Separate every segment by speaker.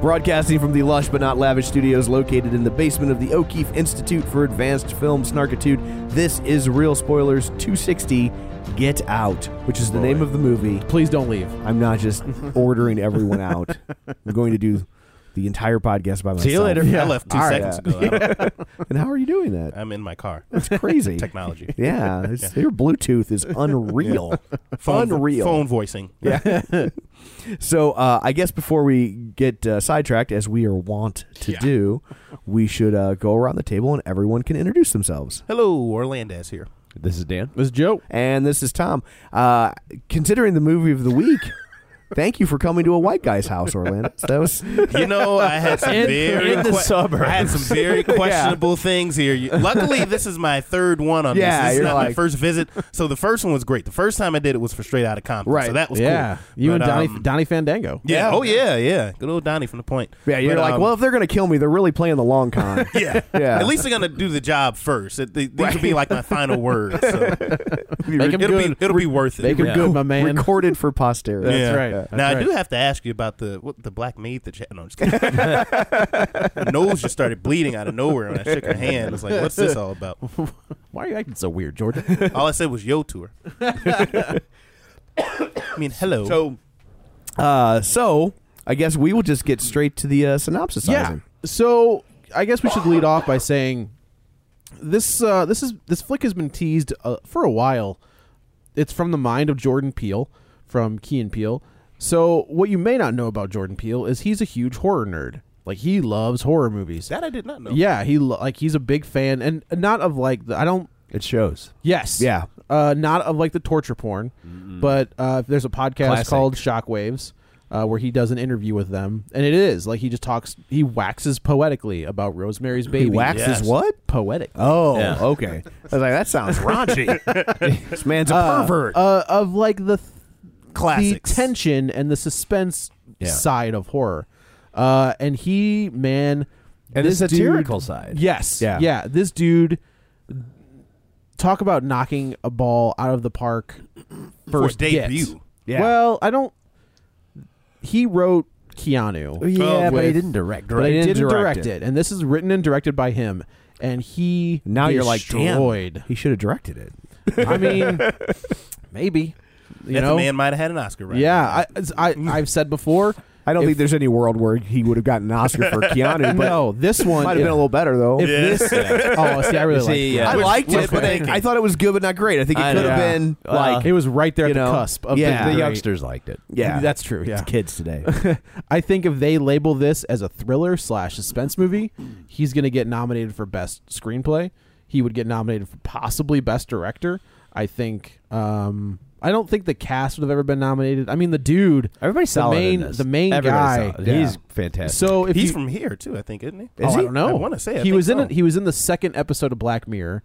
Speaker 1: Broadcasting from the lush but not lavish studios located in the basement of the O'Keefe Institute for Advanced Film Snarkitude, this is Real Spoilers 260 Get Out, which is the name of the movie.
Speaker 2: Please don't leave.
Speaker 1: I'm not just ordering everyone out. I'm going to do the entire podcast by myself.
Speaker 3: See you later. I left two
Speaker 1: All right.
Speaker 3: seconds ago. I don't-
Speaker 1: and how are you doing that?
Speaker 3: I'm in my car.
Speaker 1: It's crazy.
Speaker 3: Technology.
Speaker 1: Yeah, it's, your Bluetooth is unreal.
Speaker 3: Phone,
Speaker 1: unreal.
Speaker 3: Phone voicing. Yeah.
Speaker 1: So uh, I guess before we get uh, sidetracked, as we are wont to
Speaker 3: Yeah.
Speaker 1: do, we should uh, go around the table and everyone can introduce themselves.
Speaker 3: Hello, Orlandez here.
Speaker 2: This is Dan. This is Joe.
Speaker 1: And this is Tom. Uh, considering the movie of the week, thank you for coming to a white guy's house, Orlando. That was
Speaker 3: You know, I had some
Speaker 2: In-
Speaker 3: very
Speaker 2: in the suburbs.
Speaker 3: I had some very questionable things here. You- luckily, this is my third one on
Speaker 1: Yeah,
Speaker 3: this. This
Speaker 1: you're
Speaker 3: is not my
Speaker 1: like-
Speaker 3: first visit. So the first one was great. The first time I did it was for Straight Outta Compton. So that was
Speaker 2: yeah.
Speaker 3: cool.
Speaker 2: You and
Speaker 3: But,
Speaker 2: Donnie,
Speaker 3: um,
Speaker 2: Donnie Fandango.
Speaker 3: yeah. Oh yeah. Yeah. Good old Donnie from the point.
Speaker 1: yeah. You're
Speaker 3: But,
Speaker 1: like,
Speaker 3: um,
Speaker 1: well, if they're gonna kill me, they're really playing the long con.
Speaker 3: Yeah.
Speaker 1: Yeah.
Speaker 3: At least they're gonna do the job first. It, they, these could be like my final words. So
Speaker 2: Make him
Speaker 3: it'll
Speaker 2: good.
Speaker 3: be it'll be worth it.
Speaker 2: Make him good, my man.
Speaker 1: Recorded for posterity.
Speaker 2: That's
Speaker 3: Yeah.
Speaker 2: right. That's
Speaker 3: now I
Speaker 2: right.
Speaker 3: do have to ask you about the what, the black maid that you had. No, I'm just kidding. her nose just started bleeding out of nowhere when I shook her hand. I was like, "What's this all about?"
Speaker 2: Why are you acting so weird, Jordan?
Speaker 3: All I said was "yo" to her. I mean, hello.
Speaker 1: Uh, so I guess we will just get straight to the uh, synopsis.
Speaker 2: yeah. So I guess we should lead off by saying this. Uh, this is this flick has been teased uh, for a while. It's from the mind of Jordan Peele from Key and Peele. So what you may not know about Jordan Peele is he's a huge horror nerd. Like he loves horror movies.
Speaker 3: that I did not know.
Speaker 2: Yeah, he lo- like he's a big fan, and not of like the, I don't.
Speaker 1: It shows.
Speaker 2: Yes.
Speaker 1: Yeah.
Speaker 2: Uh, not of like the torture porn, but uh, there's a podcast
Speaker 1: Classic.
Speaker 2: called Shockwaves uh, where he does an interview with them, and it is like he just talks, he waxes poetically about Rosemary's Baby.
Speaker 1: He waxes
Speaker 3: Yes.
Speaker 1: what?
Speaker 2: poetic.
Speaker 1: Oh, okay. I was like, that sounds raunchy. this man's a pervert.
Speaker 2: Uh, of like the th- the
Speaker 3: classics.
Speaker 2: tension and the suspense
Speaker 1: Yeah.
Speaker 2: side of horror, uh, and he man,
Speaker 4: and the
Speaker 2: this dude-
Speaker 4: satirical side.
Speaker 2: Yes.
Speaker 1: Yeah.
Speaker 2: Yeah. Yeah. This dude talk about kncking a ball out of the park
Speaker 3: for
Speaker 2: first get.
Speaker 3: debut.
Speaker 1: Yeah.
Speaker 2: Well, I don't. He wrote Keanu,
Speaker 4: yeah, but he
Speaker 2: with-
Speaker 4: didn't direct.
Speaker 2: Oh, but
Speaker 4: it.
Speaker 2: he
Speaker 1: didn't
Speaker 2: didn't,
Speaker 1: direct
Speaker 2: direct,
Speaker 1: it.
Speaker 2: it. And this is written and directed by him. And he
Speaker 1: now you're like,
Speaker 2: destroyed.
Speaker 1: damn, he should have directed it.
Speaker 2: I mean, maybe you
Speaker 3: That
Speaker 2: know.
Speaker 3: man might have had an Oscar. Right
Speaker 2: yeah, I, I I've said before.
Speaker 1: I don't
Speaker 2: If-
Speaker 1: think there's any world where he would have gotten an Oscar for Keanu. But
Speaker 2: no, this one
Speaker 1: might have been a little better though.
Speaker 2: If this, oh, see, I really
Speaker 4: See,
Speaker 2: like.
Speaker 4: yeah.
Speaker 1: I liked
Speaker 4: Which-
Speaker 1: it, but
Speaker 4: which-
Speaker 1: I thought it was good, but not great. I think it
Speaker 4: I
Speaker 1: could have
Speaker 4: know.
Speaker 1: been
Speaker 4: Yeah.
Speaker 1: like,
Speaker 2: it was right there at
Speaker 1: you
Speaker 2: the
Speaker 1: know,
Speaker 2: cusp of
Speaker 1: yeah.
Speaker 2: the,
Speaker 4: The
Speaker 2: great-
Speaker 4: youngsters liked it.
Speaker 1: yeah,
Speaker 2: That's true. Yeah,
Speaker 1: It's kids today.
Speaker 2: I think if they label this as a thriller slash suspense movie, he's going to get nominated for best screenplay. He would get nominated for possibly best director. I think. Um, I don't think the cast would have ever been nominated. I mean, the dude,
Speaker 4: Everybody's
Speaker 2: the
Speaker 4: solid in
Speaker 2: main,
Speaker 4: this.
Speaker 2: the main
Speaker 4: Everybody's
Speaker 2: guy.
Speaker 4: solid. He's fantastic.
Speaker 2: So if
Speaker 3: He's
Speaker 2: you,
Speaker 3: from here too, I think, isn't he?
Speaker 2: oh, I don't know.
Speaker 3: I want to say I
Speaker 2: he
Speaker 3: think
Speaker 2: was in.
Speaker 3: so.
Speaker 2: it. he was in the second episode of Black Mirror,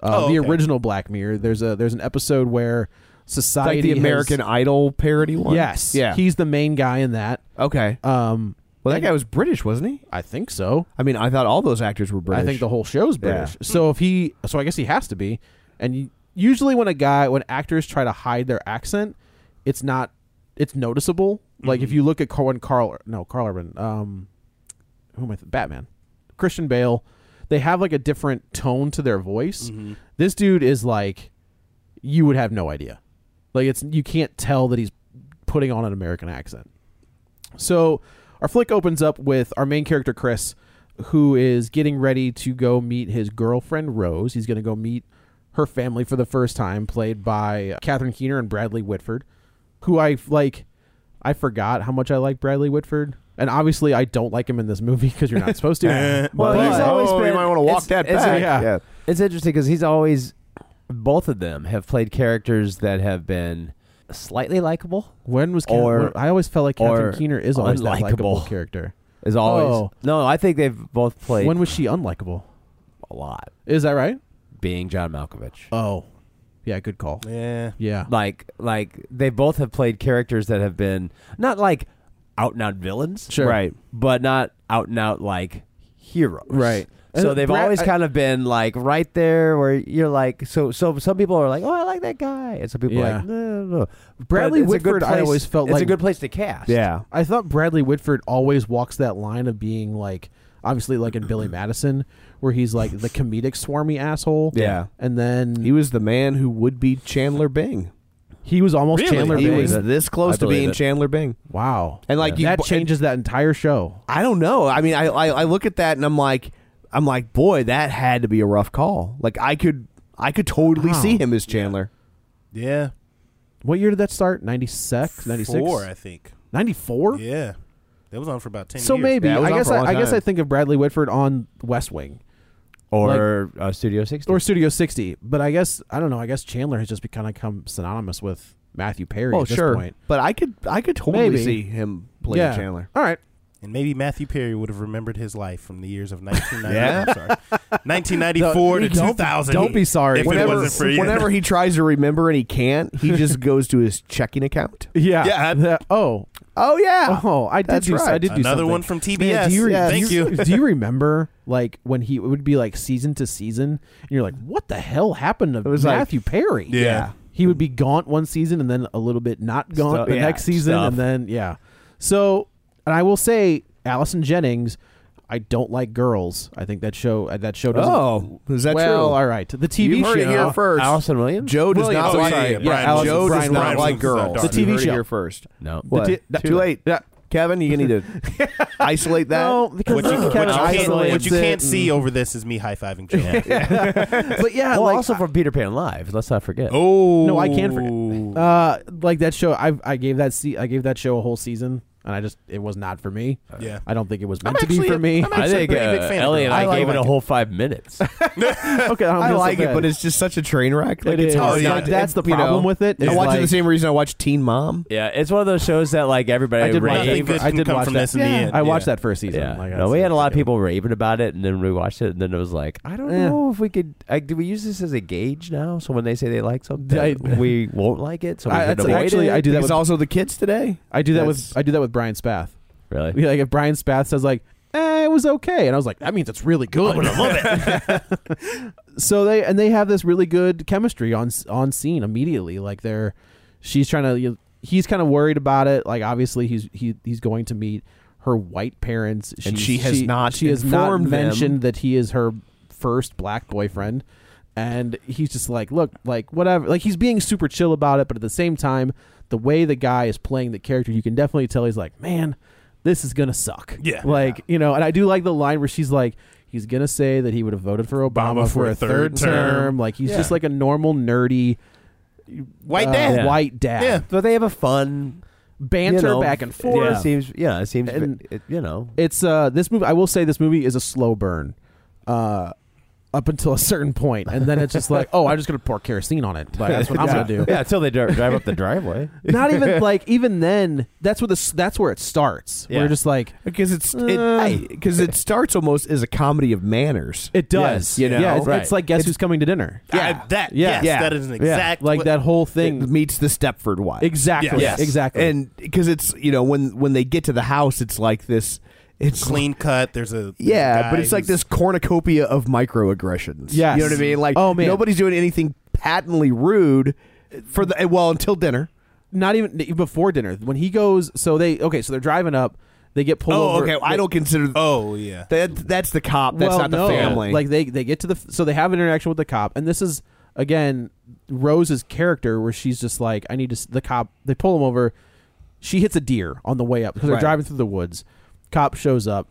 Speaker 2: uh,
Speaker 3: Oh,
Speaker 2: the
Speaker 3: okay.
Speaker 2: original Black Mirror. There's a there's an episode where society
Speaker 1: like the
Speaker 2: has-
Speaker 1: American Idol parody one.
Speaker 2: Yes,
Speaker 1: yeah.
Speaker 2: he's the main guy in that.
Speaker 1: okay.
Speaker 2: Um,
Speaker 1: Well, that guy was British, wasn't he?
Speaker 2: I think so.
Speaker 1: I mean, I thought all those actors were British.
Speaker 2: I think the whole show's
Speaker 1: Yeah.
Speaker 2: British. So if he, so I guess he has to be. And y- usually when a guy, when actors try to hide their accent, it's not, it's noticeable. Like
Speaker 1: Mm-hmm.
Speaker 2: if you look at Car- when Carl, no Carl Urban, um, who am I? Th- Batman, Christian Bale, they have like a different tone to their voice.
Speaker 1: Mm-hmm.
Speaker 2: This dude is like, you would have no idea. Like it's you can't tell that he's putting on an American accent. So our flick opens up with our main character Chris, who is getting ready to go meet his girlfriend Rose. He's going to go meet her family for the first time, played by Catherine Keener and Bradley Whitford, who I like. I forgot how much I like Bradley Whitford, and obviously I don't like him in this movie because you're not supposed to.
Speaker 5: Well,
Speaker 2: But-
Speaker 5: he's always
Speaker 1: Oh, you
Speaker 5: been.
Speaker 1: might wanna walk
Speaker 5: it's-
Speaker 1: that
Speaker 5: it's-
Speaker 1: back.
Speaker 5: yeah.
Speaker 1: Yeah.
Speaker 5: It's interesting because he's always. Both of them have played characters that have been slightly likable.
Speaker 2: when was Cath-
Speaker 5: Or-
Speaker 2: when- I always felt like
Speaker 5: or
Speaker 2: Catherine Keener is always that likable
Speaker 5: unlikable.
Speaker 2: character.
Speaker 5: Is always
Speaker 2: Oh.
Speaker 5: no. I think they've both played
Speaker 2: When was she unlikable?
Speaker 5: a lot.
Speaker 2: Is that right?
Speaker 5: Being John Malkovich,
Speaker 2: Oh, yeah, good call.
Speaker 3: Yeah.
Speaker 2: Yeah,
Speaker 5: like like they both have played characters that have been not like out and out villains,
Speaker 2: Sure. Right.
Speaker 5: But not out and out like heroes,
Speaker 2: Right.
Speaker 5: So
Speaker 2: And
Speaker 5: they've
Speaker 2: Brad-
Speaker 5: always
Speaker 2: I-
Speaker 5: kind of been like right there where you're like so so some people are like oh I like that guy and some people are
Speaker 2: Yeah.
Speaker 5: like no, no, no.
Speaker 2: Bradley
Speaker 5: But it's a good
Speaker 2: Whitford, I
Speaker 5: place-
Speaker 2: always felt
Speaker 5: it's a
Speaker 2: like-
Speaker 5: good place to cast
Speaker 1: Yeah.
Speaker 2: I thought Bradley Whitford always walks that line of being like, obviously, like in Billy Madison, where he's like the comedic swarmy asshole.
Speaker 1: Yeah.
Speaker 2: and then
Speaker 1: He was the man who would be Chandler Bing.
Speaker 2: he was uh, almost Chandler.
Speaker 1: He
Speaker 2: Bing.
Speaker 1: was this close
Speaker 5: I
Speaker 1: to
Speaker 5: believe
Speaker 1: being
Speaker 5: it.
Speaker 1: Chandler Bing.
Speaker 2: wow,
Speaker 1: And, like, you-
Speaker 2: that changes that entire show.
Speaker 1: I don't know. I mean, I, I I look at that and I'm like, I'm like, boy, that had to be a rough call. Like, I could I could totally
Speaker 2: Wow.
Speaker 1: see him as Chandler.
Speaker 3: Yeah.
Speaker 2: What year did that start? 96? 96?
Speaker 3: Four, I think.
Speaker 2: 94?
Speaker 3: Yeah. That was on for about 10
Speaker 2: So
Speaker 3: years.
Speaker 2: maybe
Speaker 1: Yeah, it was
Speaker 2: I
Speaker 1: on
Speaker 2: guess
Speaker 1: for a
Speaker 2: I,
Speaker 1: long
Speaker 2: I guess
Speaker 1: time.
Speaker 2: I think of Bradley Whitford on West Wing
Speaker 5: or uh, Studio 60
Speaker 2: or Studio 60, but I guess I don't know. I guess Chandler has just become kind of come synonymous with Matthew Perry
Speaker 1: Oh,
Speaker 2: at this
Speaker 1: sure,
Speaker 2: point.
Speaker 1: but I could I could totally
Speaker 2: Maybe.
Speaker 1: see him playing
Speaker 2: yeah.
Speaker 1: Chandler.
Speaker 2: All right.
Speaker 3: And maybe Matthew Perry would have remembered his life from the years of 1990.
Speaker 1: Yeah.
Speaker 3: I'm sorry. 1994 to
Speaker 2: Don't-
Speaker 3: 2000.
Speaker 2: don't be sorry.
Speaker 3: If it
Speaker 1: Whenever,
Speaker 3: wasn't for you.
Speaker 1: whenever he tries to remember and he can't, he just goes to his checking account.
Speaker 2: Yeah.
Speaker 3: Yeah, I-
Speaker 2: The- oh,
Speaker 1: Oh yeah,
Speaker 2: Oh, I did.
Speaker 1: That's
Speaker 2: do,
Speaker 1: right.
Speaker 2: I did do
Speaker 3: Another
Speaker 2: something.
Speaker 3: one from TBS.
Speaker 2: Man, do you, re-
Speaker 3: Yes. Thank you.
Speaker 2: do you remember like when he it would be like season to season, and you're like, what the hell happened to
Speaker 1: was like-
Speaker 2: Matthew Perry?
Speaker 3: Yeah. Yeah.
Speaker 2: he would be gaunt one season and then a little bit not gaunt
Speaker 5: Stuff-
Speaker 2: the
Speaker 5: yeah,
Speaker 2: next season,
Speaker 5: stuff.
Speaker 2: and then yeah. So, and I will say, Allison Jennings. I don't like girls. I think that show uh, that show doesn't.
Speaker 1: Oh, is that
Speaker 2: well,
Speaker 1: true?
Speaker 2: all right. The TV
Speaker 1: you
Speaker 2: show
Speaker 1: heard it here first.
Speaker 5: Allison Williams
Speaker 1: Joe does
Speaker 2: Williams,
Speaker 1: not
Speaker 2: oh,
Speaker 1: like
Speaker 2: yeah, yeah,
Speaker 3: yeah, Brian
Speaker 1: Allison- Joe
Speaker 2: Williams.
Speaker 1: does
Speaker 2: Brian
Speaker 1: not
Speaker 2: Williams
Speaker 1: like
Speaker 3: is the
Speaker 1: girls.
Speaker 3: daughter. The
Speaker 2: TV
Speaker 1: You heard it
Speaker 2: show.
Speaker 1: here first.
Speaker 5: no
Speaker 1: What?
Speaker 2: t- the-
Speaker 1: Too late.
Speaker 2: Yeah.
Speaker 1: Kevin, you need to isolate that.
Speaker 2: No, because
Speaker 3: What you,
Speaker 2: this
Speaker 3: what you
Speaker 2: kind of
Speaker 3: can't,
Speaker 2: isolates
Speaker 3: what you
Speaker 2: it
Speaker 3: can't
Speaker 2: and-
Speaker 3: see over this is me high fiving Joe.
Speaker 2: But yeah,
Speaker 5: well
Speaker 2: like,
Speaker 5: also from Peter Pan Live let's not forget
Speaker 3: Oh.
Speaker 2: No, I can forget. Uh, like that show, I I gave that se- I gave that show a whole season, and I just it was not for me.
Speaker 3: Yeah.
Speaker 2: I don't think it was
Speaker 3: I'm
Speaker 2: meant Uh, to be
Speaker 3: actually
Speaker 2: for
Speaker 3: a-
Speaker 2: me.
Speaker 3: I'm
Speaker 5: I
Speaker 3: actually a
Speaker 5: think
Speaker 3: pretty big
Speaker 5: uh,
Speaker 3: fan of
Speaker 5: Ellie and
Speaker 3: girls.
Speaker 5: I,
Speaker 3: I
Speaker 5: gave
Speaker 3: like
Speaker 5: it a
Speaker 3: it.
Speaker 5: whole five minutes.
Speaker 2: okay, I, don't
Speaker 1: I
Speaker 2: feel so
Speaker 1: like it,
Speaker 2: bad.
Speaker 1: but it's just such a train wreck. Like
Speaker 2: It
Speaker 1: it's
Speaker 2: is.
Speaker 1: hard.
Speaker 3: Oh, yeah.
Speaker 1: not to-
Speaker 2: That's the
Speaker 1: you know,
Speaker 2: problem with it,
Speaker 1: I
Speaker 2: is
Speaker 1: watch it the
Speaker 2: like-
Speaker 1: same reason I watch Teen Mom.
Speaker 5: yeah, it's one of those shows that like everybody
Speaker 2: I did watch
Speaker 3: Nothing
Speaker 5: rave.
Speaker 3: good
Speaker 2: I
Speaker 3: can
Speaker 2: did
Speaker 3: come
Speaker 2: watch
Speaker 3: from
Speaker 2: that.
Speaker 3: this in the end.
Speaker 2: I watched
Speaker 3: Yeah.
Speaker 2: that first season.
Speaker 5: Yeah,
Speaker 2: Like,
Speaker 5: no, we
Speaker 2: that's-
Speaker 5: had a lot of people raving about it, and then we watched it, and then it was like, I don't
Speaker 2: Eh.
Speaker 5: know if we could. Like, do we use this as a gauge now? So when they say they like something,
Speaker 2: I-
Speaker 5: we won't like it. So we
Speaker 2: I-
Speaker 5: can
Speaker 2: that's
Speaker 5: avoid
Speaker 2: actually-
Speaker 5: it.
Speaker 2: I do that
Speaker 1: Because
Speaker 2: with-
Speaker 1: also the kids today.
Speaker 2: I do that with
Speaker 1: That's-
Speaker 2: I do that with Brian Spath.
Speaker 5: really.
Speaker 2: Like if Brian Spath says like, eh, it was okay, and I was like, that means it's really good. I love it. so they and they have this really good chemistry on s- on scene immediately. Like they're, she's trying to, you he's kind of worried about it. Like obviously he's he he's going to meet her white parents,
Speaker 1: And
Speaker 2: She's-
Speaker 1: she has not
Speaker 2: she has not
Speaker 1: informed them.
Speaker 2: mentioned that he is her first black boyfriend. And he's just like, look, like whatever. Like he's being super chill about it, but at the same time, the way the guy is playing the character, you can definitely tell he's like, man, this is gonna suck.
Speaker 3: Yeah.
Speaker 2: like you know, and I do like the line where she's like, he's gonna say that he would have voted for Obama, for, a third, term. Like he's just like a normal nerdy
Speaker 3: White
Speaker 2: uh,
Speaker 3: dad.
Speaker 2: white dad.
Speaker 3: Yeah.
Speaker 5: But they have a fun you
Speaker 2: banter
Speaker 5: know,
Speaker 2: back and
Speaker 5: it
Speaker 2: forth.
Speaker 5: seems yeah, it seems
Speaker 2: And-
Speaker 5: it- you know.
Speaker 2: It's uh this movie. I will say this movie is a slow burn, uh, up until a certain point, and then it's just like, oh, I'm just gonna pour kerosene on it. Like that's what I'm gonna do.
Speaker 5: Yeah, until they dri- drive up the driveway.
Speaker 2: Not even like even then. That's where this. That's where it starts.
Speaker 5: Yeah.
Speaker 2: We're just like.
Speaker 1: Because it's
Speaker 2: Uh.
Speaker 1: it because it starts almost as a comedy of manners.
Speaker 2: It
Speaker 1: Yes,
Speaker 2: does,
Speaker 1: you know?
Speaker 2: yeah. It's,
Speaker 5: Right.
Speaker 2: it's like guess who's coming to dinner,
Speaker 3: Yeah, that,
Speaker 2: Yeah.
Speaker 3: yes,
Speaker 2: Yeah.
Speaker 3: that is an
Speaker 1: Yeah.
Speaker 3: exact.
Speaker 2: like that whole thing.
Speaker 1: It meets the Stepford wife.
Speaker 2: Exactly.
Speaker 3: Yes.
Speaker 2: Exactly.
Speaker 1: And because it's you know when when they get to the house, it's like this
Speaker 3: It's clean cut. There's a there's a
Speaker 1: Yeah, but
Speaker 3: guy
Speaker 1: it's like
Speaker 3: who's-
Speaker 1: this cornucopia of microaggressions.
Speaker 2: Yes.
Speaker 1: you know what I mean. Like,
Speaker 2: Oh, man.
Speaker 1: nobody's doing anything patently rude for the well until dinner.
Speaker 2: Not even even before dinner. When he goes, so they okay, so they're driving up. They get pulled
Speaker 1: Oh,
Speaker 2: over.
Speaker 1: okay. I
Speaker 2: they-
Speaker 1: don't consider
Speaker 3: Oh yeah.
Speaker 1: that. That's the cop. That's
Speaker 2: well,
Speaker 1: not the
Speaker 2: no.
Speaker 1: family.
Speaker 2: Like they they get to the f- so they have an interaction with the cop, and this is again Rose's character where she's just like, I need to. s- The cop they pull him over. She hits a deer on the way up because they're
Speaker 1: Right.
Speaker 2: driving through the woods. Cop shows up,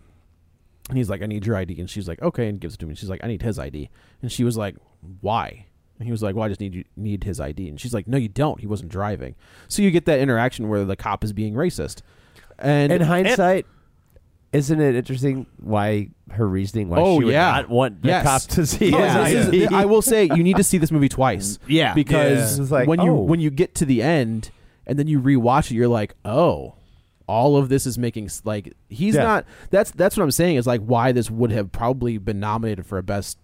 Speaker 2: and he's like, I need your ID, and she's like, okay, and gives it to me. She's like, I need his ID, and she was like, why? And he was like, well, I just need you need his ID, and she's like, no, you don't. He wasn't driving. So you get that interaction where the cop is being racist, and
Speaker 5: In hindsight, isn't it interesting why her reasoning why
Speaker 2: oh
Speaker 5: she would
Speaker 2: yeah,
Speaker 5: not want the
Speaker 2: Yes.
Speaker 5: cop to see?
Speaker 2: Oh,
Speaker 5: his
Speaker 2: this
Speaker 5: ID?
Speaker 2: is- I will say you need to see this movie twice.
Speaker 5: Yeah.
Speaker 2: because
Speaker 5: Yeah. It's like,
Speaker 2: when you
Speaker 5: oh.
Speaker 2: when you get to the end and then you rewatch it, you're like, oh, all of this is making s- like he's
Speaker 5: Yeah.
Speaker 2: not. That's that's what I'm saying is like why this would have probably been nominated for a best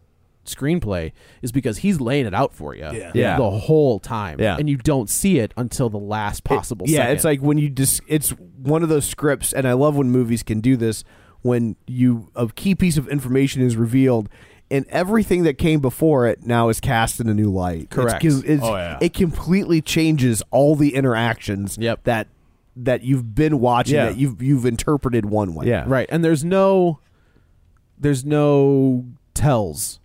Speaker 2: screenplay is because he's laying it out for you
Speaker 5: Yeah.
Speaker 2: the whole time
Speaker 5: Yeah.
Speaker 2: and you don't see it until the last possible
Speaker 1: yeah,
Speaker 2: second.
Speaker 1: it's like when you just it's one of those scripts, and I love when movies can do this. When you a key piece of information is revealed, and everything that came before it now is cast in a new light. It's-
Speaker 2: Correct.
Speaker 1: It's, it's-
Speaker 5: Oh, yeah.
Speaker 1: It completely changes all the interactions
Speaker 2: Yep.
Speaker 1: that that you've been watching
Speaker 5: Yeah.
Speaker 1: that you've you've interpreted one way.
Speaker 5: Yeah.
Speaker 2: Right. And there's no there's no tells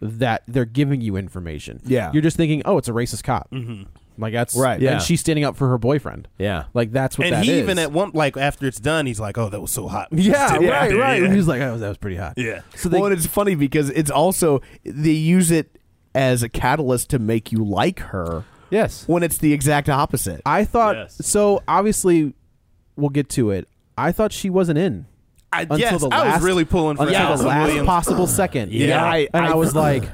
Speaker 2: that they're giving you information.
Speaker 1: Yeah.
Speaker 2: You're just thinking, oh, it's a racist cop. Mm-hmm. Like that's
Speaker 1: Right.
Speaker 5: Yeah.
Speaker 2: And she's standing up for her boyfriend.
Speaker 5: Yeah.
Speaker 2: Like that's what
Speaker 3: and
Speaker 2: that
Speaker 3: he
Speaker 2: is.
Speaker 3: even at one like after it's done, he's like, "Oh, that was so hot."
Speaker 2: yeah,
Speaker 3: Yeah.
Speaker 2: right, right.
Speaker 3: Yeah.
Speaker 2: He was like, oh, that was pretty hot.
Speaker 3: Yeah.
Speaker 2: So they,
Speaker 1: well, and it's funny because it's also they use it as a catalyst to make you like her
Speaker 5: Yes.
Speaker 1: when it's the exact opposite.
Speaker 2: I thought
Speaker 3: Yes.
Speaker 2: so. Obviously, we'll get to it. I thought she wasn't in
Speaker 3: I,
Speaker 2: until
Speaker 3: yes,
Speaker 2: the
Speaker 3: I
Speaker 2: last,
Speaker 3: was really pulling for
Speaker 2: until
Speaker 3: Allison
Speaker 2: the last
Speaker 3: Williams.
Speaker 2: possible second.
Speaker 3: Yeah,
Speaker 1: I-
Speaker 2: and I,
Speaker 1: I-
Speaker 2: was like,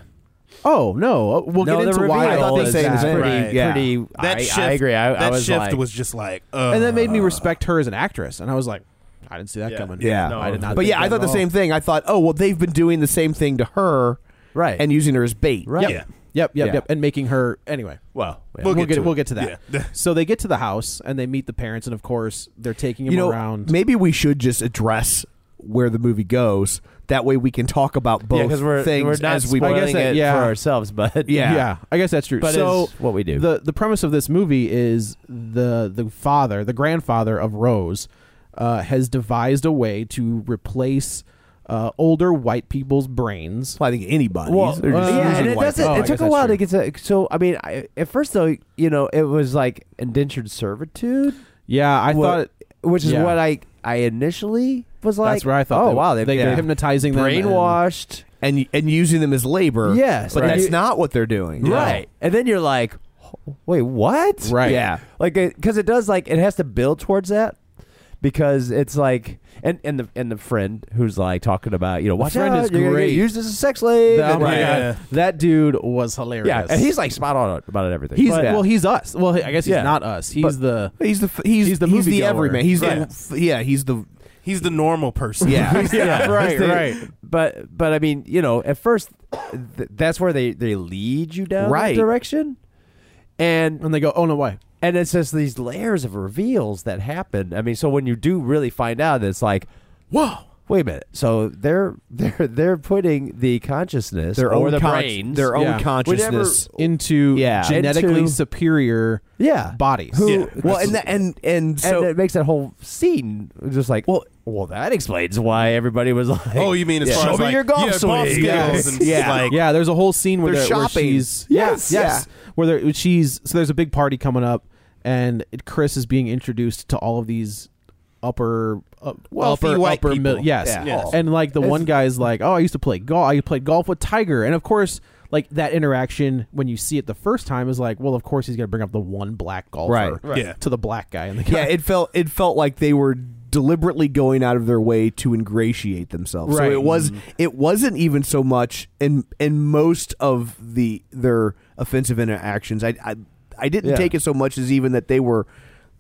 Speaker 2: oh no, we'll
Speaker 5: no,
Speaker 2: get
Speaker 5: the
Speaker 2: into why
Speaker 5: reveal
Speaker 2: I
Speaker 1: thought they
Speaker 5: is
Speaker 1: say it was
Speaker 5: pretty,
Speaker 3: right.
Speaker 1: Yeah.
Speaker 5: pretty.
Speaker 3: That
Speaker 5: I,
Speaker 3: shift,
Speaker 5: I agree. I,
Speaker 3: that
Speaker 5: I was
Speaker 3: shift
Speaker 5: like,
Speaker 3: was just like, uh,
Speaker 2: and that made me respect her as an actress. And I was like, I didn't see that
Speaker 3: Yeah.
Speaker 2: coming.
Speaker 1: Yeah,
Speaker 2: I did not.
Speaker 1: But
Speaker 2: think
Speaker 1: yeah, I
Speaker 2: that
Speaker 1: thought
Speaker 2: at
Speaker 1: the
Speaker 2: all.
Speaker 1: same thing. I thought, oh well, they've been doing the same thing to her,
Speaker 5: Right.
Speaker 1: And using her as bait,
Speaker 5: Right.
Speaker 2: Yep. Yep. Yep.
Speaker 5: Yeah.
Speaker 2: Yep. And making her anyway.
Speaker 5: well, yeah.
Speaker 2: We'll,
Speaker 3: We'll get
Speaker 2: get,
Speaker 3: to
Speaker 2: we'll
Speaker 3: it.
Speaker 2: get to that.
Speaker 3: Yeah.
Speaker 2: so they get to the house and they meet the parents, and of course they're taking him
Speaker 1: You know,
Speaker 2: around.
Speaker 1: maybe we should just address where the movie goes. That way, we can talk about both
Speaker 5: because we're
Speaker 1: things
Speaker 5: we're not
Speaker 1: as we.
Speaker 5: spoiling
Speaker 2: I guess that-
Speaker 5: it
Speaker 2: yeah.
Speaker 5: for ourselves, but
Speaker 2: yeah. I guess that's true.
Speaker 5: But
Speaker 2: so
Speaker 5: it's what we do.
Speaker 2: The the premise of this movie is the the father, the grandfather of Rose, uh, has devised a way to replace uh, older white people's brains.
Speaker 1: Well, I think anybody.
Speaker 5: Well, uh, yeah, and it doesn't.
Speaker 2: people. Oh, I
Speaker 5: it took
Speaker 2: guess
Speaker 5: a while to
Speaker 2: that's
Speaker 5: get to. So I mean, I, at first though, you know, it was like indentured servitude.
Speaker 2: Yeah, I
Speaker 5: wha-
Speaker 2: thought
Speaker 5: which is
Speaker 2: yeah.
Speaker 5: what I I initially was like.
Speaker 2: that's where I thought.
Speaker 5: Oh
Speaker 2: they-
Speaker 5: wow,
Speaker 2: they, are hypnotizing them, and-
Speaker 5: brainwashed.
Speaker 1: and and using them as labor.
Speaker 5: Yes,
Speaker 1: but
Speaker 5: right.
Speaker 1: that's
Speaker 5: You-
Speaker 1: not what they're doing.
Speaker 5: Right. And then you're like, wait, what?
Speaker 2: Right.
Speaker 5: Yeah. Like, because it does like it has to build towards that because it's like and and the and the friend who's like talking about you know watch
Speaker 2: friend
Speaker 5: out
Speaker 2: is
Speaker 5: you're gonna get
Speaker 2: great.
Speaker 5: used as a sex slave.
Speaker 2: That, oh
Speaker 5: and-
Speaker 2: my
Speaker 5: yeah.
Speaker 2: God. that dude was hilarious.
Speaker 5: Yeah, and he's like spot on about it, everything.
Speaker 2: He's
Speaker 5: But-
Speaker 2: well, he's us. Well, I guess he's
Speaker 5: Yeah.
Speaker 2: not us. He's the
Speaker 1: He's the f- he's,
Speaker 2: He's the
Speaker 1: he's the
Speaker 2: moviegoer.
Speaker 1: everyman. He's
Speaker 3: Right.
Speaker 1: the yeah. He's the
Speaker 3: He's the normal person.
Speaker 1: yeah.
Speaker 5: yeah,
Speaker 2: right,
Speaker 5: That's the-
Speaker 2: right.
Speaker 5: But but I mean, you know, at first, th- that's where they they lead you down
Speaker 1: Right.
Speaker 5: that direction, and
Speaker 2: and they go, oh no, why?
Speaker 5: and it's just these layers of reveals that happen. I mean, so when you do really find out, it's like, whoa. Wait a minute. So they're they're they're putting the consciousnness
Speaker 1: their
Speaker 5: or
Speaker 1: own
Speaker 5: the
Speaker 1: con-
Speaker 5: brains,
Speaker 1: their own
Speaker 2: Yeah.
Speaker 1: consciousness.
Speaker 2: Into
Speaker 5: Yeah.
Speaker 2: genetically
Speaker 5: Into-
Speaker 2: superior
Speaker 5: yeah
Speaker 2: bodies.
Speaker 5: Who,
Speaker 3: Yeah.
Speaker 1: well, and that, and and
Speaker 5: and
Speaker 1: so
Speaker 5: it makes that whole scene just like well well that explains why everybody was like
Speaker 3: Oh, you mean as
Speaker 5: Yeah.
Speaker 3: far
Speaker 5: Show
Speaker 3: as
Speaker 5: me
Speaker 3: like,
Speaker 5: your golf
Speaker 3: yeah, golf
Speaker 5: swing.
Speaker 3: skills
Speaker 5: Yes.
Speaker 3: and
Speaker 1: Yeah.
Speaker 3: like
Speaker 2: yeah, there's a whole scene where,
Speaker 1: They're
Speaker 2: they're, where
Speaker 1: shopping.
Speaker 2: she's
Speaker 1: Yes,
Speaker 2: yeah,
Speaker 1: yeah.
Speaker 2: yes, where they're, she's so there's a big party coming up, and it, Chris is being introduced to all of these upper uh,
Speaker 3: Wealthy
Speaker 2: upper
Speaker 3: white
Speaker 2: upper
Speaker 3: people.
Speaker 2: mid- yes.
Speaker 3: Yeah. Yes.
Speaker 2: and like the one guy's like, oh, I used to play golf. I played golf with Tiger, and of course. Like that interaction when you see it the first time is like, well, of course he's gonna bring up the one black golfer
Speaker 1: Right, right.
Speaker 3: Yeah.
Speaker 2: to the black guy, and the guy
Speaker 1: yeah, it felt it felt like they were deliberately going out of their way to ingratiate themselves. So
Speaker 2: Right.
Speaker 1: it was
Speaker 5: Mm-hmm.
Speaker 1: it wasn't even so much in in most of the their offensive interactions. I I, I didn't
Speaker 5: Yeah.
Speaker 1: take it so much as even that they were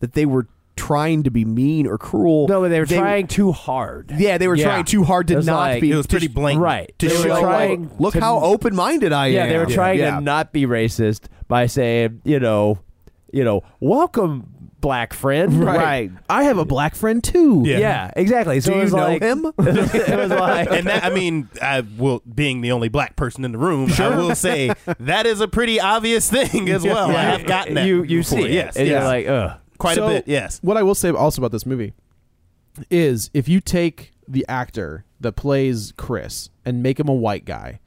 Speaker 1: that they were trying to be mean or cruel.
Speaker 5: no but they were trying too hard
Speaker 1: Yeah, they were
Speaker 2: Yeah.
Speaker 1: trying too hard to
Speaker 5: It was
Speaker 1: not
Speaker 5: like-
Speaker 1: be.
Speaker 3: it was
Speaker 1: to-
Speaker 3: pretty blatant.
Speaker 5: right
Speaker 1: To
Speaker 5: They were
Speaker 1: show,
Speaker 5: trying
Speaker 1: like, look
Speaker 5: to-
Speaker 1: how open minded I
Speaker 5: yeah
Speaker 1: am.
Speaker 5: they were trying
Speaker 1: Yeah.
Speaker 5: to not be racist by saying you know you know welcome black friend.
Speaker 2: I have a black friend too.
Speaker 5: Yeah. exactly. So
Speaker 2: Do
Speaker 5: it
Speaker 2: you
Speaker 5: was
Speaker 2: know
Speaker 5: like,
Speaker 2: him?
Speaker 5: it was like,
Speaker 3: and that, I mean, I will being the only black person in the room. I will say that is a pretty obvious thing as well. I have gotten that.
Speaker 5: You- you
Speaker 3: before.
Speaker 5: see it,
Speaker 3: yes,
Speaker 5: and you're
Speaker 3: yes.
Speaker 5: like, ugh.
Speaker 3: quite
Speaker 2: So,
Speaker 3: a bit. Yes,
Speaker 2: What I will say also about this movie is if you take the actor that plays Chris and make him a white guy,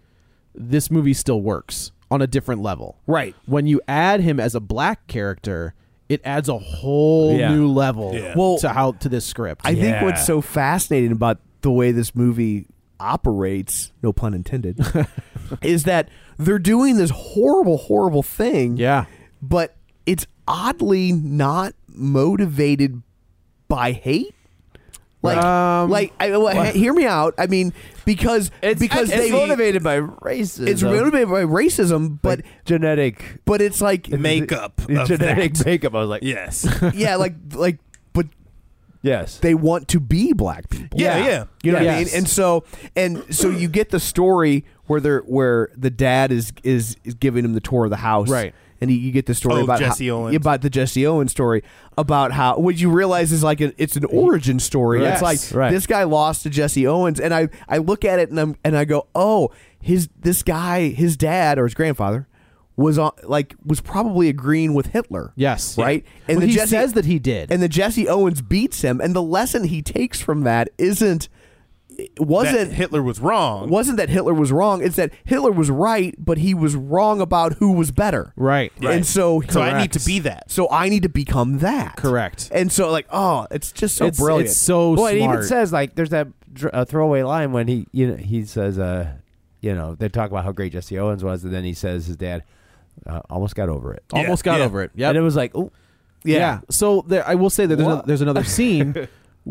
Speaker 2: this movie still works on a different level.
Speaker 5: Right.
Speaker 2: When you add him as a black character, it adds a whole
Speaker 1: Yeah.
Speaker 2: new level
Speaker 1: Yeah. Well,
Speaker 2: to how to this script.
Speaker 1: I think what's so fascinating about the way this movie operates, no pun intended, is that they're doing this horrible, horrible thing.
Speaker 2: Yeah.
Speaker 1: But it's oddly not motivated by hate. Like, like, I, Um, well, he- hear me out. I mean, because it's, because
Speaker 5: it's
Speaker 1: they
Speaker 5: motivated by racism.
Speaker 1: It's motivated by racism, but
Speaker 5: genetic.
Speaker 1: But it's like
Speaker 3: Makeup of
Speaker 5: genetic
Speaker 3: that.
Speaker 5: makeup. I was like,
Speaker 3: yes,
Speaker 1: yeah, like like but
Speaker 5: yes.
Speaker 1: They want to be black people.
Speaker 5: Yeah, Yeah. yeah.
Speaker 1: You know what I mean?
Speaker 5: Yes.
Speaker 1: And so and so you get the story where they're where the dad is is, is giving him the tour of the house.
Speaker 2: Right.
Speaker 1: And you- you get the story
Speaker 3: Oh,
Speaker 1: about
Speaker 3: Jesse
Speaker 1: how,
Speaker 3: Owens.
Speaker 1: about the Jesse Owens story about how what you realize is like an, it's an origin story.
Speaker 5: Yes.
Speaker 1: It's like
Speaker 5: Right.
Speaker 1: this guy lost to Jesse Owens, and I I look at it and I'm and I go, oh, his this guy, his dad or his grandfather was on like was probably agreeing with Hitler.
Speaker 2: Yes.
Speaker 1: right.
Speaker 2: Well, he says that he did.
Speaker 1: And the Jesse Owens beats him, and the lesson he takes from that isn't it wasn't
Speaker 3: That Hitler was wrong.
Speaker 1: wasn't that Hitler was wrong. It's that Hitler was right, but he was wrong about who was better.
Speaker 2: Right.
Speaker 1: And so,
Speaker 3: so I need to be that.
Speaker 1: So I need to become that.
Speaker 2: Correct.
Speaker 1: And so, like, oh, it's just so brilliant.
Speaker 5: well, it even says like there's that dr- uh, throwaway line when he you know he says uh you know they talk about how great Jesse Owens was and then he says his dad uh, almost got over it.
Speaker 2: Almost got over it. Yep.
Speaker 5: And it was like oh
Speaker 2: Yeah. So there, I will say that there's,
Speaker 5: Wha-
Speaker 2: another there's another scene.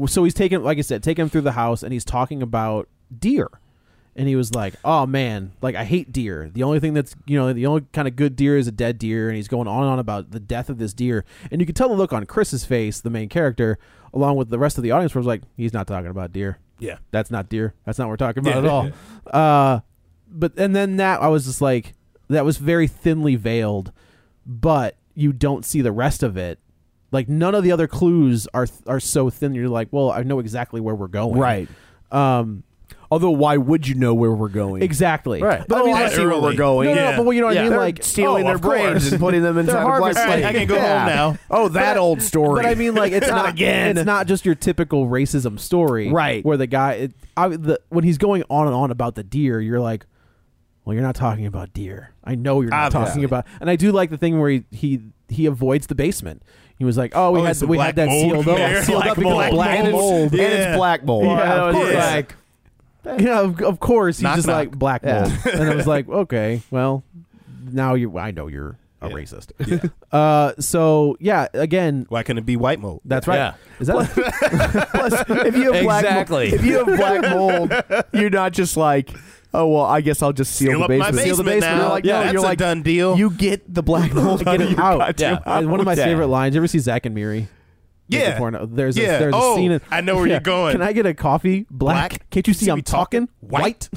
Speaker 2: so he's taking, like I said, taking him through the house, and he's talking about deer, and he was like, "Oh man, like I hate deer. The only thing that's you know the only kind of good deer is a dead deer." And he's going on and on about the death of this deer, and you could tell the look on Chris's face, the main character, along with the rest of the audience, was like, "He's not talking about deer.
Speaker 3: Yeah.
Speaker 2: that's not deer. That's not what we're talking about
Speaker 3: Yeah.
Speaker 2: at all." uh, but and then that I was just like, that was very thinly veiled, but you don't see the rest of it. Like none of the other clues are are so thin. You're like, well, I know exactly where we're going.
Speaker 1: Right.
Speaker 2: Um,
Speaker 1: Although, why would you know where we're going?
Speaker 2: Exactly.
Speaker 1: Right.
Speaker 2: But
Speaker 1: Oh,
Speaker 2: I mean,
Speaker 1: I
Speaker 2: like-
Speaker 1: see where we're going.
Speaker 2: No, no, no,
Speaker 1: Yeah.
Speaker 2: but you know what I
Speaker 1: Yeah.
Speaker 2: mean?
Speaker 1: They're
Speaker 2: like
Speaker 1: stealing
Speaker 2: oh,
Speaker 1: their
Speaker 2: of course.
Speaker 1: brains and putting them
Speaker 2: They're
Speaker 1: inside a black
Speaker 2: harvesting.
Speaker 1: slave. All right, I can go
Speaker 2: Yeah.
Speaker 1: home now. Oh, that
Speaker 2: But-
Speaker 1: old story.
Speaker 2: But I mean, like, it's
Speaker 1: Not
Speaker 2: not
Speaker 1: again.
Speaker 2: It's not just your typical racism story,
Speaker 1: Right.
Speaker 2: Where the guy, it, I, the, when he's going on and on about the deer, you're like, well, you're not talking about deer. I know you're not
Speaker 3: Obviously.
Speaker 2: talking about. And I do like the thing where he he, he avoids the basement. He was like, oh, we
Speaker 3: Oh,
Speaker 2: had
Speaker 3: it's the
Speaker 2: we had
Speaker 3: black
Speaker 2: that
Speaker 3: mold
Speaker 2: sealed up,
Speaker 3: there.
Speaker 2: sealed
Speaker 3: Black
Speaker 2: up because
Speaker 3: mold.
Speaker 2: of black
Speaker 3: And it's-
Speaker 2: mold.
Speaker 3: and it's Yeah. black
Speaker 1: mold.
Speaker 2: Yeah,
Speaker 1: Yeah,
Speaker 2: of
Speaker 1: of
Speaker 2: course.
Speaker 3: course.
Speaker 2: Like, yeah, of, of course. He's
Speaker 3: Knock,
Speaker 2: just
Speaker 3: knock.
Speaker 2: like black
Speaker 5: Yeah.
Speaker 2: mold, and I was like, okay, well, now you. I know you're a racist. Uh, so yeah, again,
Speaker 3: Why couldn't it be white mold?
Speaker 2: that's right.
Speaker 5: Yeah.
Speaker 2: Is that
Speaker 1: Plus, if you have black
Speaker 5: Exactly.
Speaker 1: mold, if you have black mold, you're not just like, oh well, I guess I'll just seal,
Speaker 3: Seal
Speaker 1: the
Speaker 3: up my
Speaker 1: basement.
Speaker 3: basement now.
Speaker 1: You're like,
Speaker 3: Yeah,
Speaker 1: no,
Speaker 3: that's
Speaker 1: you're
Speaker 3: a
Speaker 1: like,
Speaker 3: done deal.
Speaker 1: You get the black mold out of your
Speaker 2: out?
Speaker 1: goddamn
Speaker 2: And one of my
Speaker 1: house.
Speaker 2: favorite lines. You ever see Zach and Miri? Make
Speaker 3: Yeah.
Speaker 2: the porno. There's
Speaker 3: Yeah.
Speaker 2: a, there's
Speaker 3: Oh,
Speaker 2: a scene. In,
Speaker 3: I know where you're going.
Speaker 2: Can I get a coffee? Black.
Speaker 3: Black.
Speaker 2: Can't you see,
Speaker 3: See me
Speaker 2: I'm talking?
Speaker 3: White.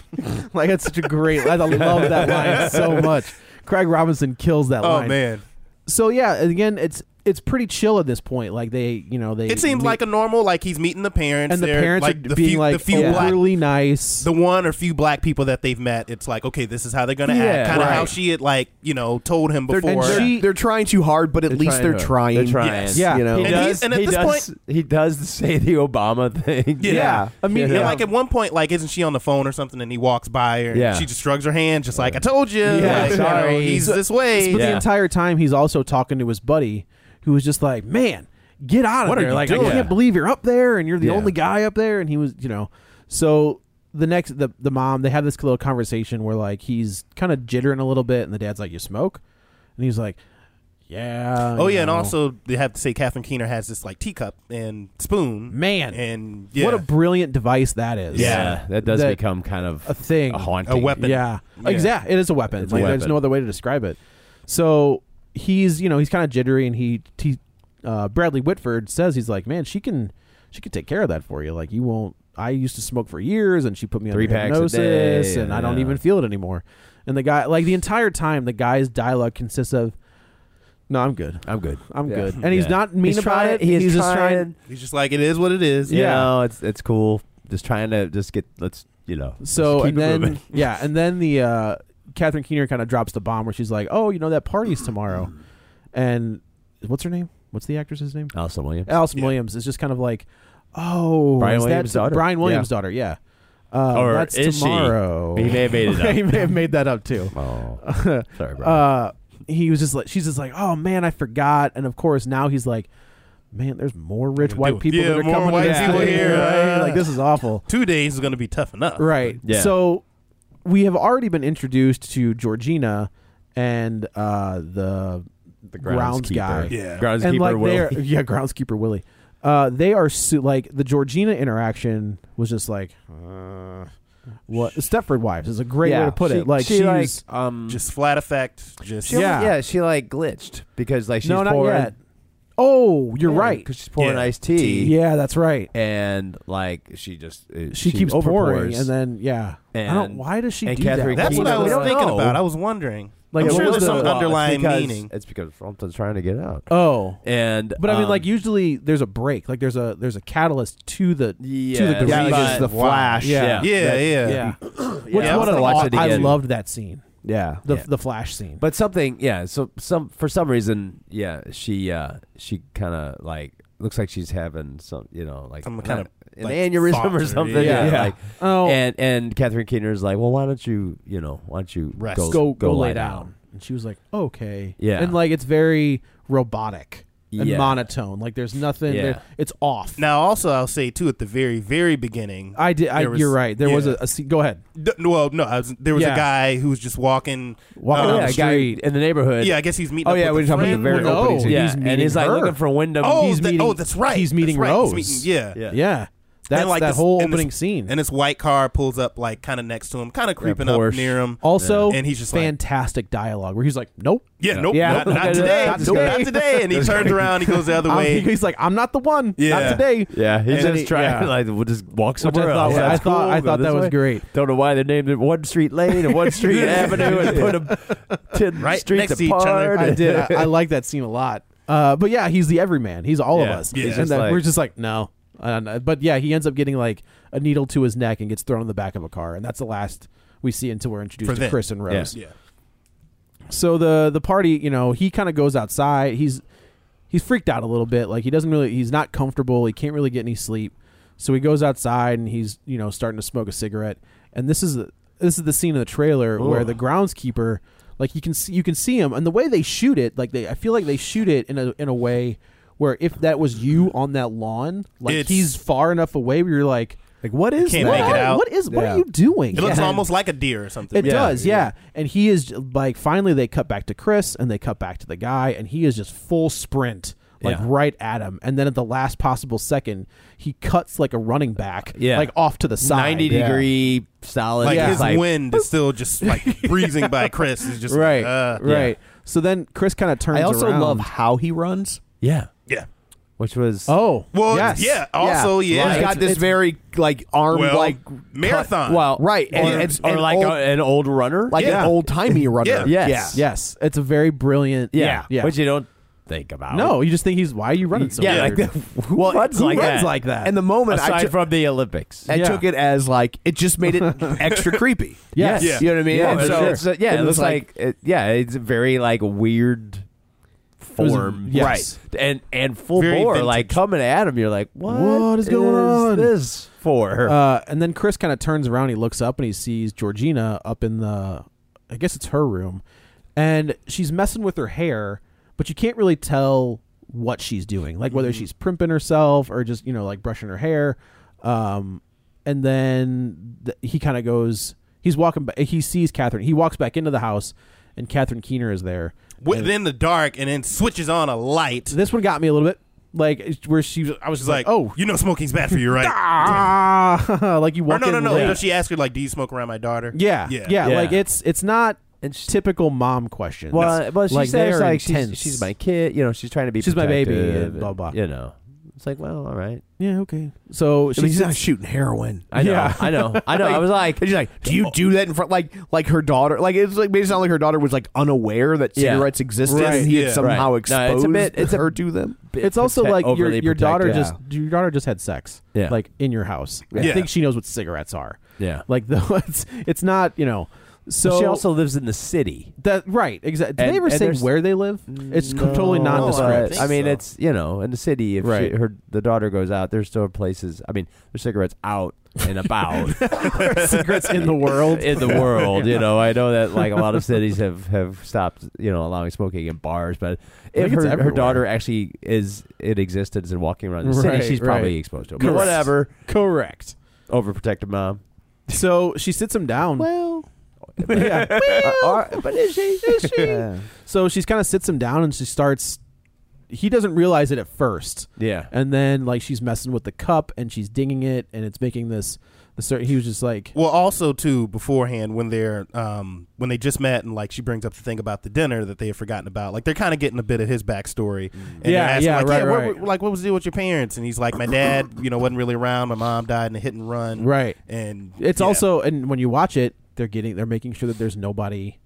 Speaker 2: like that's such a great. I love that line so much. Craig Robinson kills that
Speaker 3: Oh
Speaker 2: line.
Speaker 3: man,
Speaker 2: So yeah, and again, it's it's pretty chill at this point. Like they, you know, they.
Speaker 3: it seems
Speaker 2: meet-
Speaker 3: like a normal. Like he's meeting the parents,
Speaker 2: and the
Speaker 3: they're,
Speaker 2: parents
Speaker 3: like,
Speaker 2: are
Speaker 3: the
Speaker 2: being
Speaker 3: few,
Speaker 2: like
Speaker 3: the few black
Speaker 2: overly nice.
Speaker 3: the one or few black people that they've met, it's like, okay, this is how they're gonna
Speaker 5: Yeah,
Speaker 3: act. Kind of
Speaker 5: right.
Speaker 3: how she had like, you know, told him
Speaker 5: They're-
Speaker 3: before.
Speaker 5: and she-
Speaker 1: They're trying too hard, but at
Speaker 5: They're
Speaker 1: least they're
Speaker 5: to-
Speaker 1: trying.
Speaker 5: They're trying.
Speaker 3: Yes.
Speaker 2: Yeah.
Speaker 5: You know,
Speaker 3: And
Speaker 5: he
Speaker 3: he's-
Speaker 5: does.
Speaker 3: and at
Speaker 5: he
Speaker 3: this
Speaker 5: does.
Speaker 3: point-
Speaker 5: he does say the Obama thing.
Speaker 3: Yeah.
Speaker 5: I mean,
Speaker 3: And, like at one point, like isn't she on the phone or something? And he walks by her, and
Speaker 5: Yeah.
Speaker 3: she just shrugs her hand, just like I told you.
Speaker 5: Yeah,
Speaker 3: like, you know,
Speaker 5: sorry.
Speaker 3: he's this way.
Speaker 2: But the
Speaker 5: Yeah.
Speaker 2: entire time, he's also talking to his buddy, who was just like, "Man, get out of
Speaker 3: What are
Speaker 2: there!
Speaker 3: you
Speaker 2: Like, I
Speaker 3: doing?"
Speaker 2: can't believe you're up there, and you're the
Speaker 5: Yeah.
Speaker 2: only guy up there." And he was, you know, so the next the the mom they have this little conversation where like he's kind of jittering a little bit, and the dad's like, "You smoke," and he's like, "Yeah."
Speaker 3: Oh
Speaker 2: you
Speaker 3: yeah, and
Speaker 2: know."
Speaker 3: also they have to say Catherine Keener has this like teacup and spoon.
Speaker 2: Man.
Speaker 3: and yeah,
Speaker 2: what a brilliant device that is.
Speaker 3: Yeah.
Speaker 5: that does
Speaker 2: That-
Speaker 5: become kind of
Speaker 2: a thing,
Speaker 5: a haunting,
Speaker 3: A weapon.
Speaker 2: Yeah,
Speaker 3: Yeah.
Speaker 2: exactly. It is a weapon.
Speaker 5: a
Speaker 2: like, There's
Speaker 5: weapon.
Speaker 2: no other way to describe it. So he's, you know, he's kind of jittery, and he, he uh, Bradley Whitford says he's like, man, she can, she can take care of that for you. Like you won't. I used to smoke for years, and she put me
Speaker 5: Three
Speaker 2: under
Speaker 5: packs a
Speaker 2: hypnosis,
Speaker 5: day,
Speaker 2: and I don't
Speaker 5: yeah.
Speaker 2: even feel it anymore. And the guy, like the entire time, the guy's dialogue consists of, No, I'm good.
Speaker 5: I'm good.
Speaker 2: I'm
Speaker 5: Yeah.
Speaker 2: good. And he's
Speaker 5: Yeah.
Speaker 2: not mean
Speaker 5: He's
Speaker 2: about
Speaker 5: trying-
Speaker 2: it.
Speaker 5: he is
Speaker 2: he's just
Speaker 5: trying.
Speaker 2: trying.
Speaker 3: He's just like it is what it is.
Speaker 5: You
Speaker 2: Yeah.
Speaker 5: know, it's it's cool. Just trying to just get let's you know. just
Speaker 2: So
Speaker 5: keep
Speaker 2: and
Speaker 5: it
Speaker 2: then
Speaker 5: moving.
Speaker 2: yeah, and then the uh, Catherine Keener kind of drops the bomb where she's like, "Oh, you know that party's tomorrow," and what's her name? What's the actress's name?
Speaker 5: Allison Williams.
Speaker 2: Allison Williams is just kind of like, "Oh,
Speaker 5: Brian
Speaker 2: is that
Speaker 5: Williams'
Speaker 2: t-
Speaker 5: daughter."
Speaker 2: Brian Williams'
Speaker 5: Yeah.
Speaker 2: daughter, yeah." Uh,
Speaker 5: Or
Speaker 2: that's
Speaker 5: is she?
Speaker 2: tomorrow.
Speaker 5: He may have made it up.
Speaker 2: he may have made that up too.
Speaker 5: Oh, sorry, Brian.
Speaker 2: uh, he was just like, she's just like, oh man, I forgot. And of course, now he's like, man, there's more rich white people
Speaker 3: yeah,
Speaker 2: that are
Speaker 3: more
Speaker 2: coming
Speaker 3: white
Speaker 2: to this
Speaker 3: people
Speaker 2: thing,
Speaker 3: here.
Speaker 2: right?
Speaker 3: uh,
Speaker 2: Like this is awful.
Speaker 3: Two days is going to be tough enough.
Speaker 2: Right. So we have already been introduced to Georgina and uh, the the grounds
Speaker 5: groundskeeper.
Speaker 2: guy.
Speaker 5: Yeah.
Speaker 2: and
Speaker 5: Groundskeeper
Speaker 2: like
Speaker 5: Willie.
Speaker 2: they're- Yeah, groundskeeper Willie. Uh, they are su- like the Georgina interaction was just like uh, what Stepford Wives is a great way
Speaker 5: Yeah.
Speaker 2: to put
Speaker 5: She-
Speaker 2: it. Like
Speaker 5: she,
Speaker 2: she's
Speaker 5: like,
Speaker 3: just flat effect. Just
Speaker 5: She yeah, yeah. She like glitched because like she's
Speaker 2: no, not
Speaker 5: pouring,
Speaker 2: yet. Oh, you're right.
Speaker 5: because she's pouring
Speaker 2: Yeah.
Speaker 5: iced tea.
Speaker 2: Yeah, that's right.
Speaker 5: And like she just uh,
Speaker 2: She, keeps
Speaker 5: overpours.
Speaker 2: pouring, and then yeah. I don't.
Speaker 5: And-
Speaker 2: Why does she
Speaker 5: and
Speaker 2: do
Speaker 5: Catherine
Speaker 2: that?
Speaker 3: That's what I
Speaker 5: We
Speaker 3: was
Speaker 5: don't
Speaker 3: thinking
Speaker 5: know.
Speaker 3: about. I was wondering.
Speaker 2: Like,
Speaker 3: I'm
Speaker 2: what
Speaker 3: sure
Speaker 2: was
Speaker 3: there's
Speaker 2: the-
Speaker 3: some
Speaker 2: Well,
Speaker 5: Well, it's
Speaker 3: underlying
Speaker 5: because-
Speaker 3: meaning.
Speaker 5: It's because something's trying to get out.
Speaker 2: Oh,
Speaker 5: and
Speaker 2: but I mean,
Speaker 5: um,
Speaker 2: like usually there's a break. Like there's a there's a catalyst to the to
Speaker 5: Yes,
Speaker 2: the
Speaker 5: yeah,
Speaker 2: green-
Speaker 5: just the Wow. flash.
Speaker 2: Yeah,
Speaker 5: Yeah. Yeah, yeah.
Speaker 2: Which
Speaker 5: um, Yeah, I
Speaker 2: one
Speaker 5: wanna
Speaker 2: of
Speaker 5: watch it
Speaker 2: I
Speaker 5: again.
Speaker 2: loved that scene.
Speaker 5: Yeah.
Speaker 2: the
Speaker 5: Yeah.
Speaker 2: the flash scene.
Speaker 5: But something, yeah. So some for some reason, yeah. She uh she kind of like looks like she's having some, you know, like
Speaker 3: Some kinda,
Speaker 5: an
Speaker 3: like,
Speaker 5: aneurysm
Speaker 3: thought
Speaker 5: or
Speaker 3: or-
Speaker 5: something.
Speaker 3: yeah.
Speaker 5: Yeah.
Speaker 3: Yeah.
Speaker 5: Like,
Speaker 2: Oh.
Speaker 5: And and Catherine Keener's like, well, why don't you, you know, why don't you
Speaker 2: Rest.
Speaker 5: go
Speaker 2: Go- go
Speaker 5: lie
Speaker 2: lay down. And she was like, okay,
Speaker 5: Yeah.
Speaker 2: and like it's very robotic and
Speaker 5: Yeah.
Speaker 2: monotone. Like there's nothing.
Speaker 5: Yeah.
Speaker 2: There, it's off.
Speaker 3: Now, also, I'll say too at the very, very beginning.
Speaker 2: I did. I,
Speaker 3: there was-
Speaker 2: you're right. There was
Speaker 3: yeah.
Speaker 2: a, a scene. Go ahead.
Speaker 3: D- well, no, I was, there was
Speaker 2: Yeah.
Speaker 3: a guy who was just walking,
Speaker 2: Walking
Speaker 3: um,
Speaker 2: down the
Speaker 5: guy
Speaker 2: street.
Speaker 5: in the neighborhood.
Speaker 3: Yeah, I guess he's meeting.
Speaker 5: Oh
Speaker 3: up
Speaker 5: yeah,
Speaker 3: with
Speaker 5: we're
Speaker 3: a
Speaker 5: talking about the
Speaker 3: friend.
Speaker 5: very
Speaker 2: Well,
Speaker 5: opening
Speaker 2: no.
Speaker 5: scene.
Speaker 2: He's
Speaker 5: Yeah,
Speaker 2: meeting
Speaker 5: and he's like
Speaker 2: her.
Speaker 5: looking for Wyndham.
Speaker 3: Oh,
Speaker 5: he's
Speaker 3: the-
Speaker 5: meeting,
Speaker 3: oh, that's right.
Speaker 2: He's meeting
Speaker 3: that's right.
Speaker 2: Rose.
Speaker 3: He's meeting, yeah,
Speaker 5: Yeah.
Speaker 2: Yeah,
Speaker 3: And
Speaker 2: that's
Speaker 3: like
Speaker 2: that
Speaker 3: this-
Speaker 2: whole
Speaker 3: and this-
Speaker 2: opening scene.
Speaker 3: And this white car pulls up like kind of next to him, kind of creeping up
Speaker 5: Porsche.
Speaker 3: near him.
Speaker 2: Also,
Speaker 3: and he's just like,
Speaker 2: fantastic dialogue where he's like, "Nope,
Speaker 3: yeah, nope,
Speaker 2: Yeah.
Speaker 3: not,
Speaker 2: Nope.
Speaker 3: not today,
Speaker 2: Not
Speaker 3: not
Speaker 2: today. Um,
Speaker 3: today. And he turns around, he goes the other
Speaker 2: I'm-
Speaker 3: way.
Speaker 2: he's like, I'm not the one.
Speaker 3: Yeah.
Speaker 2: Not today.
Speaker 5: Yeah, he's
Speaker 2: And then
Speaker 5: just
Speaker 2: he-
Speaker 5: trying
Speaker 2: yeah.
Speaker 5: like we'll just walk
Speaker 2: I
Speaker 5: somewhere
Speaker 2: thought
Speaker 5: else.
Speaker 2: was- I
Speaker 5: That's
Speaker 2: thought-
Speaker 5: cool.
Speaker 2: I thought
Speaker 5: Go
Speaker 2: that
Speaker 5: this
Speaker 2: was
Speaker 5: way.
Speaker 2: great.
Speaker 5: Don't know why they named it One Street Lane and One Street Avenue and put them ten
Speaker 3: Right
Speaker 5: streets
Speaker 3: next to each other.
Speaker 5: apart.
Speaker 2: I did. I, I like that scene a lot. Uh, but yeah, he's the everyman. He's all
Speaker 5: Yeah.
Speaker 2: of us.
Speaker 5: Yeah. He's
Speaker 2: And
Speaker 5: just
Speaker 2: that,
Speaker 5: like-
Speaker 2: we're just like, no. And, uh, but yeah, he ends up getting like a needle to his neck and gets thrown in the back of a car, and that's the last we see until we're introduced
Speaker 3: For
Speaker 2: to
Speaker 3: them.
Speaker 2: Chris and Rose.
Speaker 3: yeah.
Speaker 2: So the the party, you know, he kind of goes outside. He's he's freaked out a little bit. Like he doesn't really. He's not comfortable. He can't really get any sleep. So he goes outside and he's you know starting to smoke a cigarette. And this is the, this is the scene in the trailer where the groundskeeper, like you can see you can see him, and the way they shoot it, like they I feel like they shoot it in a in a way where if that was you on that lawn, like
Speaker 3: It's-
Speaker 2: he's far enough away, where you're like. Like what is
Speaker 3: Can't
Speaker 2: that?
Speaker 3: make it out.
Speaker 2: What is what
Speaker 5: Yeah.
Speaker 2: are you doing?
Speaker 3: It looks
Speaker 2: Yeah.
Speaker 3: almost like a deer or something.
Speaker 2: It does, yeah. And he is like, finally, they cut back to Chris and they cut back to the guy, and he is just full sprint, like
Speaker 5: Yeah.
Speaker 2: right at him. And then at the last possible second, he cuts like a running back,
Speaker 5: Uh, Yeah.
Speaker 2: like off to the side,
Speaker 5: Ninety degree solid.
Speaker 3: Like
Speaker 5: just
Speaker 3: his wind is still just like breezing by Chris. He's just
Speaker 2: right,
Speaker 3: uh,
Speaker 2: right. So then Chris kind of turns.
Speaker 1: I also
Speaker 2: around.
Speaker 1: love how he runs.
Speaker 5: Yeah,
Speaker 3: Yeah.
Speaker 5: which was
Speaker 2: Oh,
Speaker 3: Well,
Speaker 2: yes.
Speaker 3: yeah. Also, yeah.
Speaker 1: he's got this very like arm
Speaker 3: well,
Speaker 1: like
Speaker 3: marathon.
Speaker 5: well
Speaker 1: right,
Speaker 5: or,
Speaker 1: and it's-
Speaker 5: or
Speaker 1: and
Speaker 5: like
Speaker 1: old-
Speaker 5: a- an old runner.
Speaker 1: like
Speaker 3: Yeah.
Speaker 1: an old timey runner.
Speaker 3: Yeah.
Speaker 5: Yes.
Speaker 2: yes, it's a very brilliant.
Speaker 5: yeah,
Speaker 2: yeah.
Speaker 5: which you don't think about.
Speaker 2: no, you just think he's why are you running so?
Speaker 5: yeah,
Speaker 2: weird?
Speaker 5: like who runs
Speaker 1: who
Speaker 5: like
Speaker 1: runs
Speaker 5: that?
Speaker 2: like that?
Speaker 1: And the moment I
Speaker 5: aside
Speaker 1: took-
Speaker 5: from the Olympics.
Speaker 1: I
Speaker 2: Yeah.
Speaker 1: took it as like it just made it extra creepy.
Speaker 2: Yes.
Speaker 3: Yeah.
Speaker 1: you know what I mean.
Speaker 5: Yeah,
Speaker 1: And
Speaker 5: it's-
Speaker 1: so-
Speaker 5: it's, uh, yeah,
Speaker 1: and
Speaker 5: it looks like, it, yeah, it's a very like weird
Speaker 2: was-
Speaker 5: form,
Speaker 2: yes.
Speaker 5: right? And and full
Speaker 3: Very
Speaker 5: bore,
Speaker 3: vintage.
Speaker 5: like coming at him. You're like, what?
Speaker 2: What is going on?
Speaker 5: This for
Speaker 2: Uh, and then Chris kind of turns around. He looks up and he sees Georgina up in the, I guess it's her room, and she's messing with her hair, but you can't really tell what she's doing, like
Speaker 3: Mm-hmm.
Speaker 2: whether she's primping herself or just you know like brushing her hair. Um, and then th- he kind of goes. He's walking. Ba- he sees Catherine. He walks back into the house, and Catherine Keener is there.
Speaker 3: within the dark, and then switches on a light.
Speaker 2: This one got me a little bit, like it's where she. was- I was
Speaker 3: She's
Speaker 2: just
Speaker 3: like,
Speaker 2: like, oh,
Speaker 3: you know, smoking's bad for you, right?
Speaker 2: ah, like you
Speaker 3: or
Speaker 2: walk
Speaker 3: no, no,
Speaker 2: in
Speaker 3: no.
Speaker 2: late.
Speaker 3: no. She asked her like, "Do you smoke around my daughter?"
Speaker 2: Yeah, yeah,
Speaker 3: yeah,
Speaker 5: Yeah.
Speaker 2: Like it's it's not
Speaker 5: And she-
Speaker 2: typical mom questions.
Speaker 5: well, well, she
Speaker 2: like
Speaker 5: says
Speaker 2: they're
Speaker 5: like she's,
Speaker 2: intense.
Speaker 5: she's my kid. You know, she's trying to be
Speaker 2: She's my baby,
Speaker 5: protective
Speaker 2: and blah, blah.
Speaker 5: You know, It's like, well, all right.
Speaker 2: Yeah, okay. So
Speaker 1: I mean, he's not shooting heroin.
Speaker 5: I know, I know, I know. I was like,
Speaker 1: she's like, do you do that in front? Like, like her daughter. Like it's like made it sound like her daughter was like unaware that
Speaker 5: Yeah.
Speaker 1: cigarettes existed.
Speaker 5: Right,
Speaker 1: and he had
Speaker 5: yeah.
Speaker 1: somehow
Speaker 5: Right. No,
Speaker 1: exposed
Speaker 5: it's a bit- it's a
Speaker 1: her to them.
Speaker 2: it's also
Speaker 5: protect-
Speaker 2: like your,
Speaker 5: overly
Speaker 2: your
Speaker 5: protect-
Speaker 2: daughter
Speaker 5: yeah.
Speaker 2: just your daughter just had sex
Speaker 5: Yeah.
Speaker 2: like in your house i
Speaker 5: Yeah.
Speaker 2: think she knows what cigarettes are
Speaker 5: Yeah.
Speaker 2: like though it's it's not you know so
Speaker 5: she also lives in the city.
Speaker 2: that right exactly did
Speaker 5: And-
Speaker 2: they ever
Speaker 5: and
Speaker 2: say
Speaker 5: there's-
Speaker 2: where they live it's
Speaker 5: No,
Speaker 2: totally nondescript
Speaker 5: but, Oh, I mean, it's you know, in the city, if she-
Speaker 2: Right.
Speaker 5: her the daughter goes out, there's still places. I mean, there's cigarettes out and about.
Speaker 2: cigarettes in the world
Speaker 5: in the world.
Speaker 2: Yeah.
Speaker 5: You know, I know that like a lot of cities have have stopped you know allowing smoking in bars, but if
Speaker 2: think it's
Speaker 5: her, her
Speaker 2: everywhere.
Speaker 5: daughter actually is in existence and walking around the
Speaker 2: Right,
Speaker 5: city, she's
Speaker 2: right.
Speaker 5: probably exposed to it. But
Speaker 2: Correct.
Speaker 5: whatever,
Speaker 2: correct
Speaker 5: overprotective mom.
Speaker 2: so she sits him down
Speaker 5: Well,
Speaker 2: yeah.
Speaker 5: but is she? Is she?
Speaker 1: Yeah.
Speaker 2: so she's kind of sits him down and she starts he doesn't realize it at first
Speaker 5: yeah.
Speaker 2: and then like she's messing with the cup and she's dinging it and it's making this the certain he was just like
Speaker 3: Well, also too beforehand when they're um, when they just met and like she brings up the thing about the dinner that they had forgotten about. Like they're kind of getting a bit of his backstory. And they're
Speaker 2: Mm-hmm. Yeah,
Speaker 3: asking,
Speaker 2: yeah,
Speaker 3: like,
Speaker 2: right,
Speaker 3: yeah, what-
Speaker 2: right.
Speaker 3: What, like what was the deal with your parents? And he's like, my dad, you know, wasn't really around. My mom died in a hit and run.
Speaker 2: Right.
Speaker 3: And
Speaker 2: It's
Speaker 3: yeah.
Speaker 2: also and when you watch it, they're getting they're making sure that there's nobody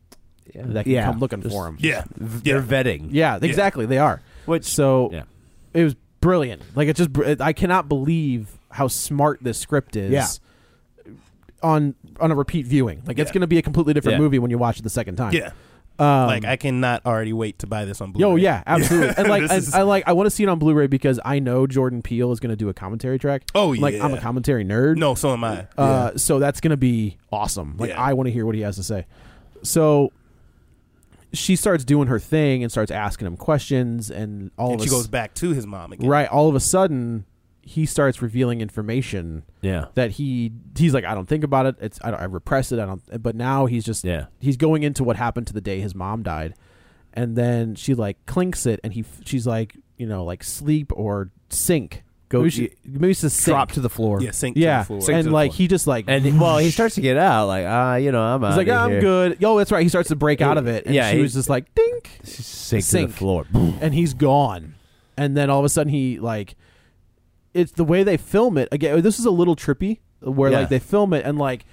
Speaker 2: that can
Speaker 1: Yeah.
Speaker 2: come looking for him.
Speaker 3: yeah, yeah.
Speaker 5: They're vetting.
Speaker 2: Yeah, exactly. They are.
Speaker 5: Which-
Speaker 2: so
Speaker 5: yeah.
Speaker 2: it was brilliant. Like it just br- it- I cannot believe how smart this script is.
Speaker 1: Yeah.
Speaker 2: On on a repeat viewing, like it's
Speaker 3: Yeah.
Speaker 2: going to be a completely different
Speaker 5: Yeah.
Speaker 2: movie when you watch it the second time.
Speaker 3: yeah. like I cannot already wait to buy this on
Speaker 2: um,
Speaker 3: Blu-ray.
Speaker 2: Yo, yeah, absolutely. And like,
Speaker 3: This
Speaker 2: I,
Speaker 3: is-
Speaker 2: I like, I want to see it on Blu-ray because I know Jordan Peele is going to do a commentary track.
Speaker 3: Oh,
Speaker 2: like I'm a
Speaker 3: yeah.
Speaker 2: commentary nerd.
Speaker 3: no, so am I.
Speaker 2: Uh, so that's gonna be awesome. Like
Speaker 3: Yeah.
Speaker 2: I want to hear what he has to say. So she starts doing her thing and starts asking him questions, and all
Speaker 3: and
Speaker 2: of
Speaker 3: she
Speaker 2: a
Speaker 3: goes
Speaker 2: s-
Speaker 3: back to his mom again.
Speaker 2: right. All of a sudden, he starts revealing information
Speaker 5: Yeah.
Speaker 2: that he he's like, I don't think about it. It's I, don't, I repress it. I don't. But now he's just
Speaker 5: Yeah.
Speaker 2: He's going into what happened to the day his mom died, and then she like clinks it, and he f- she's like, you know, like sleep or sink. Go. Maybe, she, maybe it's a sink.
Speaker 1: Drop to the floor.
Speaker 3: Yeah, sink
Speaker 2: yeah,
Speaker 3: to the floor.
Speaker 2: and like he just like
Speaker 5: And well, he starts to get out, like, ah, you know, I'm out.
Speaker 2: He's like, I'm good. Yo, that's right. He starts to break out of it. And
Speaker 5: Yeah,
Speaker 2: she
Speaker 5: he-
Speaker 2: was just like, dink.
Speaker 5: Sink, to
Speaker 2: Sink.
Speaker 5: the floor.
Speaker 2: And he's gone. And then all of a sudden he like it's the way they film it again. This is a little trippy where
Speaker 5: Yeah.
Speaker 2: like they film it and like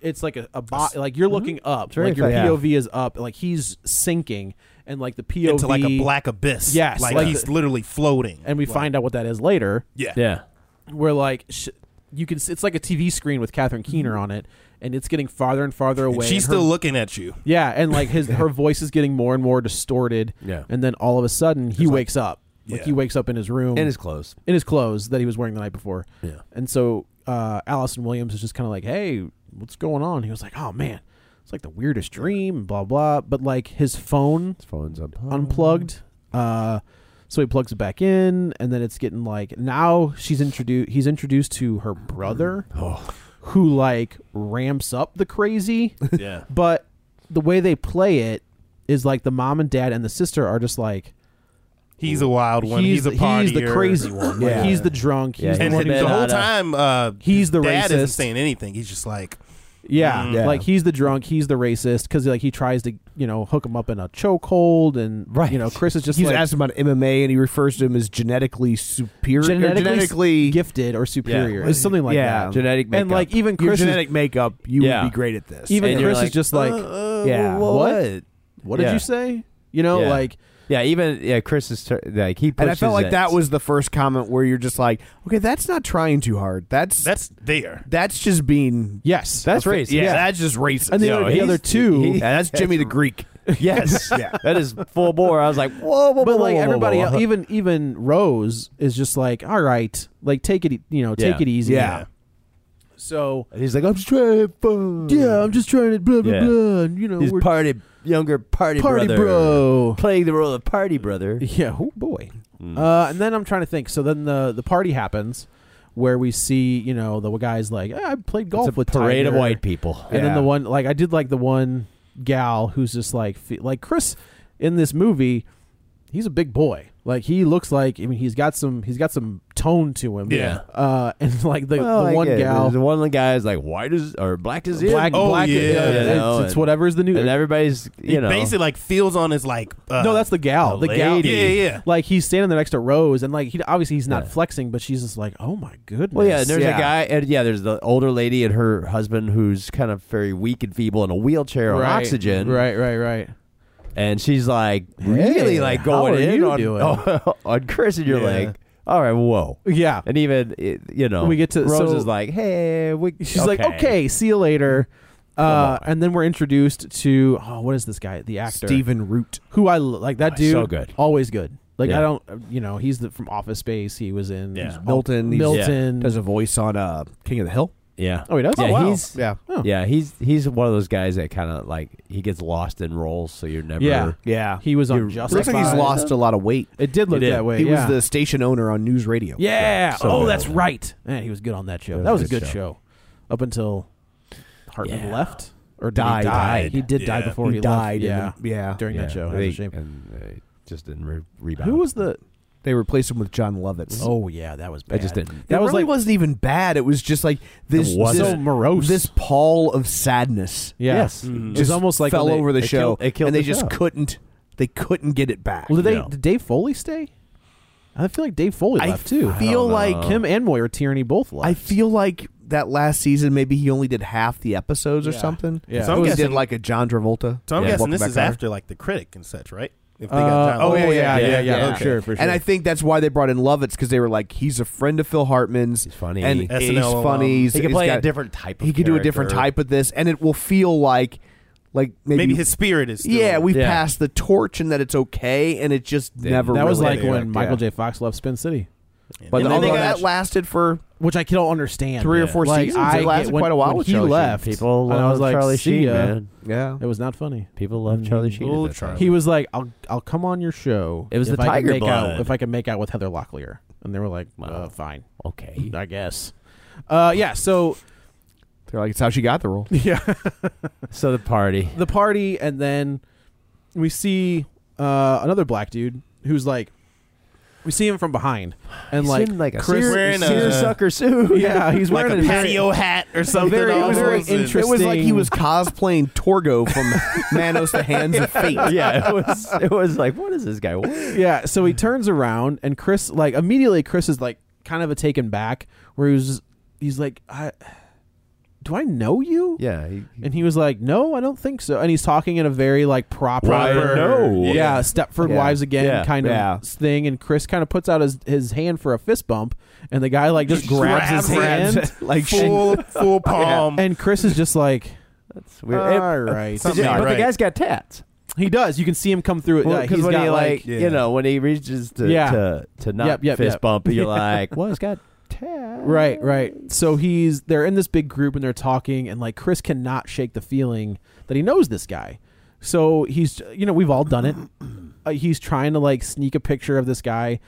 Speaker 2: it's like a, a bo- like
Speaker 3: Mhm.
Speaker 2: you're looking up.
Speaker 5: very
Speaker 2: Like your
Speaker 5: effective.
Speaker 2: POV is up. Like he's sinking and like the POV
Speaker 3: into like a black abyss.
Speaker 2: Yes,
Speaker 3: like,
Speaker 2: like
Speaker 3: he's
Speaker 2: the-
Speaker 3: literally floating.
Speaker 2: and we
Speaker 3: Like,
Speaker 2: find out what that is later.
Speaker 3: yeah,
Speaker 5: yeah.
Speaker 2: where like sh- you can s- it's like a TV screen with Catherine Keener on it and it's getting farther and farther away.
Speaker 3: Mm-hmm. And she's
Speaker 2: and her-
Speaker 3: still looking at you.
Speaker 2: Yeah, and like his her voice is getting more and more distorted.
Speaker 5: Yeah.
Speaker 2: And then all of a sudden he wakes up. Like
Speaker 3: Yeah.
Speaker 2: he wakes up in his room
Speaker 5: And it's close.
Speaker 2: in his clothes that he was wearing the night before.
Speaker 5: Yeah.
Speaker 2: And so uh Allison Williams is just kinda like, Hey, what's going on? He was like, Oh man, it's like the weirdest dream, blah blah. But like his phone
Speaker 5: His phone's up.
Speaker 2: unplugged. Uh, so he plugs it back in, and then it's getting like now she's introduced. He's introduced to her brother, who like ramps up the crazy.
Speaker 3: Yeah.
Speaker 2: but the way they play it is like the mom and dad and the sister are just like
Speaker 3: He's a wild one.
Speaker 2: he's
Speaker 3: He's, a partier.
Speaker 2: he's the crazy one. Like,
Speaker 5: Yeah.
Speaker 2: He's the drunk.
Speaker 5: Yeah,
Speaker 2: He's
Speaker 5: he's
Speaker 3: And
Speaker 2: the, one
Speaker 5: the
Speaker 2: who's
Speaker 3: the
Speaker 5: bad
Speaker 2: all-
Speaker 3: whole
Speaker 5: Nada.
Speaker 3: time, uh,
Speaker 2: He's the
Speaker 3: dad isn't
Speaker 2: racist.
Speaker 3: saying anything. He's just like,
Speaker 2: Yeah,
Speaker 1: Yeah.
Speaker 2: like he's the drunk, he's the racist because like he tries to you know hook him up in a chokehold and
Speaker 5: Right.
Speaker 2: you know Chris is just
Speaker 1: He's
Speaker 2: like
Speaker 1: asked about MMA, and he refers to him as genetically superior, or
Speaker 2: genetically,
Speaker 1: genetically
Speaker 2: gifted or superior, It's something like
Speaker 1: Yeah.
Speaker 2: that.
Speaker 5: Genetic makeup.
Speaker 2: and like even
Speaker 1: Your
Speaker 2: Chris, is-
Speaker 1: genetic makeup, you
Speaker 5: Yeah.
Speaker 1: would be great at this.
Speaker 2: even
Speaker 5: And you're
Speaker 2: Chris
Speaker 5: like, "Uh,
Speaker 2: is just like,
Speaker 1: yeah,
Speaker 2: what? what did
Speaker 5: yeah.
Speaker 2: you say? You know,
Speaker 5: Yeah.
Speaker 2: like
Speaker 5: Yeah, even yeah, Chris is tur- like he.
Speaker 1: and I felt
Speaker 5: pushes
Speaker 1: like
Speaker 5: it.
Speaker 1: that was the first comment where you're just like, okay, that's not trying too hard. That's that's,
Speaker 3: that's there.
Speaker 1: just being
Speaker 2: yes,
Speaker 5: That's racist.
Speaker 1: Yeah,
Speaker 5: Yeah.
Speaker 1: that's just racist.
Speaker 2: And the other- the
Speaker 1: he's-
Speaker 2: other two-
Speaker 1: he- yeah, that's Jimmy the Greek.
Speaker 5: yes,
Speaker 1: Yeah.
Speaker 5: that is full bore. I was like, whoa, whoa,
Speaker 2: but
Speaker 5: whoa,
Speaker 2: like
Speaker 5: whoa, whoa,
Speaker 2: everybody,
Speaker 5: whoa.
Speaker 2: else, even even Rose is just like, all right, like take it, e- you know, take
Speaker 5: Yeah.
Speaker 2: it easy.
Speaker 1: Yeah.
Speaker 2: So
Speaker 5: And he's like, I'm just trying to have fun.
Speaker 2: yeah, I'm just trying to blah blah
Speaker 5: Yeah.
Speaker 2: blah. And, you know,
Speaker 5: He's
Speaker 2: we're
Speaker 5: party younger party
Speaker 2: party
Speaker 5: brother,
Speaker 2: bro.
Speaker 5: playing the role of party brother.
Speaker 2: Yeah, oh boy. Uh, and then I'm trying to think. So then the the party happens where we see you know the guy's like, "Ah, I played golf
Speaker 5: it's a
Speaker 2: with
Speaker 5: parade of
Speaker 2: Tiger."
Speaker 5: white people.
Speaker 2: And then
Speaker 1: Yeah.
Speaker 2: the one like I did like the one gal who's just like fe- like Chris in this movie he's a big boy. Like he looks like I mean he's got some he's got some tone to him.
Speaker 5: Yeah.
Speaker 2: Uh, and like the,
Speaker 5: Well,
Speaker 2: the
Speaker 5: I
Speaker 2: one
Speaker 5: get it.
Speaker 2: gal
Speaker 5: the one guy is like white is or black is
Speaker 2: Black-
Speaker 5: in.
Speaker 2: Oh, black is yeah. in. It's- it's whatever's the new.
Speaker 5: And everybody's you know
Speaker 3: basically like feels on his like. Uh,
Speaker 2: no, that's the gal. The, gal.
Speaker 3: lady. Yeah, yeah, yeah.
Speaker 2: Like he's standing there next to Rose, and like he obviously he's not flexing, but she's just like, oh my goodness.
Speaker 5: Well, yeah, and there's a guy, and yeah, there's the older lady and her husband who's kind of very weak and feeble in a wheelchair on
Speaker 2: Right,
Speaker 5: oxygen.
Speaker 2: Right, right, right.
Speaker 5: And she's like really
Speaker 2: Hey,
Speaker 5: like
Speaker 2: how
Speaker 5: going
Speaker 2: are
Speaker 5: in
Speaker 2: you
Speaker 5: on,
Speaker 2: doing?
Speaker 5: on Chris, and you're
Speaker 2: Yeah.
Speaker 5: like, all right, whoa,
Speaker 2: yeah.
Speaker 5: And even it- you know,
Speaker 2: We get to-
Speaker 5: Rose
Speaker 2: so-
Speaker 5: is like, hey, we,
Speaker 2: She's like, okay, see you later.
Speaker 5: Mm-hmm.
Speaker 2: Uh, and then we're introduced to oh, what is this guy? The actor
Speaker 1: Stephen
Speaker 2: Root, who I lo- like. That
Speaker 5: Oh,
Speaker 2: dude,
Speaker 5: so good.
Speaker 2: always good. Like
Speaker 5: Yeah.
Speaker 2: I don't, you know, he's the, from Office Space. He was in
Speaker 5: Yeah.
Speaker 1: Milton. he's-
Speaker 2: Milton.
Speaker 1: does a voice on uh, King of the Hill.
Speaker 5: Yeah.
Speaker 2: Oh, he does?
Speaker 5: Yeah,
Speaker 2: Oh, wow.
Speaker 5: he's
Speaker 1: Yeah. Oh.
Speaker 5: yeah, he's he's one of those guys that kind of like he gets lost in roles, so you're never.
Speaker 2: Yeah.
Speaker 1: Yeah,
Speaker 2: He was on
Speaker 5: You're-
Speaker 2: Justified.
Speaker 1: Looks like he's lost a lot of weight.
Speaker 2: It did look
Speaker 5: He did.
Speaker 2: that way.
Speaker 1: He
Speaker 2: yeah.
Speaker 1: was the station owner on News Radio.
Speaker 2: Yeah.
Speaker 5: so
Speaker 2: oh,
Speaker 5: good.
Speaker 2: that's right. Man, he was good on that show.
Speaker 5: That
Speaker 2: that
Speaker 5: was
Speaker 2: was
Speaker 5: a
Speaker 2: a
Speaker 5: good
Speaker 2: good show. Up until Hartman
Speaker 5: Yeah.
Speaker 2: left or did
Speaker 1: Died.
Speaker 2: He, die?
Speaker 1: Died.
Speaker 2: he did die
Speaker 3: Yeah.
Speaker 2: before
Speaker 1: He
Speaker 2: he, left.
Speaker 1: died in
Speaker 2: Yeah.
Speaker 1: the- yeah.
Speaker 2: During that show.
Speaker 5: I
Speaker 2: That's a
Speaker 5: think-
Speaker 2: shame.
Speaker 5: And uh, just didn't re- rebound.
Speaker 2: Who was the?
Speaker 1: They replaced him with John Lovitz.
Speaker 2: Oh yeah, that was
Speaker 5: I
Speaker 2: bad.
Speaker 5: just didn't.
Speaker 2: That
Speaker 1: it
Speaker 2: was
Speaker 1: really
Speaker 2: like
Speaker 1: wasn't even bad. It was just like this,
Speaker 5: It wasn't.
Speaker 1: this
Speaker 5: So
Speaker 2: morose.
Speaker 1: this pall of sadness.
Speaker 2: Yeah.
Speaker 5: Yes.
Speaker 2: It
Speaker 3: Mm-hmm.
Speaker 2: was
Speaker 1: just
Speaker 2: almost like
Speaker 1: fell
Speaker 2: when they-
Speaker 1: over the
Speaker 5: it
Speaker 1: show,
Speaker 5: killed-
Speaker 2: Mm.
Speaker 5: it killed
Speaker 1: and they
Speaker 5: the
Speaker 1: just
Speaker 5: show.
Speaker 1: couldn't they couldn't get it back.
Speaker 2: Well, did they?
Speaker 5: No.
Speaker 2: Did Dave Foley stay? I feel like Dave Foley
Speaker 1: I
Speaker 2: left too.
Speaker 1: feel I don't like- know.
Speaker 2: him and Moyer Tierney both left.
Speaker 1: I feel like that last season maybe he only did half the episodes or
Speaker 2: Yeah.
Speaker 1: something.
Speaker 2: Yeah.
Speaker 3: So I'm
Speaker 1: So he did
Speaker 3: guessing-
Speaker 1: like a John Travolta.
Speaker 3: So I'm
Speaker 1: Yeah.
Speaker 3: guessing
Speaker 1: Welcome
Speaker 3: this
Speaker 1: Back,
Speaker 3: is
Speaker 1: Carter.
Speaker 3: after like the critic and such, right? If they
Speaker 2: Uh,
Speaker 3: got
Speaker 2: oh
Speaker 3: John
Speaker 2: yeah,
Speaker 3: Lovitz.
Speaker 2: yeah, yeah, yeah.
Speaker 1: yeah.
Speaker 2: For sure, for sure.
Speaker 1: And I think that's why they brought in Lovitz because they were like, he's a friend of Phil Hartman's.
Speaker 5: He's funny.
Speaker 1: and
Speaker 5: SNL
Speaker 1: he's
Speaker 3: alum.
Speaker 1: funny. He's,
Speaker 5: He can
Speaker 1: he's
Speaker 5: play
Speaker 1: got-
Speaker 5: a different type. Of
Speaker 1: He could do a different
Speaker 5: character.
Speaker 1: type of this, and it will feel like, like maybe,
Speaker 3: Maybe his spirit is. Still,
Speaker 1: yeah, we've
Speaker 5: Yeah.
Speaker 1: passed the torch and that it's okay, and it just never.
Speaker 2: that was
Speaker 1: really
Speaker 2: like when
Speaker 1: clicked,
Speaker 2: Michael
Speaker 1: yeah.
Speaker 2: J. Fox left Spin City.
Speaker 1: But
Speaker 5: And then they
Speaker 1: although
Speaker 5: got-
Speaker 1: that lasted for
Speaker 2: which I don't understand.
Speaker 1: Three or four
Speaker 2: like,
Speaker 1: seasons.
Speaker 2: I
Speaker 1: It lasted
Speaker 2: get- when-
Speaker 1: quite a while
Speaker 2: When
Speaker 1: with
Speaker 2: he
Speaker 1: Charlie Sheen.
Speaker 2: left,
Speaker 5: People
Speaker 2: and
Speaker 5: love
Speaker 2: I was like,
Speaker 5: Charlie
Speaker 2: "See
Speaker 5: Sheen,
Speaker 2: ya." Mm-hmm.
Speaker 5: man.
Speaker 1: yeah.
Speaker 2: It was not funny.
Speaker 5: People love Charlie Sheen.
Speaker 3: Little
Speaker 5: at that time.
Speaker 3: Charlie.
Speaker 2: He was like, "I'll I'll come on your show."
Speaker 5: It was
Speaker 2: if
Speaker 5: the
Speaker 2: I can
Speaker 5: Tiger
Speaker 2: make
Speaker 5: Blood.
Speaker 2: out, if I can make out with Heather Locklear, and they were like,
Speaker 5: Wow.
Speaker 2: uh, "Fine,
Speaker 5: okay.
Speaker 2: I guess." Uh, yeah. So
Speaker 1: They're like, it's how she got the role.
Speaker 2: yeah,
Speaker 5: So the party.
Speaker 2: the party, and then we see uh, another black dude who's like, we see him from behind, and
Speaker 5: He's
Speaker 2: like
Speaker 5: in, like a
Speaker 2: Chris,
Speaker 5: seer-
Speaker 3: wearing a-
Speaker 5: seersucker suit.
Speaker 2: yeah, he's
Speaker 3: like
Speaker 2: wearing
Speaker 3: a
Speaker 2: very-
Speaker 3: patio hat or something.
Speaker 2: very- it
Speaker 3: on.
Speaker 2: was very
Speaker 3: And-
Speaker 2: interesting.
Speaker 1: It was like he was cosplaying Torgo from Manos the Hands of Fate.
Speaker 5: yeah, it was. It was like, what is this guy? wearing?
Speaker 2: yeah so he turns around and chris like immediately chris is like kind of a taken back where he was he's like i do i know you
Speaker 5: Yeah, he- he-
Speaker 2: and he was like no i don't think so and he's talking in a very like proper
Speaker 5: Proper, no.
Speaker 2: yeah,
Speaker 5: Yeah.
Speaker 2: stepford
Speaker 5: Yeah.
Speaker 2: wives again
Speaker 5: Yeah.
Speaker 2: kind of
Speaker 5: Yeah.
Speaker 2: thing and chris kind of puts out his, his hand for a fist bump and the guy like just grabs his
Speaker 3: grabs
Speaker 2: hand
Speaker 1: Like
Speaker 3: full full palm.
Speaker 2: and chris is just like
Speaker 5: it's weird.
Speaker 2: all
Speaker 5: And-
Speaker 2: right.
Speaker 5: But the-
Speaker 3: Something
Speaker 5: but
Speaker 3: right.
Speaker 5: the guy's got tats.
Speaker 2: uh, he does you can see him come through it
Speaker 5: Well,
Speaker 2: like, uh, he's
Speaker 5: when
Speaker 2: got
Speaker 5: he
Speaker 2: like
Speaker 5: like,
Speaker 3: Yeah.
Speaker 5: you know when he reaches to
Speaker 2: Yeah.
Speaker 5: to, to not
Speaker 2: Yep, yep,
Speaker 5: fist
Speaker 2: yep.
Speaker 5: bump, you're
Speaker 2: Yeah.
Speaker 5: like, well, it's got tats.
Speaker 2: Right, right. So he's they're in this big group and they're talking and like Chris cannot shake the feeling that he knows this guy. So he's you know we've all done it. Uh, he's trying to like sneak a picture of this guy,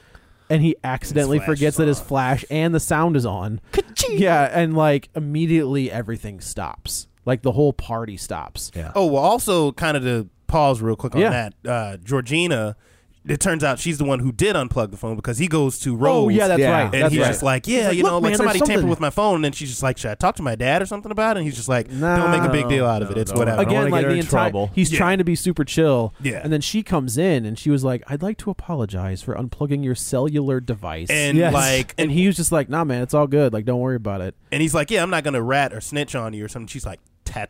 Speaker 2: and he accidentally
Speaker 3: flash
Speaker 2: forgets that his
Speaker 3: song.
Speaker 2: flash and the sound is on. Yeah, and like immediately everything stops. Like the whole party stops. Yeah.
Speaker 3: Oh well, also kind of to pause real quick on
Speaker 2: Yeah.
Speaker 3: that. Uh, Georgina, it turns out she's the one who did unplug the phone because he goes to Rose.
Speaker 2: Oh yeah, that's
Speaker 1: Yeah.
Speaker 2: right.
Speaker 3: and
Speaker 2: that's
Speaker 3: he's
Speaker 2: right.
Speaker 3: just like, yeah,
Speaker 2: He's
Speaker 3: you
Speaker 2: "Look,
Speaker 3: know, like
Speaker 2: man, there's
Speaker 3: somebody tampered
Speaker 2: something."
Speaker 3: with my phone, and then she's just like, should I talk to my dad or something about it? And he's just like, don't make a big deal out of it. It's whatever.
Speaker 5: don't
Speaker 2: again
Speaker 5: wanna
Speaker 2: like
Speaker 5: get her
Speaker 2: the
Speaker 5: in
Speaker 2: entire
Speaker 5: trouble.
Speaker 2: he's
Speaker 3: Yeah.
Speaker 2: trying to be super chill
Speaker 3: Yeah.
Speaker 2: and then she comes in and she was like i'd like to apologize for unplugging your cellular device
Speaker 3: And
Speaker 5: Yes.
Speaker 3: like,
Speaker 2: and
Speaker 3: and,
Speaker 2: he was just like nah man it's all good like don't worry about it
Speaker 3: and he's like, yeah, I'm not gonna rat or snitch on you or something. She's like,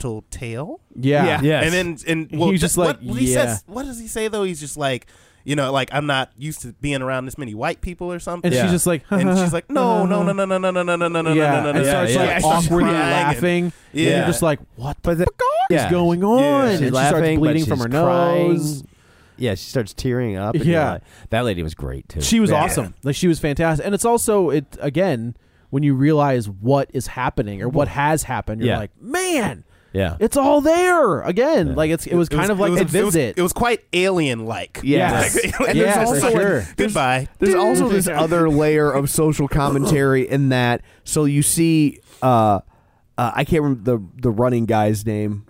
Speaker 3: tattletale.
Speaker 2: yeah yeah,
Speaker 5: Yes.
Speaker 3: And then and well,
Speaker 2: He's just
Speaker 3: th-
Speaker 2: like,
Speaker 3: what, what he
Speaker 2: yeah.
Speaker 3: says, what does he say though? He's just like, you know, like I'm not used to being around this many white people or something.
Speaker 2: and she's just like
Speaker 3: and she's like, no, no, no, no, no, no, no, no, no, no, no,
Speaker 2: yeah,
Speaker 3: no, no,
Speaker 2: and
Speaker 3: no,
Speaker 2: starts
Speaker 3: no.
Speaker 2: like
Speaker 3: Yeah, she starts
Speaker 2: awkwardly
Speaker 3: crying and-
Speaker 2: laughing.
Speaker 3: Yeah.
Speaker 2: and you're just like, what the, fuck
Speaker 5: yeah.
Speaker 2: is going on? and
Speaker 3: She's
Speaker 2: she starts
Speaker 5: laughing, but
Speaker 2: bleeding from
Speaker 5: she's
Speaker 2: her
Speaker 5: crying.
Speaker 2: nose.
Speaker 5: Yeah, she starts tearing up. and you're
Speaker 2: Yeah.
Speaker 5: like- that lady was great too.
Speaker 2: She was
Speaker 5: Yeah.
Speaker 2: awesome. Like she was fantastic. And it's also it again when you realize what is happening or what has happened, you're
Speaker 5: Yeah.
Speaker 2: like, man,
Speaker 5: Yeah,
Speaker 2: it's all there again. Like it's it was kind of like
Speaker 3: it
Speaker 2: a
Speaker 3: was- it was-
Speaker 2: visit.
Speaker 3: It was quite alien like.
Speaker 2: Yes.
Speaker 3: And
Speaker 2: Yeah,
Speaker 3: there's
Speaker 2: for
Speaker 3: also like,
Speaker 2: sure.
Speaker 3: goodbye.
Speaker 1: There's also this other layer of social commentary in that. So you see, uh, uh, I can't remember the the running guy's name.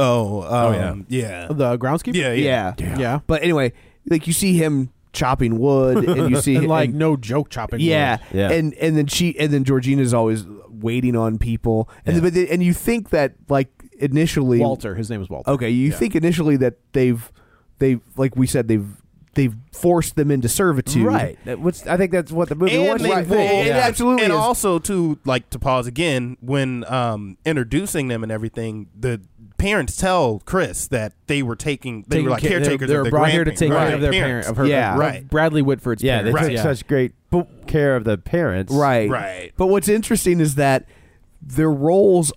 Speaker 3: Oh, um, yeah. Yeah.
Speaker 2: the groundskeeper.
Speaker 3: Yeah, yeah.
Speaker 2: Yeah.
Speaker 1: But anyway, like you see him chopping wood, and you see
Speaker 2: And, like no joke chopping.
Speaker 1: yeah,
Speaker 2: wood.
Speaker 1: and and then she and then Georgina's always waiting on people, and then, but they, and you think that like initially
Speaker 2: Walter, his name is Walter.
Speaker 1: Okay, you
Speaker 2: Yeah.
Speaker 1: think initially that they've they've like we said they've they've forced them into servitude,
Speaker 5: Right. That- Which I think that's what the movie
Speaker 3: and
Speaker 5: wants.
Speaker 3: they-
Speaker 5: you to
Speaker 3: well, and-
Speaker 5: think.
Speaker 3: and also to like to pause again when um introducing them and everything the parents tell chris that they were taking they
Speaker 2: Taking
Speaker 3: were like
Speaker 2: care-
Speaker 3: caretakers
Speaker 2: They were
Speaker 3: of their
Speaker 2: brought here to take
Speaker 3: grandparents.
Speaker 2: care of their
Speaker 3: Right.
Speaker 2: parent of her.
Speaker 1: Yeah.
Speaker 2: of
Speaker 1: Right.
Speaker 2: Bradley Whitford's
Speaker 5: yeah, they
Speaker 2: parents.
Speaker 5: took such great bo- care of the parents.
Speaker 1: Right.
Speaker 3: Right.
Speaker 1: But what's interesting is that their roles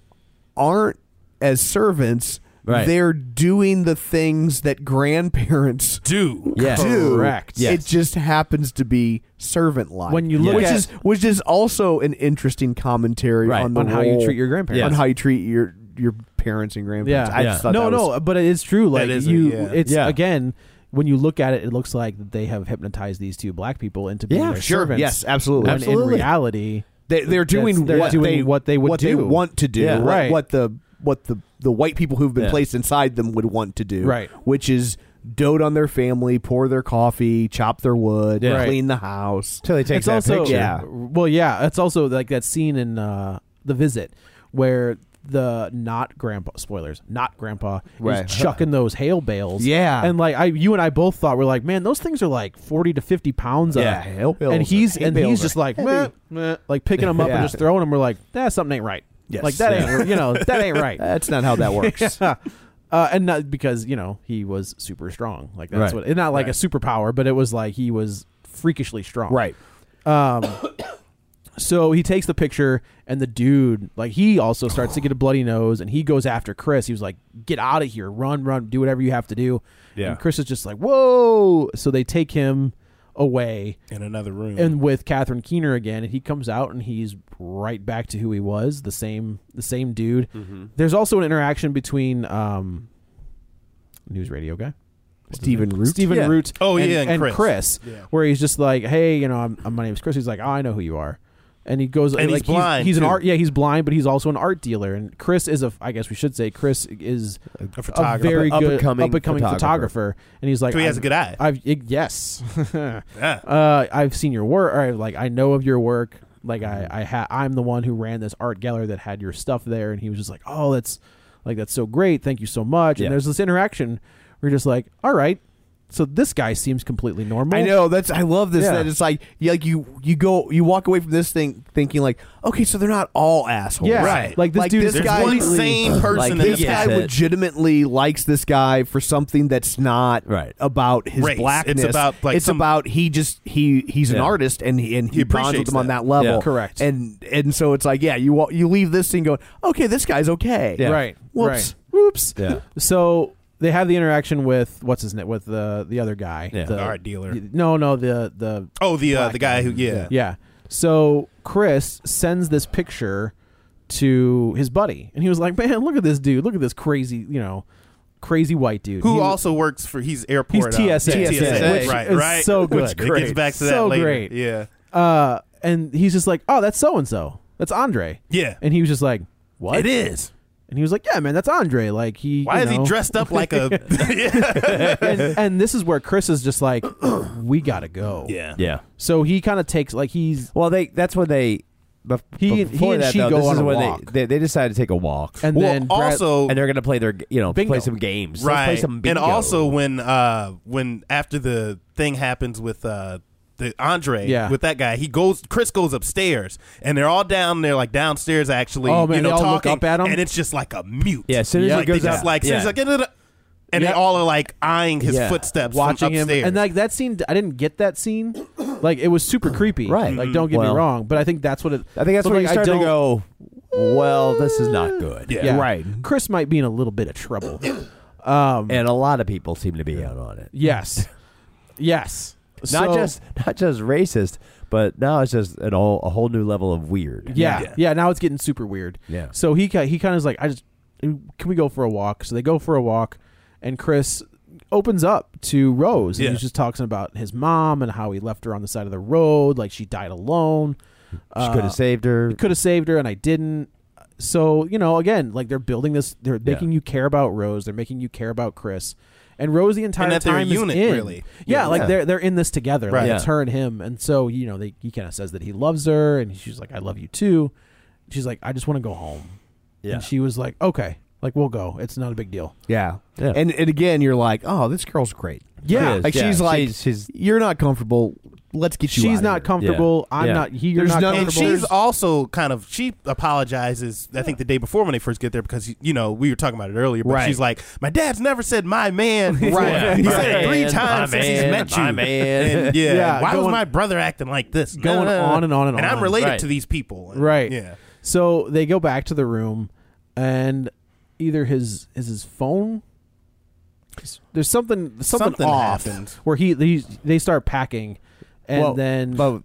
Speaker 1: aren't as servants.
Speaker 5: Right.
Speaker 1: They're doing the things that grandparents
Speaker 3: do.
Speaker 5: Yeah.
Speaker 1: do.
Speaker 2: Correct.
Speaker 1: It just happens to be servant life.
Speaker 2: When you look
Speaker 1: which
Speaker 2: at-
Speaker 1: is which is also an interesting commentary
Speaker 5: Right.
Speaker 1: on, the
Speaker 2: On how you
Speaker 1: role-
Speaker 2: treat your grandparents.
Speaker 1: on how you treat your your parents and
Speaker 2: Yeah,
Speaker 1: grandparents. I just thought
Speaker 2: no,
Speaker 1: that was-
Speaker 2: no, but it is true. Like
Speaker 3: is a-
Speaker 2: you,
Speaker 3: yeah.
Speaker 2: it's
Speaker 5: Yeah.
Speaker 2: again when you look at it, it looks like that they have hypnotized these two black people into being
Speaker 5: Yeah,
Speaker 2: their
Speaker 5: sure.
Speaker 2: servants.
Speaker 1: Yes, absolutely.
Speaker 2: When
Speaker 5: Absolutely.
Speaker 2: in reality,
Speaker 1: they, they're doing
Speaker 2: That's- they're
Speaker 1: what
Speaker 2: doing
Speaker 1: they
Speaker 2: what they would do.
Speaker 1: want to do,
Speaker 5: Yeah.
Speaker 1: what-
Speaker 2: Right.
Speaker 1: What the what the the white people who've been
Speaker 5: Yeah.
Speaker 1: placed inside them would want to do,
Speaker 2: Right.
Speaker 1: Which is dote on their family, pour their coffee, chop their wood,
Speaker 5: Yeah.
Speaker 1: clean the house.
Speaker 5: Till he
Speaker 2: it's
Speaker 5: takes that
Speaker 2: also
Speaker 5: picture.
Speaker 2: yeah. Well, yeah, it's also like that scene in uh, the visit where the not grandpa spoilers not grandpa
Speaker 1: Right.
Speaker 2: is chucking those hail bales
Speaker 1: Yeah.
Speaker 2: and like i you and i both thought we're like man those things are like 40 to 50 pounds of-
Speaker 1: Yeah, hail bales
Speaker 2: and
Speaker 1: are-
Speaker 2: he's
Speaker 1: hail
Speaker 2: and
Speaker 1: bales
Speaker 2: he's
Speaker 1: are
Speaker 2: just like
Speaker 1: heavy.
Speaker 2: meh, meh, like picking them up
Speaker 1: Yeah.
Speaker 2: and just throwing them we're like that something ain't right
Speaker 1: Yes.
Speaker 2: like that
Speaker 1: Yeah.
Speaker 2: ain't you know that ain't right
Speaker 1: That's not how that works.
Speaker 2: Yeah. Uh, and not because you know he was super strong, like
Speaker 5: Right.
Speaker 2: that's what, and not like a superpower, but it was like he was freakishly strong, Um,
Speaker 1: Right.
Speaker 2: So he takes the picture, and the dude, like he also starts to get a bloody nose, and he goes after Chris. He was like, "Get out of here, run, run, do whatever you have to do."
Speaker 5: Yeah.
Speaker 2: And Chris is just like, "Whoa!" So they take him away,
Speaker 3: in another room
Speaker 2: and with Catherine Keener again, and he comes out and he's right back to who he was, the same the same dude.
Speaker 3: Mm-hmm.
Speaker 2: There's also an interaction between um, news radio guy.
Speaker 1: Stephen Root.
Speaker 2: Stephen
Speaker 5: Yeah.
Speaker 2: Root.
Speaker 3: Oh, yeah, and Chris.
Speaker 2: where he's just like, "Hey, you know, I'm, i my name's Chris." He's like, "Oh, I know who you are," and he goes,
Speaker 3: And he's
Speaker 2: like,
Speaker 3: blind,
Speaker 2: He's, an
Speaker 3: too.
Speaker 2: art, yeah, he's blind, but he's also an art dealer. And Chris is a, I guess we should say, Chris is a,
Speaker 3: photographer.
Speaker 2: very
Speaker 5: Up-
Speaker 2: good
Speaker 5: up-and-coming
Speaker 2: up-and-coming photographer.
Speaker 5: photographer.
Speaker 2: And he's like,
Speaker 3: So he has
Speaker 2: "I'm-
Speaker 3: a good eye."
Speaker 2: I've it- yes,
Speaker 3: Yeah.
Speaker 2: uh, I've seen your work. Or like I know of your work. Like I, I ha- I'm the one who ran this art gallery that had your stuff there. And he was just like, oh, that's like that's so great. Thank you so much.
Speaker 5: Yeah.
Speaker 2: And there's this interaction where you're just like, all right. So this guy seems completely normal.
Speaker 1: I
Speaker 5: Oh,
Speaker 1: know that's I love this
Speaker 2: Yeah.
Speaker 1: that it's like you like you you go you walk away from this thing thinking like okay so they're not all assholes
Speaker 2: Yeah.
Speaker 3: Right.
Speaker 2: Like this dude
Speaker 1: this
Speaker 2: is
Speaker 1: guy
Speaker 3: one sane person
Speaker 1: like,
Speaker 3: in
Speaker 1: this
Speaker 3: the
Speaker 1: guy
Speaker 3: past.
Speaker 1: legitimately likes this guy for something that's not
Speaker 5: Right.
Speaker 1: about his
Speaker 3: Race. It's
Speaker 1: blackness
Speaker 3: about, like,
Speaker 1: it's
Speaker 3: some-
Speaker 1: about he just he he's an
Speaker 5: Yeah.
Speaker 1: artist and he and he,
Speaker 3: He
Speaker 1: bonds with
Speaker 3: appreciates
Speaker 1: them on
Speaker 3: that.
Speaker 1: that level
Speaker 5: Yeah.
Speaker 2: Correct.
Speaker 1: and and so it's like yeah you wa- you leave this thing going okay this guy's okay
Speaker 5: Yeah.
Speaker 2: Right.
Speaker 1: Whoops.
Speaker 2: Right. Whoops.
Speaker 5: Yeah.
Speaker 2: So they have the interaction with what's his name with the the other guy.
Speaker 5: Yeah.
Speaker 2: The,
Speaker 3: The art dealer.
Speaker 2: No, no, the the
Speaker 3: oh the uh,
Speaker 2: black
Speaker 3: the guy who yeah,
Speaker 2: Yeah. So Chris sends this picture to his buddy, and he was like, "Man, look at this dude! Look at this crazy, you know, crazy white dude."
Speaker 3: who
Speaker 2: He-
Speaker 3: also works for he's
Speaker 2: he's
Speaker 3: airport uh,
Speaker 2: TSA,
Speaker 3: yeah,
Speaker 2: which
Speaker 3: TSA, right
Speaker 2: is
Speaker 3: right
Speaker 2: So good,
Speaker 3: Which it gets back to that
Speaker 2: so
Speaker 3: later
Speaker 2: great.
Speaker 3: yeah
Speaker 2: Uh, and he's just like, "Oh, that's so and so. That's Andre."
Speaker 3: Yeah.
Speaker 2: And he was just like, "What?"
Speaker 3: it is
Speaker 2: And he was like, "Yeah, man, that's Andre. Like he.
Speaker 3: why
Speaker 2: you
Speaker 3: is he
Speaker 2: know."
Speaker 3: dressed up like a yeah
Speaker 2: and, and this is where Chris is just like, "We gotta go."
Speaker 3: yeah
Speaker 5: Yeah.
Speaker 2: So he kind of takes like he's
Speaker 5: Well, they that's when they. bef-
Speaker 2: He-
Speaker 5: before
Speaker 2: he and
Speaker 5: that,
Speaker 2: she
Speaker 5: though,
Speaker 2: go
Speaker 5: this
Speaker 2: on
Speaker 5: is
Speaker 2: a
Speaker 5: when
Speaker 2: walk.
Speaker 5: They, they they decide to take a walk.
Speaker 2: and
Speaker 3: well
Speaker 2: then Brad-
Speaker 3: also
Speaker 5: and they're gonna play their g- you know
Speaker 2: Bingo.
Speaker 5: play some games
Speaker 3: right.
Speaker 5: Let's play some bingo.
Speaker 3: And also when uh when after the thing happens with uh the Andre
Speaker 2: Yeah.
Speaker 3: with that guy, he goes Chris goes upstairs and they're all down there like downstairs actually
Speaker 2: Oh, man,
Speaker 3: you know
Speaker 2: they all look
Speaker 3: talking
Speaker 2: up at him?
Speaker 3: and it's just like a mute.
Speaker 5: Yeah, as soon as
Speaker 3: Like,
Speaker 5: he goes
Speaker 3: they just
Speaker 5: up-
Speaker 3: like
Speaker 5: yeah.
Speaker 3: yeah. like "Da-da-da," and
Speaker 2: Yeah.
Speaker 3: they all are like eyeing his
Speaker 5: Yeah.
Speaker 3: footsteps
Speaker 2: watching
Speaker 3: from
Speaker 2: him
Speaker 3: upstairs.
Speaker 2: and like that scene i didn't get that scene like it was super creepy
Speaker 5: Right.
Speaker 2: like don't get
Speaker 5: Well-
Speaker 2: me wrong but i think that's what it
Speaker 5: I think that's
Speaker 2: but,
Speaker 5: where
Speaker 2: like,
Speaker 5: you start
Speaker 2: I
Speaker 5: to
Speaker 2: don't-
Speaker 5: go. Well, this is not good.
Speaker 3: Yeah.
Speaker 2: yeah
Speaker 1: Right.
Speaker 2: chris might be in a little bit of trouble
Speaker 5: and a lot of people seem to be out on it.
Speaker 2: yes yes
Speaker 5: not
Speaker 2: So-
Speaker 5: just not just racist, but now it's just an all, a whole new level of weird.
Speaker 2: yeah,
Speaker 3: Yeah.
Speaker 2: yeah now it's getting super weird
Speaker 5: Yeah.
Speaker 2: so he ki- he kind of is like i just can we go for a walk so they go for a walk and chris opens up to rose and
Speaker 3: Yeah.
Speaker 2: he's just talking about his mom and how he left her on the side of the road like she died alone Uh,
Speaker 5: she could have saved her.
Speaker 2: could have saved her and I didn't. So you know, again, like they're building this, they're making you care about Rose, they're making you care about Chris, and Rose the entire
Speaker 3: And that they're a
Speaker 2: time is
Speaker 3: unit,
Speaker 2: in.
Speaker 3: really.
Speaker 2: Yeah,
Speaker 3: Yeah.
Speaker 2: like
Speaker 3: Yeah.
Speaker 2: they're they're in this together. Like
Speaker 3: Right.
Speaker 2: it's
Speaker 3: Yeah.
Speaker 2: her and him, and so you know, they, he kind of says that he loves her, and she's like, "I love you too." She's like, "I just want to go home."
Speaker 1: Yeah.
Speaker 2: and she was like, "Okay, like we'll go. It's not a big deal."
Speaker 1: Yeah. And and again, you're like, oh, this girl's great.
Speaker 2: Yeah. She is,
Speaker 1: Like
Speaker 2: yeah.
Speaker 1: she's like,
Speaker 2: She's- she's-
Speaker 1: you're not comfortable. Let's get you.
Speaker 2: She's
Speaker 1: out of
Speaker 2: not
Speaker 1: here."
Speaker 2: comfortable. Yeah. I'm Yeah. not- he- you're not
Speaker 3: and
Speaker 2: comfortable.
Speaker 3: she's also kind of she apologizes. I think the day before when they first get there because you know we were talking about it earlier. But
Speaker 1: Right.
Speaker 3: she's like, my dad's never said my man.
Speaker 1: Right.
Speaker 3: he
Speaker 1: My
Speaker 3: said it three
Speaker 1: man,
Speaker 3: times
Speaker 1: my
Speaker 3: since he's
Speaker 1: man,
Speaker 3: met you.
Speaker 1: my man.
Speaker 3: And yeah.
Speaker 2: Yeah,
Speaker 3: Why was
Speaker 2: going-
Speaker 3: my brother acting like this?
Speaker 2: going on and on and on.
Speaker 3: And I'm related
Speaker 2: Right.
Speaker 3: to these people. And-
Speaker 2: Right.
Speaker 3: Yeah.
Speaker 2: So they go back to the room, and either his is his phone. There's something something,
Speaker 1: Something
Speaker 2: off
Speaker 1: happened.
Speaker 2: where he they, they start packing, and
Speaker 1: Well,
Speaker 2: then
Speaker 1: but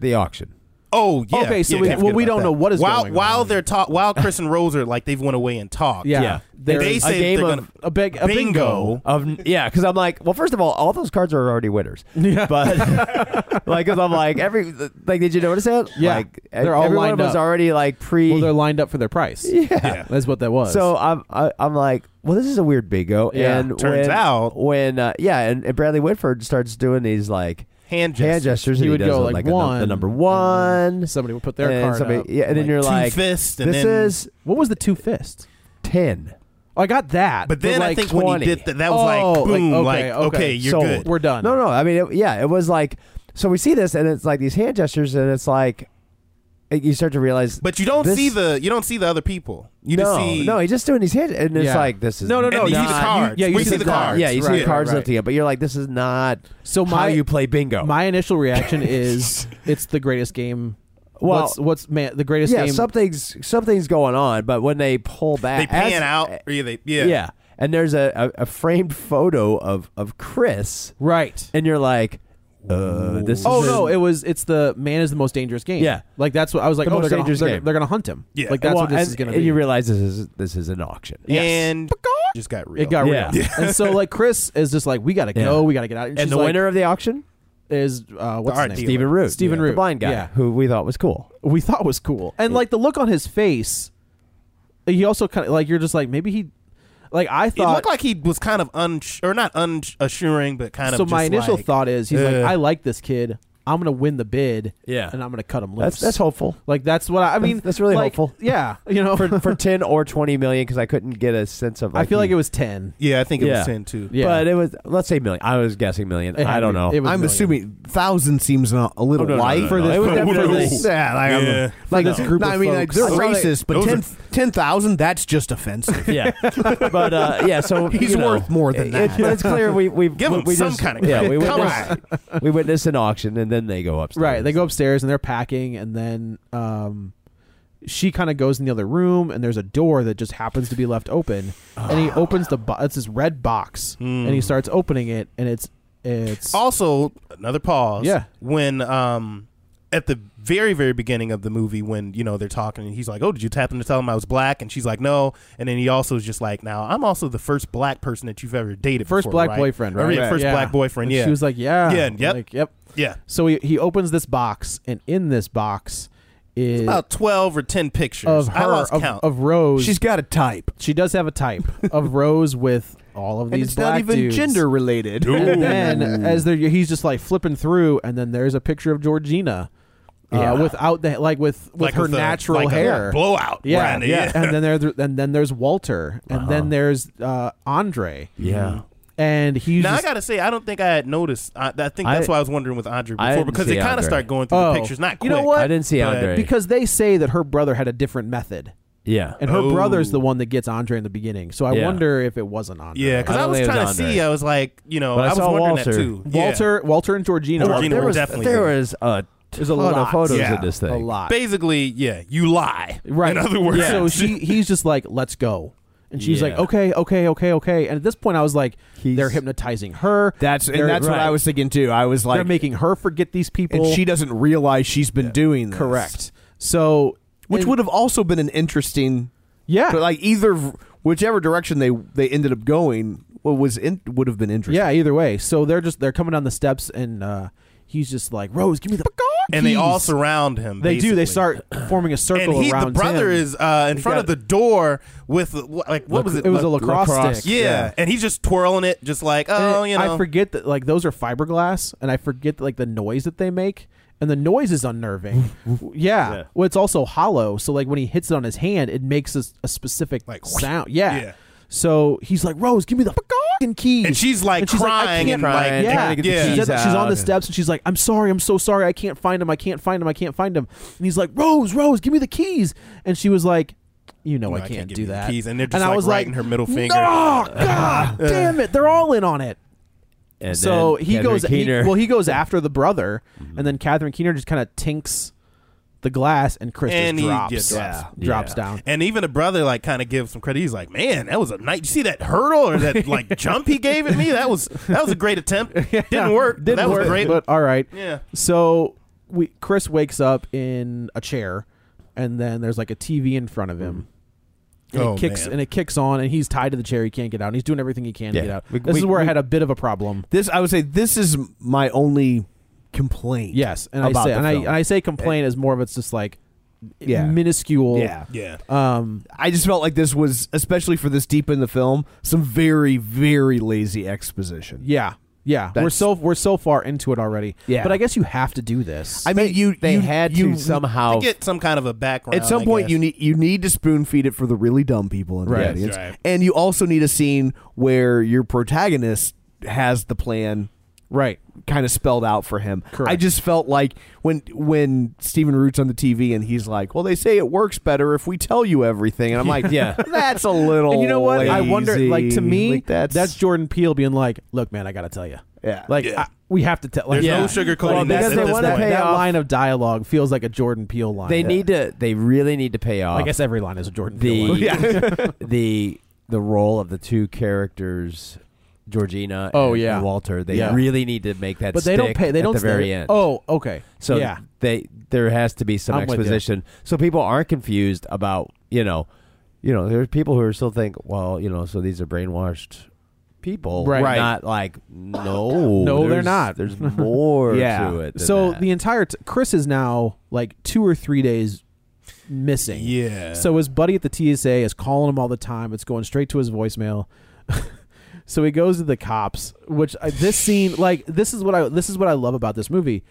Speaker 1: the auction.
Speaker 3: Oh yeah.
Speaker 2: Okay, so
Speaker 3: Yeah,
Speaker 2: we-
Speaker 3: can't
Speaker 2: well,
Speaker 3: forget
Speaker 2: we
Speaker 3: about
Speaker 2: don't know
Speaker 3: that.
Speaker 2: what is
Speaker 3: while
Speaker 2: going
Speaker 3: while they're talk while Chris and Rose are like they've went away and talked. They,
Speaker 5: There's
Speaker 3: they
Speaker 5: a
Speaker 3: say
Speaker 5: game
Speaker 3: they're
Speaker 5: of-
Speaker 3: gonna
Speaker 2: a big a bingo.
Speaker 5: of yeah because i'm like well first of all all those cards are already winners yeah. but like because i'm like every like did you notice that
Speaker 2: Yeah,
Speaker 5: like e-
Speaker 2: they're all
Speaker 5: every
Speaker 2: lined
Speaker 5: one of us
Speaker 2: up.
Speaker 5: already like pre
Speaker 2: well, they're lined up for their price.
Speaker 5: Yeah.
Speaker 2: that's what that was.
Speaker 5: so i'm I, i'm like well this is a weird bingo
Speaker 2: Yeah.
Speaker 5: and
Speaker 2: Turns
Speaker 5: when-
Speaker 2: out-
Speaker 5: when uh, yeah and, and bradley whitford starts doing these like
Speaker 3: hand
Speaker 5: gestures,
Speaker 3: gestures.
Speaker 5: and
Speaker 2: He would
Speaker 5: does
Speaker 2: go,
Speaker 5: it,
Speaker 2: like,
Speaker 5: a num-
Speaker 2: one,
Speaker 5: the number one
Speaker 2: somebody would put their
Speaker 5: and
Speaker 2: card
Speaker 5: somebody-
Speaker 2: up,
Speaker 5: yeah and then you're
Speaker 3: two
Speaker 5: like
Speaker 3: fists and
Speaker 5: this
Speaker 3: then-
Speaker 5: is
Speaker 2: what was the two fists
Speaker 5: 10
Speaker 2: Oh, I got that.
Speaker 3: But then I
Speaker 5: like,
Speaker 3: think when he
Speaker 5: 20.
Speaker 3: did that, that was
Speaker 5: Oh,
Speaker 3: like boom, like okay,
Speaker 5: okay, okay.
Speaker 3: you're
Speaker 5: Sold.
Speaker 3: good.
Speaker 5: No, no. I mean, it, yeah, it was like so we see this, and it's like these hand gestures, and it's like it- you start to realize,
Speaker 3: But you don't
Speaker 5: this-
Speaker 3: see the you don't see the other people. You
Speaker 5: no,
Speaker 3: just see
Speaker 5: no, he's just doing these hand, and it's
Speaker 3: Yeah.
Speaker 5: like this is
Speaker 3: No, no, no,
Speaker 5: And
Speaker 3: you see the
Speaker 5: not-
Speaker 3: cards. We see the
Speaker 5: card-
Speaker 3: cards.
Speaker 5: Yeah, you see
Speaker 3: Right,
Speaker 5: the cards
Speaker 3: right,
Speaker 5: left to you, but you're like, this is not
Speaker 2: So
Speaker 5: how
Speaker 2: my-
Speaker 5: you play bingo.
Speaker 2: My initial reaction is it's the greatest game.
Speaker 5: Well-
Speaker 2: what's, what's man the greatest
Speaker 5: yeah,
Speaker 2: game?
Speaker 5: something's something's going on, but when they pull back,
Speaker 3: they pan
Speaker 5: as-
Speaker 3: out. Or yeah, they, yeah,
Speaker 5: yeah. And there's a, a, a framed photo of, of Chris.
Speaker 2: Right.
Speaker 5: And you're like, uh, this
Speaker 2: oh
Speaker 5: is
Speaker 2: no! It was it's the man is the most dangerous game.
Speaker 5: Yeah.
Speaker 2: like that's what I was like.
Speaker 5: The
Speaker 2: oh,
Speaker 5: most
Speaker 2: they're gonna,
Speaker 5: dangerous
Speaker 2: they're,
Speaker 5: game.
Speaker 2: they're gonna hunt him. like that's
Speaker 5: Well,
Speaker 2: what this
Speaker 5: and,
Speaker 2: is gonna
Speaker 5: and
Speaker 2: be.
Speaker 5: you realize this is this is an auction.
Speaker 3: and just got real.
Speaker 2: it got
Speaker 5: Yeah.
Speaker 2: real.
Speaker 5: Yeah.
Speaker 2: and so like Chris is just like, we gotta go,
Speaker 5: Yeah.
Speaker 2: we gotta get out.
Speaker 5: And,
Speaker 2: she's
Speaker 5: the
Speaker 2: like-
Speaker 5: winner of the auction
Speaker 2: is uh, what's
Speaker 5: All
Speaker 2: his name?
Speaker 5: right, Stephen Root.
Speaker 2: Stephen
Speaker 5: Yeah.
Speaker 2: Root,
Speaker 5: the blind guy
Speaker 2: Yeah.
Speaker 5: who we thought was cool.
Speaker 2: we thought was cool. And like the look on his face, he also kind of like you're just like maybe he, like I
Speaker 3: It
Speaker 2: thought.
Speaker 3: looked like he was kind of un or not unassuring, but kind of.
Speaker 2: so my
Speaker 3: just
Speaker 2: initial
Speaker 3: like,
Speaker 2: thought is he's like,
Speaker 3: uh,
Speaker 2: I like this kid. I'm gonna win the bid.
Speaker 5: Yeah.
Speaker 2: and I'm gonna cut him loose.
Speaker 5: That's that's hopeful.
Speaker 2: Like that's what I, I mean.
Speaker 5: that's really
Speaker 2: like,
Speaker 5: hopeful.
Speaker 2: Yeah, you know.
Speaker 5: for for ten or twenty million because I couldn't get a sense of.
Speaker 2: I
Speaker 5: Like,
Speaker 2: feel like
Speaker 5: he-
Speaker 2: it was ten.
Speaker 3: yeah, I think it
Speaker 5: Yeah.
Speaker 3: was ten too.
Speaker 2: Yeah.
Speaker 5: but it was let's say million. I was guessing million.
Speaker 2: It had
Speaker 5: I
Speaker 2: to
Speaker 5: don't
Speaker 2: be-
Speaker 5: know.
Speaker 2: it was
Speaker 1: I'm
Speaker 2: million.
Speaker 1: assuming thousand seems not a little
Speaker 5: no, no,
Speaker 1: light
Speaker 5: no, no, no. It was definitely-
Speaker 1: Yeah, like, I'm-
Speaker 3: Yeah.
Speaker 1: like
Speaker 2: For this group
Speaker 1: no,
Speaker 2: of
Speaker 1: I mean, like,
Speaker 2: folks.
Speaker 1: they're
Speaker 2: I thought
Speaker 5: it-
Speaker 1: racist, but
Speaker 5: those
Speaker 1: ten
Speaker 5: are-
Speaker 1: ten thousand that's just offensive.
Speaker 5: yeah, but uh, yeah. So
Speaker 1: He's
Speaker 5: you know,
Speaker 1: worth more than
Speaker 5: it-
Speaker 1: that.
Speaker 5: but it's clear we we
Speaker 3: Give
Speaker 5: we,
Speaker 3: him
Speaker 5: we
Speaker 3: some
Speaker 5: just,
Speaker 3: kind of
Speaker 5: yeah.
Speaker 3: credit.
Speaker 5: We
Speaker 3: Come
Speaker 5: witnessed, we witnessed an auction and then they go upstairs.
Speaker 2: Right. They go upstairs and they're packing, and then um, she kind of goes in the other room, and there's a door that just happens to be left open, and he opens the bo- it's this red box, and he starts opening it, and it's it's
Speaker 3: Also, another pause.
Speaker 2: Yeah.
Speaker 3: When um at the very very beginning of the movie when you know they're talking and he's like oh did you happen to tell him i was black and she's like no and then he also is just like now i'm also the first black person that you've ever dated
Speaker 2: first
Speaker 3: before,
Speaker 2: black
Speaker 3: right?"
Speaker 2: boyfriend,
Speaker 3: Or,
Speaker 2: right?
Speaker 3: yeah, first black boyfriend
Speaker 2: And
Speaker 3: yeah
Speaker 2: She was like, yeah,
Speaker 3: Yeah, yep.
Speaker 2: like, yep.
Speaker 3: yeah
Speaker 2: So he he opens this box, and in this box is
Speaker 3: about 12 or 10 pictures
Speaker 2: of
Speaker 3: i
Speaker 2: her
Speaker 3: lost
Speaker 2: of,
Speaker 3: count
Speaker 2: of Rose.
Speaker 1: She's got a type.
Speaker 2: she does have a type of Rose with all of
Speaker 1: And
Speaker 2: these
Speaker 1: it's
Speaker 2: black
Speaker 1: not even
Speaker 2: dudes.
Speaker 1: gender related.
Speaker 2: And then as they're he's just like flipping through, and then there's a picture of Georgina. Uh,
Speaker 5: Yeah.
Speaker 2: without the like with with
Speaker 3: Like
Speaker 2: her
Speaker 3: with a-
Speaker 2: natural
Speaker 3: like a
Speaker 2: hair
Speaker 3: blowout,
Speaker 2: yeah,
Speaker 3: right,
Speaker 2: yeah.
Speaker 3: yeah. Uh-huh.
Speaker 2: and then there and then there's Walter and then there's uh, Andre
Speaker 5: Yeah.
Speaker 2: and he's
Speaker 3: now
Speaker 2: just-
Speaker 3: i gotta say i don't think i had noticed i, I think that's
Speaker 5: I-
Speaker 3: why i was wondering with andre
Speaker 5: I
Speaker 3: before
Speaker 5: didn't
Speaker 3: because they
Speaker 5: see
Speaker 3: kind of
Speaker 5: Andre.
Speaker 3: start going through
Speaker 2: Oh.
Speaker 3: the pictures not
Speaker 2: You
Speaker 3: quick,
Speaker 2: know what?
Speaker 5: I didn't see
Speaker 3: but-
Speaker 5: Andre.
Speaker 2: because they say that her brother had a different method
Speaker 5: Yeah.
Speaker 2: and her
Speaker 3: Oh.
Speaker 2: brother's the one that gets Andre in the beginning so I
Speaker 5: Yeah.
Speaker 2: wonder if it wasn't Andre
Speaker 3: yeah because
Speaker 5: I
Speaker 3: i,
Speaker 5: don't
Speaker 3: was
Speaker 5: think it
Speaker 3: trying to
Speaker 5: was
Speaker 3: see
Speaker 5: Andre.
Speaker 3: i was like you know
Speaker 5: But I
Speaker 3: i was
Speaker 5: saw
Speaker 3: wondering that
Speaker 5: Walter.
Speaker 3: too Yeah.
Speaker 2: Walter Walter and Georgina
Speaker 3: Well,
Speaker 2: are-
Speaker 3: Georgina
Speaker 5: there
Speaker 3: were
Speaker 5: was
Speaker 3: definitely
Speaker 5: there
Speaker 3: there.
Speaker 5: was a
Speaker 2: There's a lot
Speaker 5: ton
Speaker 2: of-
Speaker 5: of photos
Speaker 3: yeah,
Speaker 5: in this
Speaker 2: a
Speaker 5: thing.
Speaker 2: lot
Speaker 3: basically, yeah, you lie.
Speaker 2: Right.
Speaker 3: In other words,
Speaker 2: so she he's just like, let's go. And she's like,
Speaker 5: Yeah.
Speaker 2: okay, okay, okay, okay. And at this point, I was like,
Speaker 5: He's-
Speaker 2: they're hypnotizing her.
Speaker 1: That's and
Speaker 2: They're-
Speaker 1: that's what
Speaker 5: right.
Speaker 1: I was thinking too. I was
Speaker 2: they're
Speaker 1: like,
Speaker 2: making her forget these people.
Speaker 1: and she doesn't realize she's been doing this.
Speaker 2: correct. So
Speaker 1: Which
Speaker 2: and-
Speaker 1: would have also been an interesting
Speaker 2: yeah,
Speaker 1: But like either whichever direction they they ended up going, what was in, would have been interesting.
Speaker 2: yeah. Either way, so they're just they're coming down the steps, and uh, he's just like Rose, give me the
Speaker 3: and they all
Speaker 2: keys."
Speaker 3: surround him.
Speaker 2: They do. They
Speaker 3: basically.
Speaker 2: start forming a circle
Speaker 3: and he,
Speaker 2: around
Speaker 3: the brother
Speaker 2: him.
Speaker 3: is uh, in
Speaker 2: He's
Speaker 3: front
Speaker 2: got
Speaker 3: of the door with uh, wh- like what
Speaker 2: Lac-
Speaker 3: was it?
Speaker 2: it was
Speaker 3: Lac-
Speaker 2: a lacrosse stick.
Speaker 3: Yeah.
Speaker 2: Yeah.
Speaker 3: and he's just twirling it, just like
Speaker 2: And
Speaker 3: oh,
Speaker 2: it-
Speaker 3: you know.
Speaker 2: I forget that like those are fiberglass, and I forget like the noise that they make, and the noise is unnerving. yeah. Well, it's also hollow, so like when he hits it on his hand, it makes a, a specific like sound. Yeah.
Speaker 3: Yeah.
Speaker 2: So he's like, Rose, give me the fucking keys.
Speaker 3: And she's, like,
Speaker 2: "I
Speaker 3: crying
Speaker 2: can't
Speaker 3: and, like,
Speaker 2: find-" yeah.
Speaker 3: trying to get the
Speaker 2: She's,
Speaker 3: keys
Speaker 2: at- she's on the
Speaker 3: out.
Speaker 2: steps and she's like, I'm sorry, I'm so sorry, I can't find him, I can't find him, I can't find him. And he's like, Rose, Rose, give me the keys. And she was like, you know, I
Speaker 3: No, I
Speaker 2: can't,
Speaker 3: can't give
Speaker 2: do
Speaker 3: you the
Speaker 2: that.
Speaker 3: keys. And they're just,
Speaker 2: I
Speaker 3: like,
Speaker 2: was
Speaker 3: right in her middle finger.
Speaker 2: "No, God damn it! They're all in on it.
Speaker 5: And
Speaker 2: so
Speaker 5: then
Speaker 2: he
Speaker 5: Catherine
Speaker 2: goes. he-
Speaker 5: Keener-
Speaker 2: well, he goes after the brother,
Speaker 3: Mm-hmm.
Speaker 2: and then Catherine Keener just kind of tinks the glass, and Chris
Speaker 3: and
Speaker 2: just
Speaker 3: he
Speaker 2: drops,
Speaker 3: just drops,
Speaker 2: drops
Speaker 3: Yeah.
Speaker 2: down.
Speaker 3: And even the brother like kind of gives some credit. He's like, "Man, that was a night. You see that hurdle or that like jump he gave at me? That was that was a great attempt. Didn't work.
Speaker 2: Didn't
Speaker 3: that
Speaker 2: work,
Speaker 3: was great.
Speaker 2: but all right.
Speaker 3: Yeah.
Speaker 2: So we Chris wakes up in a chair, and then there's like a TV in front of him.
Speaker 1: Hmm.
Speaker 2: And
Speaker 3: Oh,
Speaker 2: it kicks
Speaker 3: man.
Speaker 2: and it kicks on, and he's tied to the chair. He can't get out. And he's doing everything he can
Speaker 1: Yeah.
Speaker 2: to get out.
Speaker 1: We-
Speaker 2: this
Speaker 1: we-
Speaker 2: is where I
Speaker 1: we-
Speaker 2: had a bit of a problem.
Speaker 1: This I would say this is my only complaint.
Speaker 2: Yes, and I
Speaker 1: about
Speaker 2: say
Speaker 1: the
Speaker 2: and I,
Speaker 1: film.
Speaker 2: and I say complain as more of it's just like
Speaker 1: Yeah.
Speaker 2: minuscule.
Speaker 1: Yeah.
Speaker 3: Yeah.
Speaker 2: Um,
Speaker 1: I just felt like this was, especially for this deep in the film, some very, very lazy exposition.
Speaker 2: Yeah, yeah. we're
Speaker 1: That's-
Speaker 2: so we're so far into it already.
Speaker 1: Yeah.
Speaker 2: but I guess you have to do this.
Speaker 1: I mean, you they had
Speaker 2: to somehow-
Speaker 3: to get some kind of a background
Speaker 1: At some
Speaker 3: I
Speaker 1: point,
Speaker 3: guess.
Speaker 1: you need you need to spoon feed it for the really dumb people in the
Speaker 3: Right.
Speaker 1: audience,
Speaker 3: Right.
Speaker 1: and you also need a scene where your protagonist has the plan,
Speaker 2: right,
Speaker 1: kind of spelled out for him. I
Speaker 2: Correct.
Speaker 1: just felt like when when Stephen Root's on the TV and he's like, "Well, they say it works better if we tell you everything," and I'm like,
Speaker 5: Yeah.
Speaker 1: that's a little."
Speaker 2: And you know what? I wonder. Like
Speaker 1: lazy.
Speaker 2: to me,
Speaker 1: Like,
Speaker 2: that's, Jordan Peele being like, "Look, man, I gotta tell you."
Speaker 1: Yeah.
Speaker 2: Like
Speaker 3: Yeah.
Speaker 2: I- we have to tell. Like,
Speaker 3: There's
Speaker 2: yeah.
Speaker 3: no sugarcoating
Speaker 2: Well,
Speaker 3: this
Speaker 2: because
Speaker 3: at
Speaker 2: they
Speaker 3: this
Speaker 2: wanna
Speaker 3: point.
Speaker 2: pay that
Speaker 3: off.
Speaker 2: line of dialogue feels like a Jordan Peele line.
Speaker 1: uh,
Speaker 5: They need to. They really need to pay off.
Speaker 2: I guess every line is a Jordan Peele
Speaker 5: the
Speaker 2: line.
Speaker 5: the the role of the two characters, Georgina. And,
Speaker 2: Oh, yeah.
Speaker 5: and Walter. They
Speaker 2: Yeah.
Speaker 5: really need to make that.
Speaker 2: but they don't
Speaker 5: stick
Speaker 2: pay. They
Speaker 5: at
Speaker 2: don't
Speaker 5: the
Speaker 2: stay-
Speaker 5: very end.
Speaker 2: Oh, okay.
Speaker 5: so
Speaker 2: yeah,
Speaker 5: they there has to be some
Speaker 2: I'm with you.
Speaker 5: exposition, so people aren't confused about you know, you know. There's people who are still think, well, you know, so these are brainwashed people,
Speaker 2: Right. Right.
Speaker 5: Not like no,
Speaker 2: No, they're
Speaker 5: there's-
Speaker 2: not.
Speaker 5: There's more to it. than
Speaker 2: so
Speaker 5: that.
Speaker 2: the entire t- Chris is now like two or three days missing.
Speaker 3: Yeah.
Speaker 2: So his buddy at the TSA is calling him all the time. It's going straight to his voicemail. so he goes to the cops, which I, this scene like this is what I this is what I love about this movie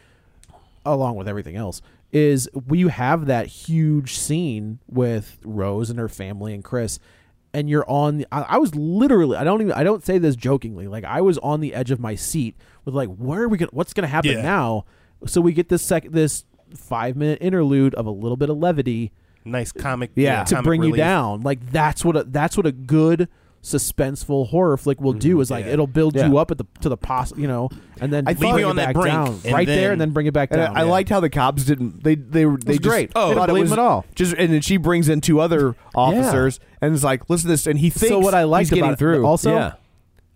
Speaker 2: along with everything else is we have that huge scene with Rose and her family and Chris and you're on I, I was literally I don't even I don't say this jokingly like I was on the edge of my seat with like where are we going what's going to happen
Speaker 3: Yeah.
Speaker 2: now so we get this sec this 5 minute interlude of a little bit of levity
Speaker 3: nice comic,
Speaker 2: to
Speaker 3: comic
Speaker 2: bring you
Speaker 3: relief.
Speaker 2: down like that's what a, that's what a good suspenseful horror flick will do is like
Speaker 3: yeah.
Speaker 2: it'll build
Speaker 1: Mm-hmm. Yeah.
Speaker 2: you up at the to the pos you know and then
Speaker 1: I
Speaker 2: bring
Speaker 1: thought-
Speaker 2: it
Speaker 1: on that
Speaker 2: back
Speaker 3: brink,
Speaker 2: down
Speaker 3: and
Speaker 2: right there
Speaker 3: then-
Speaker 2: and then bring it back
Speaker 1: And
Speaker 2: down
Speaker 1: I, I
Speaker 2: Yeah.
Speaker 1: liked how the cops didn't. They they were they
Speaker 2: was
Speaker 1: just
Speaker 2: great. They
Speaker 1: Oh,
Speaker 2: didn't
Speaker 1: thought it
Speaker 2: blame
Speaker 1: was
Speaker 2: him at all.
Speaker 1: Just and then she brings in two other officers and it's like, listen to this, and he thinks
Speaker 2: so what I liked
Speaker 1: he's getting
Speaker 2: about it-
Speaker 1: through.
Speaker 2: also
Speaker 5: Yeah.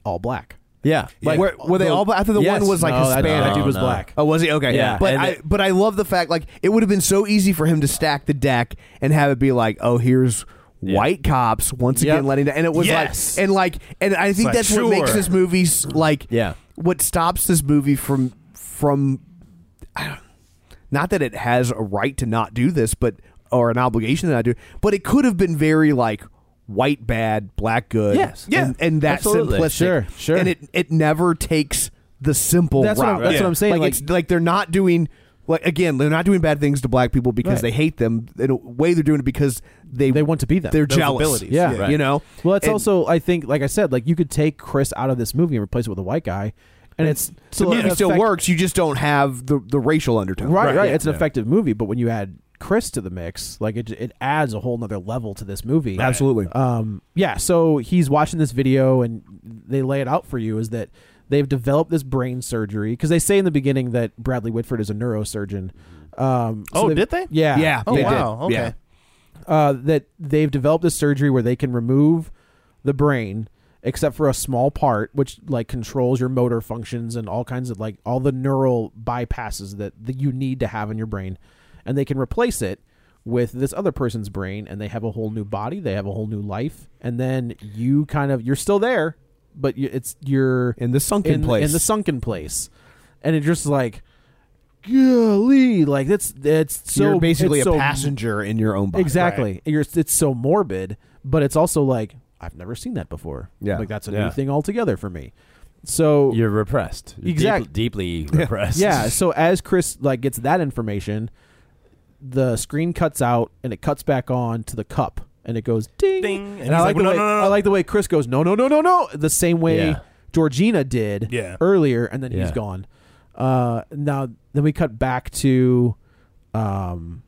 Speaker 2: all black.
Speaker 5: yeah,
Speaker 1: Like, were, were they
Speaker 2: the-
Speaker 1: all? black? I thought the
Speaker 5: yes.
Speaker 1: one was like
Speaker 2: No, that-
Speaker 1: Hispanic.
Speaker 2: that dude was No, no. black.
Speaker 1: Oh, was he? Okay,
Speaker 5: Yeah.
Speaker 1: But
Speaker 5: And
Speaker 1: I,
Speaker 5: it-
Speaker 1: but I love the fact like it would have been so easy for him to stack the deck and have it be like, oh, here's white cops once
Speaker 2: Yep.
Speaker 1: again letting down, and it was
Speaker 3: Yes.
Speaker 1: like and like and I think
Speaker 3: like,
Speaker 1: that's what makes
Speaker 3: sure.
Speaker 1: this movie s- like
Speaker 5: Yeah.
Speaker 1: what stops this movie from from not that it has a right to not do this, but or an obligation to not do, it, but it could have been very like white bad, black good.
Speaker 5: Yes.
Speaker 1: yeah, and, and that
Speaker 5: Absolutely.
Speaker 1: simplistic.
Speaker 2: Sure, sure.
Speaker 1: And it it never takes the simple
Speaker 2: That's what I'm-
Speaker 1: route.
Speaker 2: that's what I'm saying,
Speaker 1: Like,
Speaker 2: like-
Speaker 1: it's like they're not doing. Like again, they're not doing bad things to black people because
Speaker 2: Right.
Speaker 1: they hate them. In a way, they're doing it because they
Speaker 2: They want to be them.
Speaker 1: They're
Speaker 3: Those
Speaker 1: jealous.
Speaker 3: abilities.
Speaker 2: Yeah.
Speaker 3: Right.
Speaker 1: you know.
Speaker 2: Well, it's
Speaker 1: And-
Speaker 2: also I think, like I said, like you could take Chris out of this movie and replace it with a white guy, and it's
Speaker 1: the
Speaker 2: still an
Speaker 1: movie still
Speaker 2: effect-
Speaker 1: works. You just don't have the the racial undertone.
Speaker 2: Right, right.
Speaker 1: Yeah.
Speaker 2: It's an effective movie, but when you add Chris to the mix, like it, it adds a whole nother level to this movie.
Speaker 1: Absolutely.
Speaker 2: Um, yeah. So he's watching this video, and they lay it out for you is that they've developed this brain surgery because they say in the beginning that Bradley Whitford is a neurosurgeon. Um, so
Speaker 3: Oh,
Speaker 2: they've-
Speaker 3: did they?
Speaker 2: Yeah.
Speaker 1: Yeah.
Speaker 3: Oh
Speaker 2: they
Speaker 1: They
Speaker 2: did.
Speaker 3: wow. Okay.
Speaker 1: Yeah.
Speaker 2: uh, that they've developed a surgery where they can remove the brain except for a small part which like controls your motor functions and all kinds of like all the neural bypasses that, that you need to have in your brain and they can replace it with this other person's brain and they have a whole new body they have a whole new life and then you kind of you're still there but you, it's you're
Speaker 1: In the sunken
Speaker 2: in-
Speaker 1: place.
Speaker 2: in the sunken place and it just like golly, like that's that's so
Speaker 6: You're basically
Speaker 2: it's
Speaker 6: a
Speaker 2: so-
Speaker 6: passenger in your own body.
Speaker 2: Exactly.
Speaker 6: Right.
Speaker 2: You're, it's so morbid, but it's also like I've never seen that before.
Speaker 5: Yeah.
Speaker 2: like that's a
Speaker 5: Yeah.
Speaker 2: new thing altogether for me. So
Speaker 5: you're repressed. You're
Speaker 2: Exact-
Speaker 5: deep- deeply
Speaker 2: Yeah.
Speaker 5: repressed.
Speaker 2: Yeah. So as Chris like gets that information, the screen cuts out and it cuts back on to the cup and it goes ding.
Speaker 3: Ding.
Speaker 2: And, I like, the way I like the way Chris goes no no no no no the same way
Speaker 3: Yeah.
Speaker 2: Georgina did
Speaker 3: Yeah.
Speaker 2: earlier and then
Speaker 3: Yeah.
Speaker 2: he's gone. Uh, now then we cut back to um,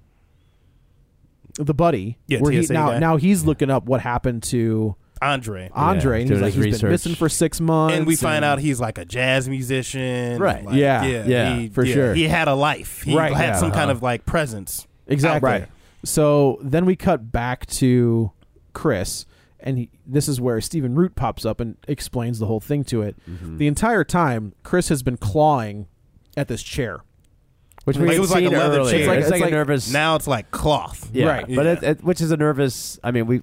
Speaker 2: the buddy
Speaker 3: Yeah,
Speaker 2: where he,
Speaker 3: TSA
Speaker 2: now
Speaker 3: guy.
Speaker 2: now he's looking up what happened to
Speaker 3: Andre.
Speaker 2: Andre
Speaker 3: Yeah,
Speaker 2: and
Speaker 3: doing
Speaker 2: he's like
Speaker 3: his
Speaker 2: he's been
Speaker 3: research.
Speaker 2: missing for six months
Speaker 3: and we find out he's like a jazz musician.
Speaker 2: Right.
Speaker 3: like,
Speaker 2: Yeah. Yeah,
Speaker 3: he-
Speaker 2: for sure.
Speaker 3: He had a life. He
Speaker 2: Right.
Speaker 3: had
Speaker 2: Yeah,
Speaker 3: some kind
Speaker 2: uh-huh.
Speaker 3: of like presence.
Speaker 2: Exactly.
Speaker 3: Right.
Speaker 2: So then we cut back to Chris, and he, this is where Stephen Root pops up and explains the whole thing to it. The entire time, Chris has been clawing at this chair.
Speaker 5: Which we
Speaker 3: Like, it
Speaker 5: had
Speaker 3: was like a
Speaker 5: seen
Speaker 3: leather
Speaker 5: earlier.
Speaker 3: chair.
Speaker 5: It's like- It's it's like like- a nervous-
Speaker 3: Now it's like cloth.
Speaker 5: Yeah, but it, it, which is a nervous. I mean, we,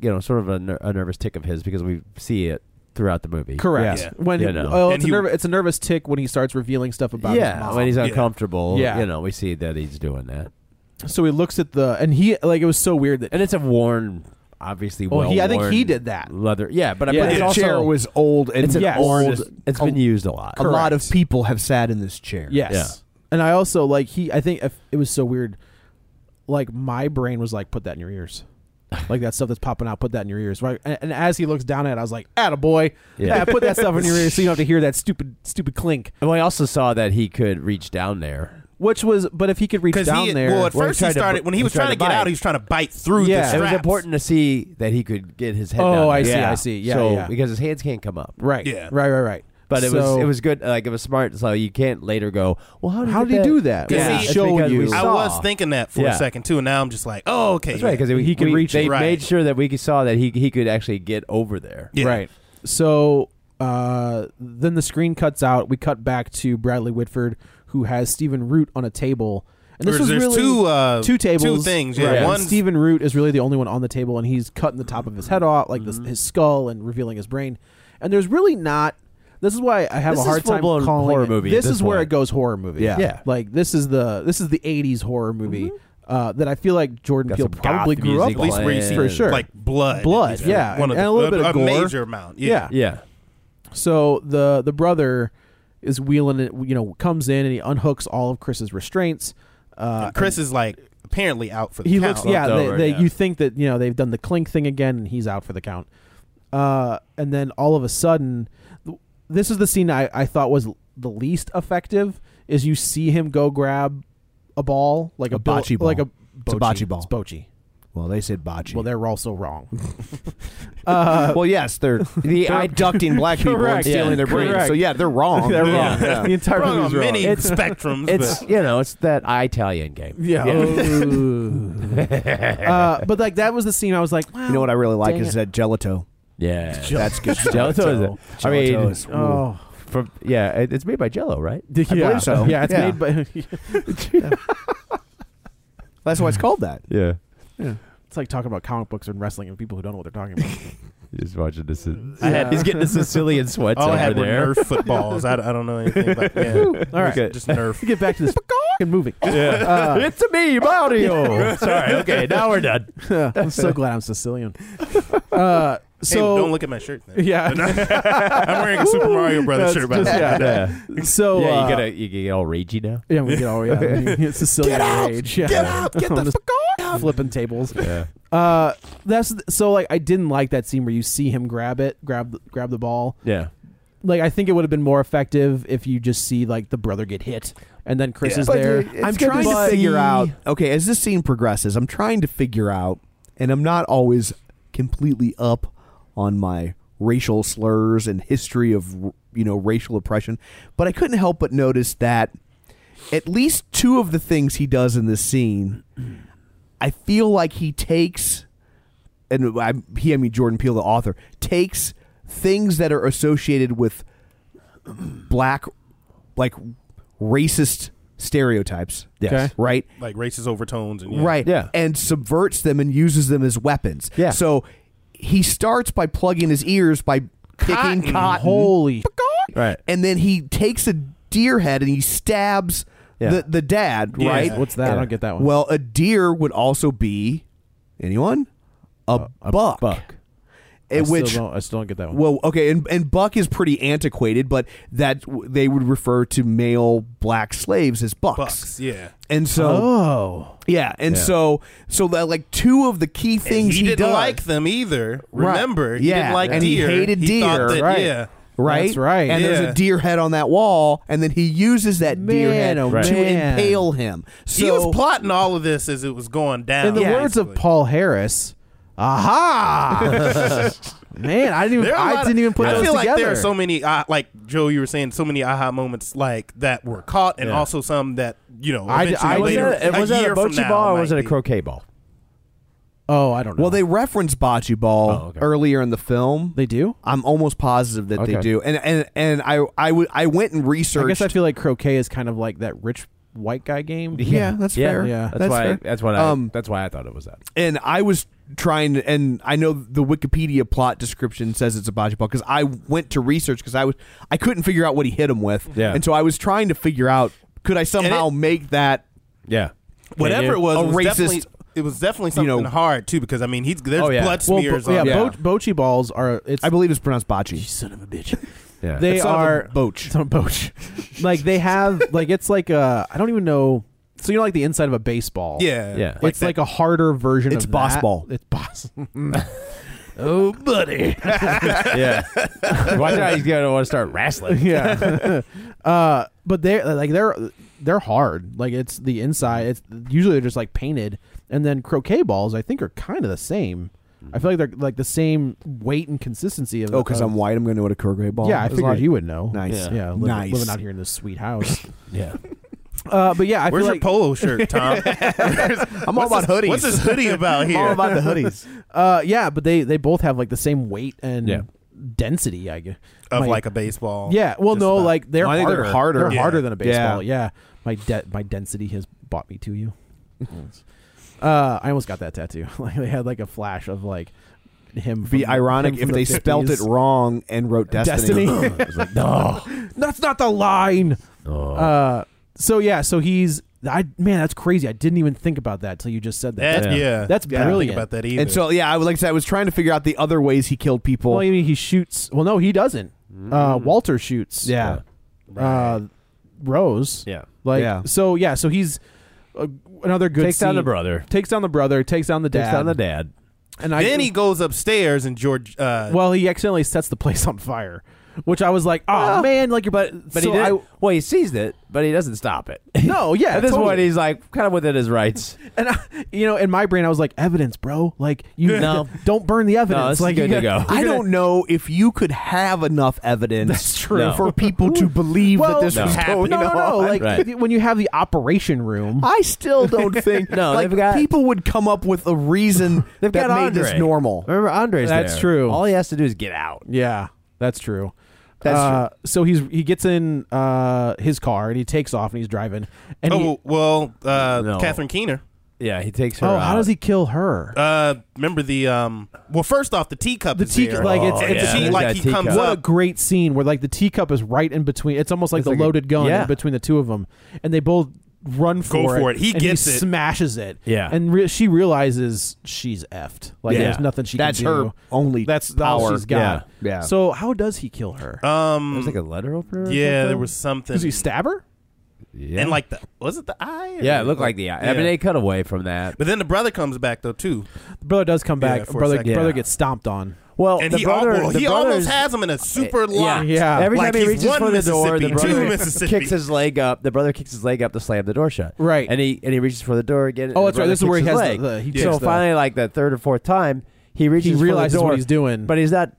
Speaker 5: you know, sort of a, ner- a nervous tick of his because we see it throughout the movie.
Speaker 2: Correct. When
Speaker 5: you know.
Speaker 2: oh, it's, a nerv- it's a nervous tick when he starts revealing stuff about his
Speaker 5: yeah,
Speaker 2: mom.
Speaker 5: when he's uncomfortable,
Speaker 2: Yeah.
Speaker 5: you know, we see that he's doing that.
Speaker 2: So he looks at the and he like it was so weird that
Speaker 5: and it's a worn, obviously.
Speaker 2: Oh,
Speaker 5: well
Speaker 2: he- I think he did that.
Speaker 5: leather. Yeah, but
Speaker 2: Yeah.
Speaker 5: I but
Speaker 2: The
Speaker 5: it's also-
Speaker 2: chair was old and
Speaker 5: it's an
Speaker 2: yes.
Speaker 5: old.
Speaker 2: Just-
Speaker 5: It's been used a lot.
Speaker 2: A lot
Speaker 1: of people have sat in this chair.
Speaker 2: Yes. And I also like he. I think if, it was so weird. Like my brain was like, put that in your ears. Like that stuff that's popping out, put that in your ears, right? And, and as he looks down at it, I was like, "Attaboy, yeah.
Speaker 5: Yeah.
Speaker 2: put that stuff in your ears so you don't have to hear that stupid, stupid clink."
Speaker 5: And we also saw that he could reach down there.
Speaker 2: Which was, but if he could reach
Speaker 5: Because
Speaker 2: down
Speaker 5: he-
Speaker 2: there,
Speaker 5: well, at Where he first he tried to- started-
Speaker 3: when he was trying to get out, he was trying to bite through the
Speaker 5: Yeah, it was
Speaker 3: straps.
Speaker 5: important to see that he could get his head.
Speaker 2: Oh,
Speaker 5: down
Speaker 2: I
Speaker 5: there.
Speaker 2: see, I see. Yeah,
Speaker 5: so
Speaker 2: yeah.
Speaker 5: because his hands can't come up.
Speaker 2: right?
Speaker 3: Yeah.
Speaker 2: right, right, right.
Speaker 5: But it
Speaker 2: So-
Speaker 5: was it was good. Like it was smart. So you can't later go. Well, how did
Speaker 2: How
Speaker 5: he
Speaker 2: did
Speaker 5: get
Speaker 2: he do that?
Speaker 5: Yeah,
Speaker 2: Does he
Speaker 5: It's
Speaker 2: show
Speaker 5: because
Speaker 2: you?
Speaker 5: we
Speaker 3: I
Speaker 5: saw.
Speaker 3: was thinking that for
Speaker 5: Yeah.
Speaker 3: a second too, and now I'm just like, oh, okay.
Speaker 5: That's right because
Speaker 3: yeah.
Speaker 5: he could reach. They
Speaker 3: Right.
Speaker 5: made sure that we could- saw that he he could actually get over there.
Speaker 2: Right. So uh, then the screen cuts out. We cut back to Bradley Whitford, who has Stephen Root on a table. And this
Speaker 3: There's-
Speaker 2: was
Speaker 3: there's
Speaker 2: really
Speaker 3: two, uh,
Speaker 2: two tables,
Speaker 3: two things, yeah.
Speaker 2: Right.
Speaker 3: One's-
Speaker 2: Stephen Root is really the only one on the table, and he's cutting the top of his head off, like
Speaker 5: Mm-hmm.
Speaker 2: this, his skull, and revealing his brain. And there's really not. This is why I have
Speaker 5: This
Speaker 2: a
Speaker 5: is
Speaker 2: hard time
Speaker 5: full-blown
Speaker 2: calling
Speaker 5: horror
Speaker 2: it.
Speaker 5: movie at
Speaker 2: This,
Speaker 5: this
Speaker 2: is where
Speaker 5: point.
Speaker 2: it goes horror movie.
Speaker 5: Yeah. Yeah.
Speaker 2: like this is the this is the '80s horror movie uh, that I feel like Jordan
Speaker 5: Got
Speaker 2: Peele
Speaker 5: some
Speaker 2: probably
Speaker 5: goth
Speaker 2: grew up
Speaker 5: music
Speaker 2: on.
Speaker 5: Mm-hmm. At least where you see,
Speaker 2: for sure,
Speaker 3: like, blood.
Speaker 2: blood,
Speaker 3: At least
Speaker 2: yeah,
Speaker 3: one
Speaker 2: and,
Speaker 3: of
Speaker 2: and
Speaker 3: the-
Speaker 2: a little
Speaker 3: a-
Speaker 2: bit of
Speaker 3: a
Speaker 2: gore.
Speaker 3: major amount, yeah.
Speaker 2: yeah, so the the brother is wheeling it, you know, comes in and he unhooks all of Chris's restraints. Uh,
Speaker 3: Chris is like apparently out for the
Speaker 2: he
Speaker 3: count.
Speaker 2: looks, yeah, they, they, you think that you know they've done the clink thing again, and he's out for the count. Uh, and then all of a sudden, th- this is the scene I, I thought was l- the least effective. Is you see him go grab a ball like a,
Speaker 1: A
Speaker 2: bill-
Speaker 1: bocce ball.
Speaker 2: like a
Speaker 1: It's a bocce ball.
Speaker 2: It's bocce.
Speaker 1: Well, they said bocce.
Speaker 2: Well, they're also wrong.
Speaker 1: well, yes, they're the abducting black people and
Speaker 2: Correct.
Speaker 1: stealing
Speaker 2: Yeah,
Speaker 1: their brains.
Speaker 2: correct.
Speaker 1: So yeah, they're wrong.
Speaker 2: They're wrong. The entire
Speaker 3: Wrong
Speaker 2: movie's
Speaker 3: on many
Speaker 2: wrong.
Speaker 3: spectrums.
Speaker 5: It's
Speaker 3: but-
Speaker 5: you know it's that Italian game.
Speaker 2: Yeah. uh, but like that was the scene I was like, wow,
Speaker 1: You know what I really like
Speaker 2: dang
Speaker 1: is that
Speaker 2: it.
Speaker 1: gelato.
Speaker 5: Yeah,
Speaker 1: That's good.
Speaker 5: Gelato is. I mean,
Speaker 1: Gelato is- ooh.
Speaker 2: oh.
Speaker 5: from yeah, it- it's made by Jello, right?
Speaker 2: Yeah,
Speaker 1: I believe so.
Speaker 2: yeah, it's
Speaker 1: Yeah.
Speaker 2: made by.
Speaker 1: That's why it's called that.
Speaker 5: Yeah,
Speaker 2: it's like talking about comic books and wrestling and people who don't know what they're talking about.
Speaker 5: he's watching this.
Speaker 3: I had-
Speaker 5: he's getting the Sicilian sweats
Speaker 3: all I
Speaker 5: over
Speaker 3: had were
Speaker 5: there.
Speaker 3: Nerf footballs. I, I don't know anything about yeah.
Speaker 2: All right,
Speaker 5: Okay.
Speaker 3: Just Nerf.
Speaker 2: to get back to this fucking movie.
Speaker 5: it's a me, Mario. Uh, Sorry. Okay, now we're done.
Speaker 2: Uh, I'm so glad I'm Sicilian. Uh, so
Speaker 3: hey, don't look at my shirt. Then.
Speaker 2: Yeah.
Speaker 3: I'm wearing a Super Mario Brothers
Speaker 2: That's
Speaker 3: shirt. By the
Speaker 2: just-
Speaker 3: way.
Speaker 2: yeah.
Speaker 5: Yeah,
Speaker 2: so
Speaker 5: yeah.
Speaker 2: uh,
Speaker 5: You gotta you get all ragey now.
Speaker 2: Yeah, we get all yeah, it's Sicilian rage. Yeah. Get out! Get the fuck out! Flipping tables.
Speaker 5: Yeah.
Speaker 2: Uh, that's so like I didn't like that scene where you see him grab it, grab the, grab the ball.
Speaker 5: Yeah.
Speaker 2: Like I think it would have been more effective if you just see like the brother get hit and then Chris is there.
Speaker 1: I'm trying to figure out. Okay, as this scene progresses, I'm trying to figure out, and I'm not always completely up on my racial slurs and history of you know racial oppression, but I couldn't help but notice that at least two of the things he does in this scene, I feel like he takes, and I, he, I mean Jordan Peele, the author, takes things that are associated with black, like racist stereotypes.
Speaker 5: Yes.
Speaker 1: Right?
Speaker 3: Like racist overtones and yeah.
Speaker 1: Right.
Speaker 5: Yeah.
Speaker 1: And subverts them and uses them as weapons.
Speaker 5: Yeah.
Speaker 1: So he starts by plugging his ears by picking cotton.
Speaker 2: Holy
Speaker 5: Right.
Speaker 1: And then he takes a deer head and he stabs Yeah. The the dad,
Speaker 2: Yeah.
Speaker 1: right?
Speaker 2: What's that? I don't get that one.
Speaker 1: Well, a deer would also be anyone? A buck. Buck.
Speaker 2: I still
Speaker 1: which
Speaker 2: don't- I still don't get that one.
Speaker 1: Well, okay, and, and buck is pretty antiquated, but that they would refer to male black slaves as bucks.
Speaker 3: Bucks, yeah.
Speaker 1: And so
Speaker 3: Oh.
Speaker 1: Yeah, and
Speaker 3: Yeah.
Speaker 1: so so that like two of the key
Speaker 3: And
Speaker 1: things
Speaker 3: he, didn't
Speaker 1: does-
Speaker 3: like them either.
Speaker 1: Right.
Speaker 3: Remember, he didn't like
Speaker 1: and
Speaker 3: deer.
Speaker 1: he hated deer,
Speaker 3: thought that-
Speaker 1: right?
Speaker 3: Yeah,
Speaker 1: Right, And there's a deer head on that wall, and then he uses that deer
Speaker 3: Man,
Speaker 1: head
Speaker 3: oh
Speaker 1: to
Speaker 3: man.
Speaker 1: impale him. So
Speaker 3: he was plotting all of this as it was going down.
Speaker 2: In the words of Paul Harris, aha! Man, I didn't even,
Speaker 3: There are a
Speaker 2: I
Speaker 3: lot of-
Speaker 2: didn't even put
Speaker 3: I
Speaker 2: those
Speaker 3: feel
Speaker 2: together.
Speaker 3: like there are so many, uh, like Joe, you were saying, so many aha moments like that were caught, and
Speaker 5: Yeah.
Speaker 3: also some that you know.
Speaker 5: I-
Speaker 3: eventually
Speaker 5: I- was
Speaker 3: later,
Speaker 5: that a- was that a
Speaker 3: year from
Speaker 5: bocce
Speaker 3: now
Speaker 5: ball or
Speaker 3: might
Speaker 5: was it a
Speaker 3: be.
Speaker 5: croquet ball?
Speaker 2: Oh, I don't know. Oh,
Speaker 1: Well, they reference bocce ball earlier in the film.
Speaker 2: They do.
Speaker 1: I'm almost positive that they
Speaker 2: Okay.
Speaker 1: do. And and and I I would I went and researched.
Speaker 2: I guess I feel like croquet is kind of like that rich white guy game.
Speaker 1: Yeah, that's fair.
Speaker 2: Yeah,
Speaker 1: That's That's why- fair. that's what I- Um,
Speaker 5: that's why I thought it was that.
Speaker 1: and I was trying to, and I know the Wikipedia plot description says it's a bocce ball because I went to research because I was I couldn't figure out what he hit him with,
Speaker 5: Yeah.
Speaker 1: and so I was trying to figure out could I somehow make that
Speaker 5: Yeah.
Speaker 3: Whatever it was,
Speaker 1: a
Speaker 3: it was
Speaker 1: racist.
Speaker 3: definitely- It was definitely
Speaker 1: you know-
Speaker 3: something hard too, because I mean, he's there's blood
Speaker 2: Well,
Speaker 3: smears.
Speaker 2: bo-
Speaker 3: on
Speaker 2: yeah,
Speaker 3: him.
Speaker 2: bo- bocce balls are. It's
Speaker 1: I believe it's pronounced bocce.
Speaker 2: son of a bitch.
Speaker 5: Yeah.
Speaker 2: They
Speaker 1: It's not
Speaker 2: are
Speaker 1: a boach.
Speaker 2: Some boach. like they have like it's like I I don't even know. So you know, like the inside of a baseball.
Speaker 3: Yeah. Yeah.
Speaker 2: It's
Speaker 3: Like
Speaker 2: like,
Speaker 3: that.
Speaker 2: a harder version.
Speaker 3: It's
Speaker 2: of
Speaker 3: boss
Speaker 2: that.
Speaker 3: ball.
Speaker 2: It's boss. oh, buddy.
Speaker 5: yeah. Watch out, he's gonna want to start wrestling.
Speaker 2: yeah. uh, but they're like they're they're hard. Like it's the inside. It's usually they're just like painted, and then croquet balls I think are kind of the same. I feel like they're like the same weight and consistency of.
Speaker 1: Oh, because
Speaker 2: of-
Speaker 1: I'm white, I'm going to know what a croquet ball.
Speaker 2: Yeah, I
Speaker 1: is
Speaker 2: figured
Speaker 1: like.
Speaker 2: you would know.
Speaker 1: Nice,
Speaker 2: Yeah, li-
Speaker 1: nice.
Speaker 2: living out here in this sweet house.
Speaker 5: yeah.
Speaker 2: Uh, but yeah, I
Speaker 3: Where's
Speaker 2: feel
Speaker 3: your
Speaker 2: like,
Speaker 3: polo shirt, Tom?
Speaker 1: I'm all
Speaker 3: What's
Speaker 1: about
Speaker 3: this-
Speaker 1: hoodies.
Speaker 3: What's this hoodie about
Speaker 1: I'm
Speaker 3: here?
Speaker 1: all about the hoodies.
Speaker 2: Uh, yeah, but they they both have like the same weight and
Speaker 3: Yeah.
Speaker 2: density. I guess
Speaker 3: of
Speaker 2: My-
Speaker 3: like a baseball.
Speaker 2: Yeah, well,
Speaker 3: Just
Speaker 2: no,
Speaker 3: about.
Speaker 2: like they're,
Speaker 3: Well, I think
Speaker 2: harder.
Speaker 3: they're harder.
Speaker 2: They're
Speaker 3: Yeah.
Speaker 2: harder than a baseball.
Speaker 3: Yeah.
Speaker 2: Yeah, my debt, my density has bought me to you. uh, I almost got that tattoo. like they had like a flash of like him.
Speaker 1: Be
Speaker 2: from-
Speaker 1: ironic
Speaker 2: him
Speaker 1: if
Speaker 2: from
Speaker 1: they
Speaker 2: the
Speaker 1: spelt it
Speaker 2: 50s.
Speaker 1: wrong and wrote destiny.
Speaker 2: Destiny. I was like, no, that's not the line. Uh, so yeah, so he's. I man, that's crazy. I didn't even think about that till you just said that.
Speaker 3: That-
Speaker 2: that's,
Speaker 3: yeah.
Speaker 2: that's
Speaker 3: Yeah, I didn't
Speaker 2: brilliant
Speaker 3: think about that either.
Speaker 1: And so yeah, I would- like I said, I was trying to figure out the other ways he killed people.
Speaker 2: Well, I mean, he shoots. Well, no, he doesn't.
Speaker 5: Mm.
Speaker 2: Uh, Walter shoots.
Speaker 1: Yeah.
Speaker 2: Uh, Rose.
Speaker 5: Yeah.
Speaker 2: Like
Speaker 5: Yeah.
Speaker 2: so. Yeah. So he's uh, another good.
Speaker 5: Takes down the
Speaker 2: scene.
Speaker 5: brother.
Speaker 2: Takes down the brother. Takes down the dad.
Speaker 5: Takes down the dad.
Speaker 2: And I,
Speaker 3: then he goes upstairs and George. Uh,
Speaker 2: Well, he accidentally sets the place on fire, which I was like, oh
Speaker 5: Well,
Speaker 2: man, like your butt.
Speaker 5: But he did. Well, he sees it, but he doesn't stop it.
Speaker 2: No, oh, yeah.
Speaker 5: At this
Speaker 2: totally.
Speaker 5: point, he's like kind of within his rights.
Speaker 2: and I, you know, in my brain, I was like, evidence, bro. Like you
Speaker 5: No.
Speaker 2: don't burn the evidence.
Speaker 5: this is
Speaker 2: like
Speaker 5: good
Speaker 2: you
Speaker 5: to
Speaker 2: got-
Speaker 5: go.
Speaker 2: you're
Speaker 1: I
Speaker 2: gonna-
Speaker 1: don't know if you could have enough evidence
Speaker 2: That's true. No.
Speaker 1: for people to believe
Speaker 2: Well,
Speaker 1: that this was going
Speaker 2: no, no,
Speaker 1: on.
Speaker 2: no. Like
Speaker 5: Right.
Speaker 2: when you have the operation room.
Speaker 1: I still don't think
Speaker 5: No,
Speaker 1: like
Speaker 5: they've got-
Speaker 1: people would come up with a reason
Speaker 5: They've
Speaker 1: that
Speaker 5: got
Speaker 1: made
Speaker 5: Andre.
Speaker 1: this normal.
Speaker 5: Remember, Andre's
Speaker 2: That's
Speaker 5: there.
Speaker 2: true.
Speaker 5: All he has to do is get out.
Speaker 2: Yeah, that's true.
Speaker 5: That's
Speaker 2: uh, So he's he gets in uh, his car and he takes off and he's driving. And he-
Speaker 3: oh well, uh,
Speaker 5: No.
Speaker 3: Catherine Keener.
Speaker 5: Yeah, he takes her.
Speaker 2: oh,
Speaker 5: out.
Speaker 2: how does he kill her?
Speaker 3: Uh, remember the um? Well, first off, the teacup.
Speaker 2: The
Speaker 3: is
Speaker 2: tea-
Speaker 3: there.
Speaker 5: Oh,
Speaker 2: like, it's-
Speaker 3: And
Speaker 2: it's-
Speaker 3: Oh, she,
Speaker 2: yeah.
Speaker 3: like
Speaker 5: That
Speaker 3: he
Speaker 5: teacup.
Speaker 3: comes
Speaker 2: what a
Speaker 3: up.
Speaker 2: great scene where like the teacup is right in between. It's almost like
Speaker 5: It's
Speaker 2: the
Speaker 5: like a-
Speaker 2: loaded gun
Speaker 5: yeah.
Speaker 2: in between the two of them, and they both run for it.
Speaker 3: for it. He
Speaker 2: and
Speaker 3: gets it.
Speaker 2: smashes it.
Speaker 5: Yeah.
Speaker 2: and re- she realizes she's effed. Like
Speaker 5: Yeah.
Speaker 2: there's nothing she
Speaker 1: That's
Speaker 2: can do.
Speaker 1: her only
Speaker 2: That's all
Speaker 1: power.
Speaker 2: she's got.
Speaker 1: Yeah. Yeah.
Speaker 2: So how does he kill her?
Speaker 3: Um,
Speaker 5: It was like a letter opener. or
Speaker 3: yeah,
Speaker 5: something?
Speaker 3: there was something.
Speaker 2: Does he stab her?
Speaker 5: Yeah.
Speaker 3: And like the was it the eye? or-
Speaker 5: yeah, it looked like the. I
Speaker 3: Yeah.
Speaker 5: mean, they cut away from that.
Speaker 3: But then the brother comes back though too,
Speaker 2: Brother does come
Speaker 3: Yeah,
Speaker 2: back.
Speaker 3: for a
Speaker 2: brother,
Speaker 3: second.
Speaker 2: brother
Speaker 3: Yeah.
Speaker 2: gets stomped on.
Speaker 5: Well,
Speaker 3: and
Speaker 5: Oh, the
Speaker 3: he,
Speaker 5: brother,
Speaker 3: almost,
Speaker 5: the
Speaker 3: he almost
Speaker 5: brothers-
Speaker 3: has him in a super
Speaker 5: Yeah.
Speaker 3: lock.
Speaker 2: Yeah.
Speaker 5: Every
Speaker 3: Like
Speaker 5: time he
Speaker 3: he's
Speaker 5: reaches
Speaker 3: one
Speaker 5: for the door, the
Speaker 3: Mississippi, two
Speaker 5: brother
Speaker 3: Mississippi.
Speaker 5: kicks his leg up. The brother kicks his leg up to slam the door shut.
Speaker 2: Right.
Speaker 5: And he and he reaches for the door again.
Speaker 2: Oh,
Speaker 5: and the
Speaker 2: that's right.
Speaker 5: brother
Speaker 2: This is where he
Speaker 5: kicks his
Speaker 2: has
Speaker 5: leg.
Speaker 2: the- the- he
Speaker 5: so
Speaker 2: kicks the-
Speaker 5: finally, like the third or fourth time, he reaches. for the
Speaker 2: realizes what
Speaker 5: door,
Speaker 2: he's doing.
Speaker 5: but he's not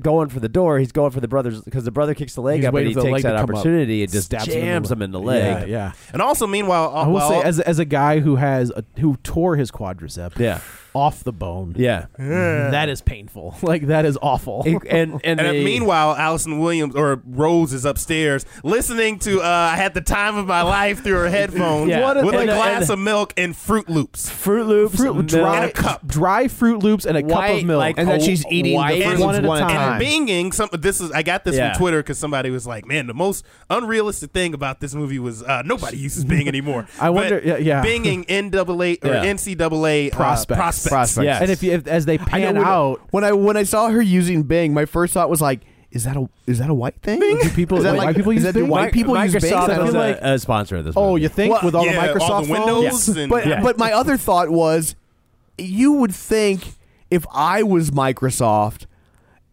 Speaker 5: going for the door. He's going for the brother's because the brother kicks the leg
Speaker 2: He's
Speaker 5: up and
Speaker 2: waiting
Speaker 5: he
Speaker 2: for the
Speaker 5: takes
Speaker 2: leg
Speaker 5: that
Speaker 2: to come up,
Speaker 5: opportunity and just
Speaker 2: stabs him in the
Speaker 5: jams
Speaker 2: leg.
Speaker 5: him in the leg.
Speaker 2: Yeah, yeah.
Speaker 3: And also, meanwhile, uh,
Speaker 2: I will
Speaker 3: while-
Speaker 2: say, as a, as a guy who has a, who tore his quadricep,
Speaker 5: Yeah.
Speaker 2: off the bone.
Speaker 5: Yeah.
Speaker 3: Yeah.
Speaker 2: That is painful. Like that is awful.
Speaker 3: and, meanwhile, Allison Williams or Rose is upstairs listening to uh, "I Had the Time of My Life" through her headphones
Speaker 2: Yeah. What a-
Speaker 3: with a
Speaker 2: and a-
Speaker 3: glass
Speaker 2: and a-
Speaker 3: of milk and Fruit Loops.
Speaker 5: Fruit Loops,
Speaker 2: Fruit, dry, dry Fruit Loops and a cup of milk,
Speaker 3: and,
Speaker 2: one at a time.
Speaker 3: And binging some. This is I got this
Speaker 2: Yeah.
Speaker 3: from Twitter because somebody was like, "Man, the most unrealistic thing about this movie was uh, nobody uses Bing anymore."
Speaker 2: I wonder- yeah, yeah.
Speaker 3: Binging NAA or
Speaker 2: Yeah.
Speaker 3: NCAA uh,
Speaker 2: Prospects.
Speaker 3: prospects.
Speaker 2: Prospects. Yes. And if you- if- as they
Speaker 1: I know
Speaker 2: pan
Speaker 1: when,
Speaker 2: out-
Speaker 1: when I when I saw her using Bing, my first thought was like, is that a is that a white thing? Do
Speaker 2: people
Speaker 1: is that
Speaker 2: wait,
Speaker 1: like,
Speaker 2: white people
Speaker 1: is
Speaker 2: use
Speaker 1: that, do
Speaker 2: Bing?
Speaker 1: white people
Speaker 5: Microsoft
Speaker 1: use Bing? 'Cause I feel
Speaker 5: was a,
Speaker 1: like-
Speaker 5: a uh, sponsor of this.
Speaker 1: Oh,
Speaker 5: movie.
Speaker 1: you think Well, with all the yeah, all the Microsoft
Speaker 3: Windows phones? and-
Speaker 1: but
Speaker 3: Yeah.
Speaker 1: but my other thought was, you would think if I was Microsoft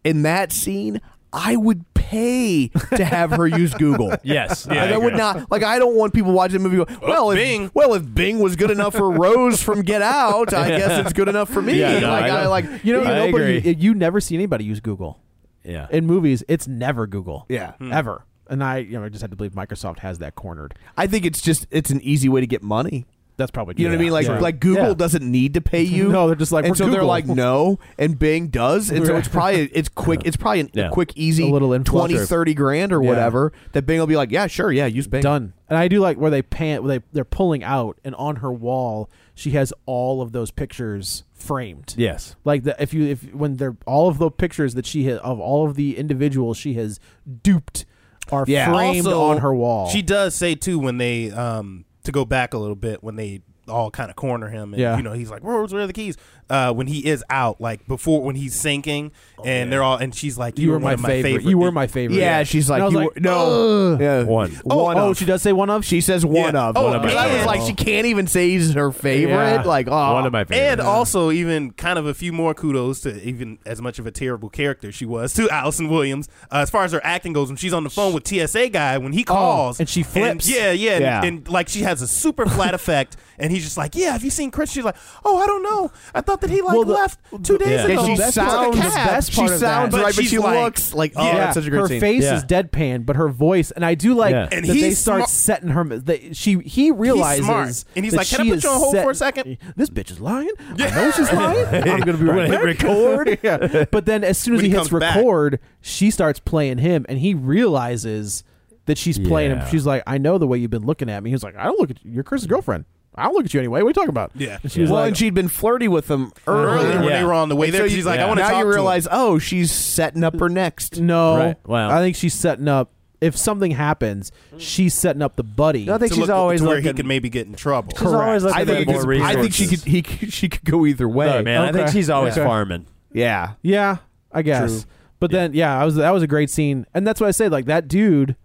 Speaker 1: in that scene, I would pay to have her use Google.
Speaker 5: Yes.
Speaker 1: Like,
Speaker 5: Yeah, I
Speaker 1: I, would
Speaker 5: agree.
Speaker 1: not like. I don't want people watching the movie. Go, well, if, Oh, Bing. Well, if Bing was good enough for Rose from Get Out, I guess it's good enough for me.
Speaker 2: Yeah, no,
Speaker 1: like
Speaker 2: I
Speaker 1: I,
Speaker 2: know.
Speaker 1: like
Speaker 2: you know,
Speaker 1: you know, but
Speaker 2: nobody, you never see anybody use Google.
Speaker 5: Yeah.
Speaker 2: In movies, it's never Google.
Speaker 1: Yeah. Hmm.
Speaker 2: Ever. And I, you know, I just had to believe Microsoft has that cornered.
Speaker 1: I think it's just it's an easy way to get money.
Speaker 2: That's probably
Speaker 1: You know what I mean? Like
Speaker 2: True.
Speaker 1: like Google
Speaker 2: Yeah.
Speaker 1: doesn't need to
Speaker 3: Mhm.
Speaker 1: pay you.
Speaker 2: No, they're just like,
Speaker 1: and
Speaker 2: "We're
Speaker 1: so they're
Speaker 2: Google."
Speaker 1: like no, and Bing does, and so it's probably it's quick. It's probably an,
Speaker 2: Yeah.
Speaker 1: a quick, easy
Speaker 2: A little influx
Speaker 1: 20,
Speaker 2: or-
Speaker 1: 30 grand or
Speaker 2: Yeah.
Speaker 1: whatever. That Bing will be like, yeah, sure, yeah, use Bing.
Speaker 2: Done. And I do like where they pan, where they they're pulling out, and on her wall she has all of those pictures framed.
Speaker 5: Yes.
Speaker 2: Like the, if you if when they're all of the pictures that she has of all of the individuals she has duped are framed
Speaker 3: Also,
Speaker 2: on her wall.
Speaker 3: She does say too when they um to go back a little bit when they all kind of corner him and
Speaker 2: Yeah.
Speaker 3: you know he's like where's where are the keys uh when he is out like before when he's sinking and they're all and she's like you, were, one of my favorite.
Speaker 2: You were my favorite.
Speaker 3: Yeah, she's like,
Speaker 2: And I was
Speaker 3: you were- no.
Speaker 2: "Ugh."
Speaker 1: Yeah.
Speaker 5: One.
Speaker 2: Oh,
Speaker 1: One
Speaker 2: oh,
Speaker 1: of.
Speaker 2: she does say one of.
Speaker 1: She says one of.
Speaker 3: Oh,
Speaker 1: because I was
Speaker 3: and-
Speaker 1: like, she can't even say he's her favorite.
Speaker 3: Yeah.
Speaker 1: Like, oh,
Speaker 3: And also, even kind of a few more kudos to even as much of a terrible character she was to Allison Williams. Uh, as far as her acting goes, when she's on the phone with TSA guy
Speaker 1: Oh,
Speaker 3: when he calls
Speaker 2: and she flips.
Speaker 3: yeah, yeah, and-
Speaker 2: Yeah.
Speaker 3: And, like she has a super flat effect, and he's just like, "Yeah, have you seen Chris?" She's like, "Oh, I don't know. I thought that he like left two days
Speaker 1: yeah.
Speaker 3: ago."
Speaker 1: she
Speaker 3: That's
Speaker 1: sounds
Speaker 3: the cab.
Speaker 1: best part of that. But she's like- oh, Yeah.
Speaker 2: her face is deadpan, but her voice, and I do like
Speaker 3: Yeah.
Speaker 2: and
Speaker 3: And
Speaker 2: that they
Speaker 3: he's
Speaker 2: start
Speaker 3: smart-
Speaker 2: setting her. They, she he realizes
Speaker 3: smart. And he's
Speaker 2: that
Speaker 3: like, "Can I
Speaker 2: she
Speaker 3: put
Speaker 2: is
Speaker 3: you on hold for
Speaker 2: set-
Speaker 3: a second?"
Speaker 2: This bitch is lying. I know she's lying. I'm gonna be
Speaker 5: We're
Speaker 2: right
Speaker 5: gonna hit
Speaker 2: back."
Speaker 5: record.
Speaker 2: yeah. But then as soon as
Speaker 3: When
Speaker 2: he,
Speaker 3: he
Speaker 2: hits
Speaker 3: comes back.
Speaker 2: record, she starts playing him, and he realizes that she's playing him.
Speaker 5: Yeah.
Speaker 2: She's like, "I know the way you've been looking at me." He's like, "I don't look at you. You're Chris's girlfriend." I don't look at you anyway. What are you talking about?
Speaker 3: Yeah.
Speaker 2: And she was
Speaker 1: well,
Speaker 2: like,
Speaker 1: and she'd been flirty with him earlier
Speaker 3: when they were on the way
Speaker 1: And
Speaker 3: there,
Speaker 1: so
Speaker 3: 'cause
Speaker 1: you-
Speaker 3: he's like, "I wanna
Speaker 1: now
Speaker 3: talk to
Speaker 1: you
Speaker 3: him."
Speaker 1: realize, oh, she's setting up her next.
Speaker 2: No.
Speaker 5: Right. Wow.
Speaker 2: I think she's setting up. If something happens, she's setting up the buddy.
Speaker 5: I think
Speaker 3: to
Speaker 5: she's
Speaker 3: look-
Speaker 5: always
Speaker 3: to where he
Speaker 5: looking-
Speaker 3: could maybe get in trouble.
Speaker 5: She's always looking
Speaker 1: I
Speaker 5: at
Speaker 1: think, it
Speaker 5: more
Speaker 1: could- I think she could.
Speaker 5: resources.
Speaker 1: He, could- she could go either way.
Speaker 5: No, man, I think she's always
Speaker 2: Okay.
Speaker 5: farming.
Speaker 1: Yeah.
Speaker 2: Yeah, I guess.
Speaker 1: True.
Speaker 2: But then, yeah, I was that was a great scene, and that's what I say. Like that dude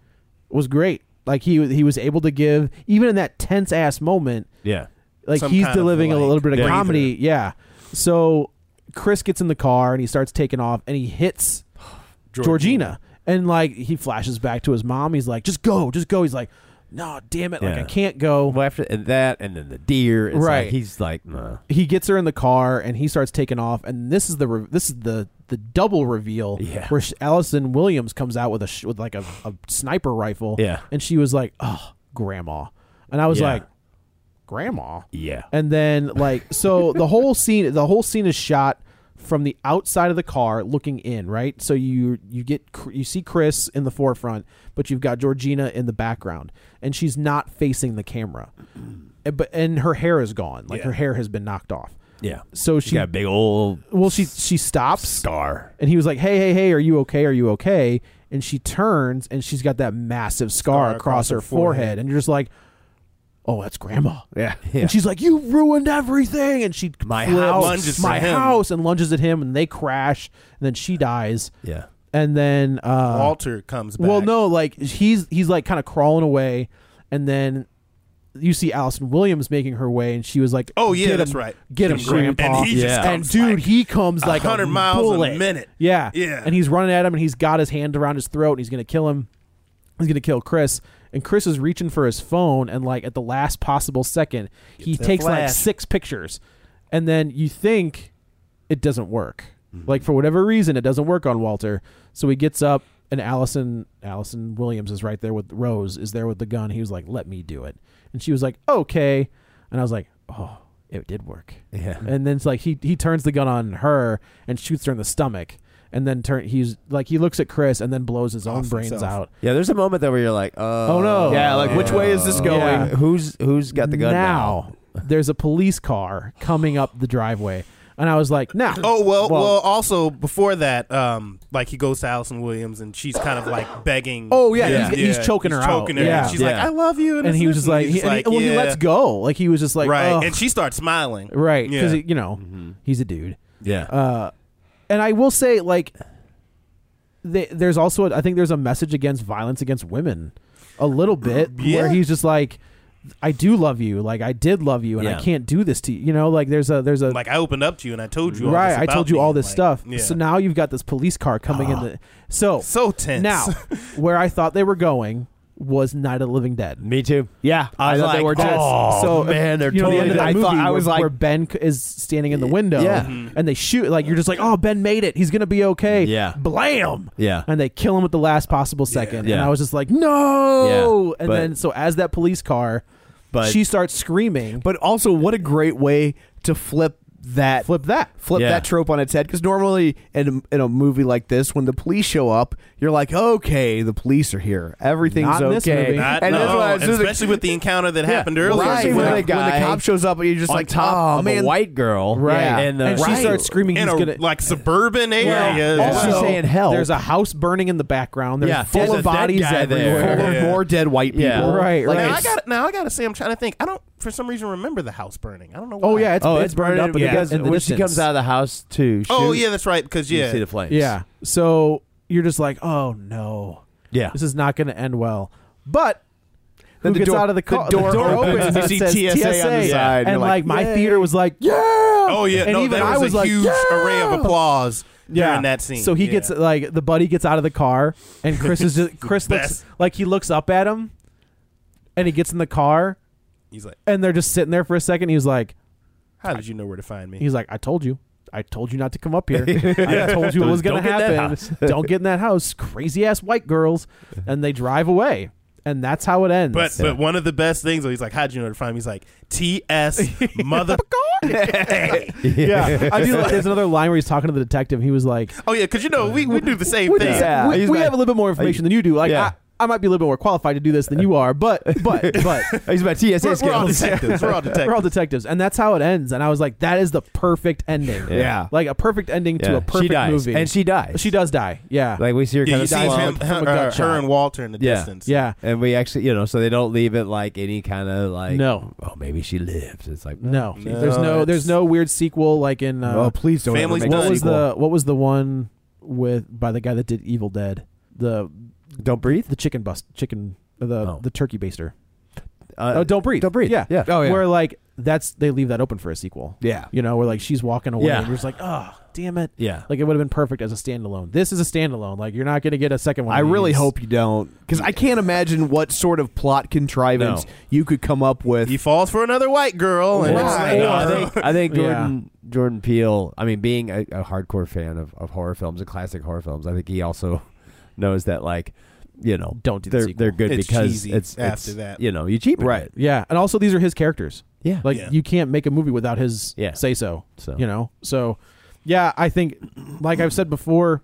Speaker 2: was great. Like he he was able to give even in that tense ass moment.
Speaker 5: Yeah.
Speaker 2: like
Speaker 5: Some
Speaker 2: he's
Speaker 5: kind of,
Speaker 2: delivering a
Speaker 5: like,
Speaker 2: little bit of
Speaker 5: breather.
Speaker 2: comedy. Yeah. So Chris gets in the car and he starts taking off and he hits Georgina. And like he flashes back to his mom. He's like, just go, just go. He's like, no, damn it. Like I
Speaker 5: Yeah.
Speaker 2: can't go.
Speaker 5: Well, after and that, and then the deer. It's
Speaker 2: Right.
Speaker 5: Like, he's like, nah.
Speaker 2: he gets her in the car and he starts taking off and this is the re- this is the the double reveal
Speaker 5: Yeah.
Speaker 2: where sh- Allison Williams comes out with a sh- with like a, a sniper rifle
Speaker 5: Yeah.
Speaker 2: and she was like oh grandma and I was
Speaker 5: Yeah.
Speaker 2: like grandma
Speaker 5: yeah.
Speaker 2: and then like so the whole scene the whole scene is shot from the outside of the car looking in, right? So you you get Cr- you see Chris in the forefront, but you've got Georgina in the background and she's not facing the camera. And- But and her hair is gone. Like her hair has been knocked off.
Speaker 5: Yeah.
Speaker 2: So
Speaker 5: She
Speaker 2: she
Speaker 5: got a big old
Speaker 2: well she she stops
Speaker 5: star.
Speaker 2: and he was like, "Hey, hey, hey, are you okay? Are you okay?" And she turns and she's got that massive scar, across, her forehead. and you're just like, "Oh, that's grandma."
Speaker 5: Yeah. yeah.
Speaker 2: And she's like, "You ruined everything!" And she
Speaker 5: My
Speaker 2: flips,
Speaker 5: house. Lunges
Speaker 2: my
Speaker 5: at him.
Speaker 2: house, and lunges at him, and they crash, and then she dies,
Speaker 5: yeah.
Speaker 2: and then uh,
Speaker 3: Walter comes back.
Speaker 2: well, no, like he's he's like kind of crawling away, and then you see Allison Williams making her way, and she was like,
Speaker 3: Oh, yeah,
Speaker 2: get
Speaker 3: that's
Speaker 2: him-
Speaker 3: right.
Speaker 2: get him,
Speaker 3: And
Speaker 2: grandpa."
Speaker 3: he just
Speaker 2: yeah. and
Speaker 3: comes
Speaker 2: dude,
Speaker 3: like
Speaker 2: he comes like
Speaker 3: 100 miles a
Speaker 2: bullet.
Speaker 3: minute.
Speaker 2: Yeah,
Speaker 3: Yeah.
Speaker 2: and he's running at him, and he's got his hand around his throat, and he's gonna kill him. He's gonna kill Chris, and Chris is reaching for his phone, and like at the last possible second, he
Speaker 3: that
Speaker 2: takes like
Speaker 3: flash.
Speaker 2: six pictures, and then you think it doesn't work. Like for whatever reason, it doesn't work on Walter. So he gets up, and Allison Allison Williams is right there with Rose is there with the gun. He was like, "Let me do it," and she was like, "Okay," and I was like, "Oh,
Speaker 5: it did work.
Speaker 2: Yeah. And then it's like he he turns the gun on her and shoots her in the stomach. And then turn he's like he looks at Chris and then blows his own brains out.
Speaker 5: Yeah, there's a moment there where you're like, oh,
Speaker 2: Oh no.
Speaker 5: yeah, like which way is this going?
Speaker 2: Yeah.
Speaker 5: Who's who's got the gun now?
Speaker 2: now, there's a police car coming up the driveway. And I was like, nah.
Speaker 3: Oh well, well. also before that, um, like he goes to Allison Williams and she's kind of like begging.
Speaker 2: Oh yeah, he's, he's choking her
Speaker 3: choking
Speaker 2: out.
Speaker 3: Her
Speaker 2: yeah,
Speaker 3: and she's like, I love you.
Speaker 2: And, he was just like,
Speaker 3: he's
Speaker 2: he, and he-
Speaker 3: like,
Speaker 2: well, he
Speaker 3: yeah.
Speaker 2: lets go. Like he was just like,
Speaker 3: right,
Speaker 2: "Ugh."
Speaker 3: and she starts smiling.
Speaker 2: right,
Speaker 3: yeah. Mm-hmm.
Speaker 2: because you know he's a dude.
Speaker 5: Yeah.
Speaker 2: Uh, and I will say, like, th- there's also a, I think there's a message against violence against women, a little bit where
Speaker 5: Yeah.
Speaker 2: he's just like, I do love you, like I did love you, and
Speaker 3: Yeah.
Speaker 2: I can't do this to you. You know, like there's a there's a
Speaker 3: like I opened up to you and I told you all
Speaker 2: right.
Speaker 3: this
Speaker 2: I
Speaker 3: about
Speaker 2: told you
Speaker 3: me,"
Speaker 2: all this
Speaker 3: like,
Speaker 2: stuff.
Speaker 3: Yeah. Ah.
Speaker 2: So now you've got this police car coming in the so
Speaker 3: so tense.
Speaker 2: Now, where I thought they were going was Night of the Living Dead.
Speaker 5: Me too.
Speaker 2: Yeah,
Speaker 5: I was
Speaker 2: thought they
Speaker 5: like,
Speaker 2: were tense.
Speaker 5: "Oh,
Speaker 2: so
Speaker 5: man, they're
Speaker 2: you know, the end
Speaker 5: totally
Speaker 2: of that
Speaker 5: dead." I
Speaker 2: movie
Speaker 5: thought- I
Speaker 2: where-
Speaker 5: was like-
Speaker 2: where Ben c- is standing in the window,
Speaker 5: Yeah.
Speaker 2: and they shoot like you're just like, oh, Ben made it. He's gonna be okay.
Speaker 5: Mm-hmm. Yeah.
Speaker 2: blam.
Speaker 5: Yeah.
Speaker 2: and they kill him at the last possible second, and
Speaker 5: Yeah.
Speaker 2: I was just like, no.
Speaker 5: Yeah,
Speaker 2: and
Speaker 5: but-
Speaker 2: then so as that police car,
Speaker 5: But-
Speaker 2: she starts screaming.
Speaker 1: But also, what a great way to flip that
Speaker 2: flip that
Speaker 1: flip
Speaker 5: Yeah.
Speaker 1: that trope on its head. Because normally in a, in a movie like this, when the police show up, you're like, okay, the police are here, everything's
Speaker 3: Not in
Speaker 1: okay.
Speaker 3: this movie. Not- no,
Speaker 1: why- as soon as the-
Speaker 3: especially with the encounter that happened earlier.
Speaker 1: Right, when,
Speaker 3: When-
Speaker 1: the,
Speaker 3: when the
Speaker 1: when the cop shows up, you're just
Speaker 3: On
Speaker 1: like,
Speaker 3: top
Speaker 1: oh,
Speaker 5: of a
Speaker 1: man.
Speaker 5: white girl,
Speaker 1: Right.
Speaker 5: And, uh, the,
Speaker 2: And she starts screaming,
Speaker 3: in
Speaker 2: he's
Speaker 3: a
Speaker 2: gonna-
Speaker 3: like suburban
Speaker 2: Yeah.
Speaker 3: area.
Speaker 2: Also,
Speaker 5: She's saying help.
Speaker 2: There's a house burning in the background. There's
Speaker 5: Yeah,
Speaker 2: full
Speaker 5: there's
Speaker 2: of
Speaker 5: a dead
Speaker 2: bodies
Speaker 5: guy
Speaker 2: everywhere.
Speaker 5: there. Full of Yeah.
Speaker 1: more dead white people.
Speaker 5: Yeah.
Speaker 2: Right,
Speaker 3: Like,
Speaker 2: right.
Speaker 3: now I got now I gotta say I'm trying to think. I don't for some reason remember the house burning. I don't know. Why.
Speaker 2: Oh yeah, it's,
Speaker 5: Oh,
Speaker 2: it's,
Speaker 5: it's
Speaker 2: burned
Speaker 5: burning
Speaker 2: up in the-
Speaker 5: because
Speaker 2: in the
Speaker 5: when she
Speaker 2: distance.
Speaker 5: comes out of the house to
Speaker 3: Oh
Speaker 5: shoot,
Speaker 3: yeah, that's right. Because
Speaker 5: you
Speaker 3: yeah,
Speaker 5: see the flames.
Speaker 2: Yeah. So you're just like, oh no.
Speaker 5: Yeah.
Speaker 2: This is not going to end well. But
Speaker 1: Then
Speaker 2: who
Speaker 1: the
Speaker 2: gets
Speaker 1: door-
Speaker 2: out of
Speaker 1: the
Speaker 2: the car?
Speaker 1: door opens and
Speaker 2: it
Speaker 1: you see
Speaker 2: says
Speaker 1: TSA on the side, and
Speaker 2: And
Speaker 1: you're
Speaker 2: like
Speaker 1: like,
Speaker 2: my
Speaker 1: "Yay."
Speaker 2: theater was like, yeah.
Speaker 3: Oh yeah,
Speaker 2: And
Speaker 3: no,
Speaker 2: even
Speaker 3: there
Speaker 2: I
Speaker 3: was,
Speaker 2: was
Speaker 3: a
Speaker 2: like,
Speaker 3: huge
Speaker 2: "Yeah!"
Speaker 3: array of applause during that scene.
Speaker 2: So he
Speaker 3: Yeah.
Speaker 2: gets like the buddy gets out of the car, and Chris is just, Chris looks
Speaker 3: Best.
Speaker 2: like he looks up at him, and he gets in the car,
Speaker 3: He's like,
Speaker 2: and they're just sitting there for a second. He was like,
Speaker 3: "How did you know where to find me?"
Speaker 2: He's like, I told you. I told you not to come up here. I told you what was going
Speaker 5: Don't
Speaker 2: to
Speaker 5: get in that
Speaker 2: happen.
Speaker 5: house."
Speaker 2: Don't get in that house. Crazy ass white girls. And they drive away. And that's how it ends.
Speaker 3: But but one of the best things, though, he's like, "How'd you know to find me?" He's like, "T.S. mother."
Speaker 2: yeah, I do like. There's another line where he's talking to the detective. And he was like,
Speaker 3: oh yeah, because you know we, we do the same
Speaker 2: "We,
Speaker 3: thing.
Speaker 5: Yeah,
Speaker 2: we,
Speaker 5: he's
Speaker 2: we
Speaker 5: like-
Speaker 2: have a little bit more information than you do. Like,
Speaker 5: Yeah.
Speaker 2: I, I might be a little bit more qualified to do this than you are. But but but
Speaker 5: oh, he's about TSA
Speaker 3: We're,
Speaker 5: skills.
Speaker 3: we're all detectives. We're all detectives.
Speaker 2: we're all detectives, and that's how it ends. And I was like, that is the perfect ending.
Speaker 5: Yeah.
Speaker 2: like a perfect ending to
Speaker 5: Yeah.
Speaker 2: a perfect
Speaker 5: she dies.
Speaker 2: movie.
Speaker 5: and she dies.
Speaker 2: she does die. Yeah,
Speaker 5: like we see her
Speaker 3: yeah,
Speaker 5: kind
Speaker 3: you
Speaker 5: of
Speaker 3: see him,
Speaker 2: from a
Speaker 3: her, uh,
Speaker 2: gut
Speaker 3: her,
Speaker 2: shot.
Speaker 3: and Walter in the
Speaker 5: Yeah.
Speaker 3: distance.
Speaker 2: yeah.
Speaker 5: and we actually, you know, so they don't leave it like any kind of like
Speaker 2: No.
Speaker 5: Oh, maybe she lives. It's like
Speaker 2: No,
Speaker 3: No,
Speaker 2: there's no,
Speaker 3: it's-
Speaker 2: there's no weird sequel like in. Uh,
Speaker 1: oh, please don't.
Speaker 3: Family's
Speaker 1: ever make
Speaker 3: done.
Speaker 2: what
Speaker 1: a
Speaker 2: was
Speaker 1: sequel.
Speaker 2: the what was the one with by the guy that did Evil Dead? The
Speaker 5: Don't breathe.
Speaker 2: the chicken bust chicken uh, the
Speaker 5: Oh.
Speaker 2: the turkey baster.
Speaker 5: Uh,
Speaker 2: oh, don't breathe.
Speaker 5: Don't breathe.
Speaker 2: Yeah,
Speaker 5: Oh, yeah.
Speaker 2: Where like that's they leave that open for a sequel.
Speaker 5: Yeah.
Speaker 2: you know, where like she's walking away
Speaker 5: Yeah.
Speaker 2: and you're just like, oh, damn it.
Speaker 5: Yeah.
Speaker 2: Like it would have been perfect as a standalone. This is a standalone. Like you're not gonna get a second one.
Speaker 1: I
Speaker 2: of
Speaker 1: really
Speaker 2: these.
Speaker 1: hope you don't, because I can't imagine what sort of plot contrivance you could come up with.
Speaker 3: he falls for another white girl, and
Speaker 5: Well,
Speaker 3: it's
Speaker 5: I,
Speaker 3: like,
Speaker 5: know, I
Speaker 3: "Oh."
Speaker 5: think, I think
Speaker 2: Yeah.
Speaker 5: Jordan Jordan Peele. I mean, being a, a hardcore fan of, of horror films and classic horror films, I think he also knows that like you know
Speaker 2: Don't do the
Speaker 5: they're
Speaker 2: sequel.
Speaker 5: they're good
Speaker 3: It's
Speaker 5: because
Speaker 3: cheesy
Speaker 5: it's
Speaker 3: after
Speaker 5: it's,
Speaker 3: that.
Speaker 5: you know you cheap
Speaker 1: Right.
Speaker 2: Yeah, and also these are his characters.
Speaker 5: yeah
Speaker 2: Like
Speaker 3: Yeah.
Speaker 2: you can't make a movie without his
Speaker 5: Yeah.
Speaker 2: say so.
Speaker 5: So.
Speaker 2: You know? So yeah, I think like I've said before,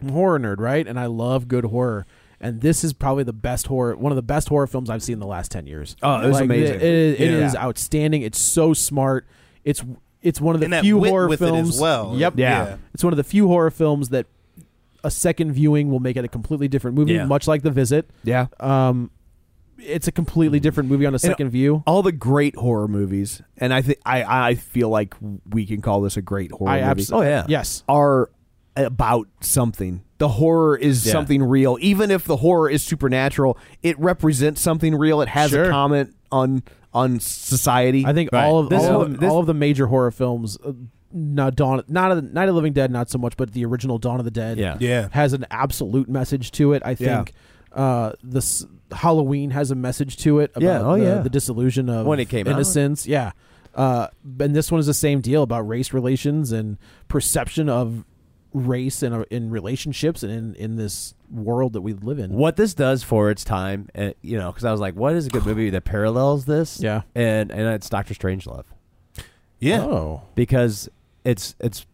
Speaker 2: I'm a horror nerd, right? And I love good horror. And this is probably the best horror one of the best horror films I've seen in the last ten years.
Speaker 1: Oh, it was
Speaker 2: Like,
Speaker 1: amazing.
Speaker 2: It, it, it
Speaker 1: Yeah.
Speaker 2: is outstanding. It's so smart. It's it's one of the
Speaker 3: And that
Speaker 2: few
Speaker 3: wit
Speaker 2: horror
Speaker 3: with it as
Speaker 2: films.
Speaker 3: well.
Speaker 2: Yep.
Speaker 3: Yeah. Yeah.
Speaker 2: It's one of the few horror films that a second viewing will make it a completely different movie,
Speaker 5: Yeah.
Speaker 2: much like The Visit.
Speaker 1: yeah.
Speaker 2: Um, it's a completely different movie on a second view.
Speaker 1: all the great horror movies, and I think I I feel like we can call this a great horror
Speaker 2: I
Speaker 1: movie.
Speaker 2: abs-
Speaker 5: Oh, yeah.
Speaker 2: Yes.
Speaker 1: are about something. The horror is
Speaker 5: Yeah.
Speaker 1: something real, even if the horror is supernatural. It represents something real. It has
Speaker 2: Sure.
Speaker 1: a comment on on society.
Speaker 2: I think
Speaker 5: Right.
Speaker 2: all of
Speaker 5: This
Speaker 2: all,
Speaker 5: whole-
Speaker 2: of,
Speaker 5: this-
Speaker 2: all of the major horror films, uh, not Dawn, not of the- Night of the Living Dead, not so much, but the original Dawn of the Dead,
Speaker 5: Yeah.
Speaker 3: Yeah.
Speaker 2: has an absolute message to it. I
Speaker 1: Yeah.
Speaker 2: think uh, this Halloween has a message to it about
Speaker 5: Yeah, oh,
Speaker 2: the,
Speaker 5: yeah.
Speaker 2: the disillusion of
Speaker 5: When it came out.
Speaker 2: innocence. Yeah, uh, and this one is the same deal about race relations and perception of race and in, in relationships and in, in this world that we live in.
Speaker 5: what this does for its time, uh, you know, because I was like, what is a good movie that parallels this?
Speaker 2: Yeah.
Speaker 5: and and it's Doctor Strangelove.
Speaker 3: Yeah.
Speaker 2: Oh.
Speaker 5: Because it's it's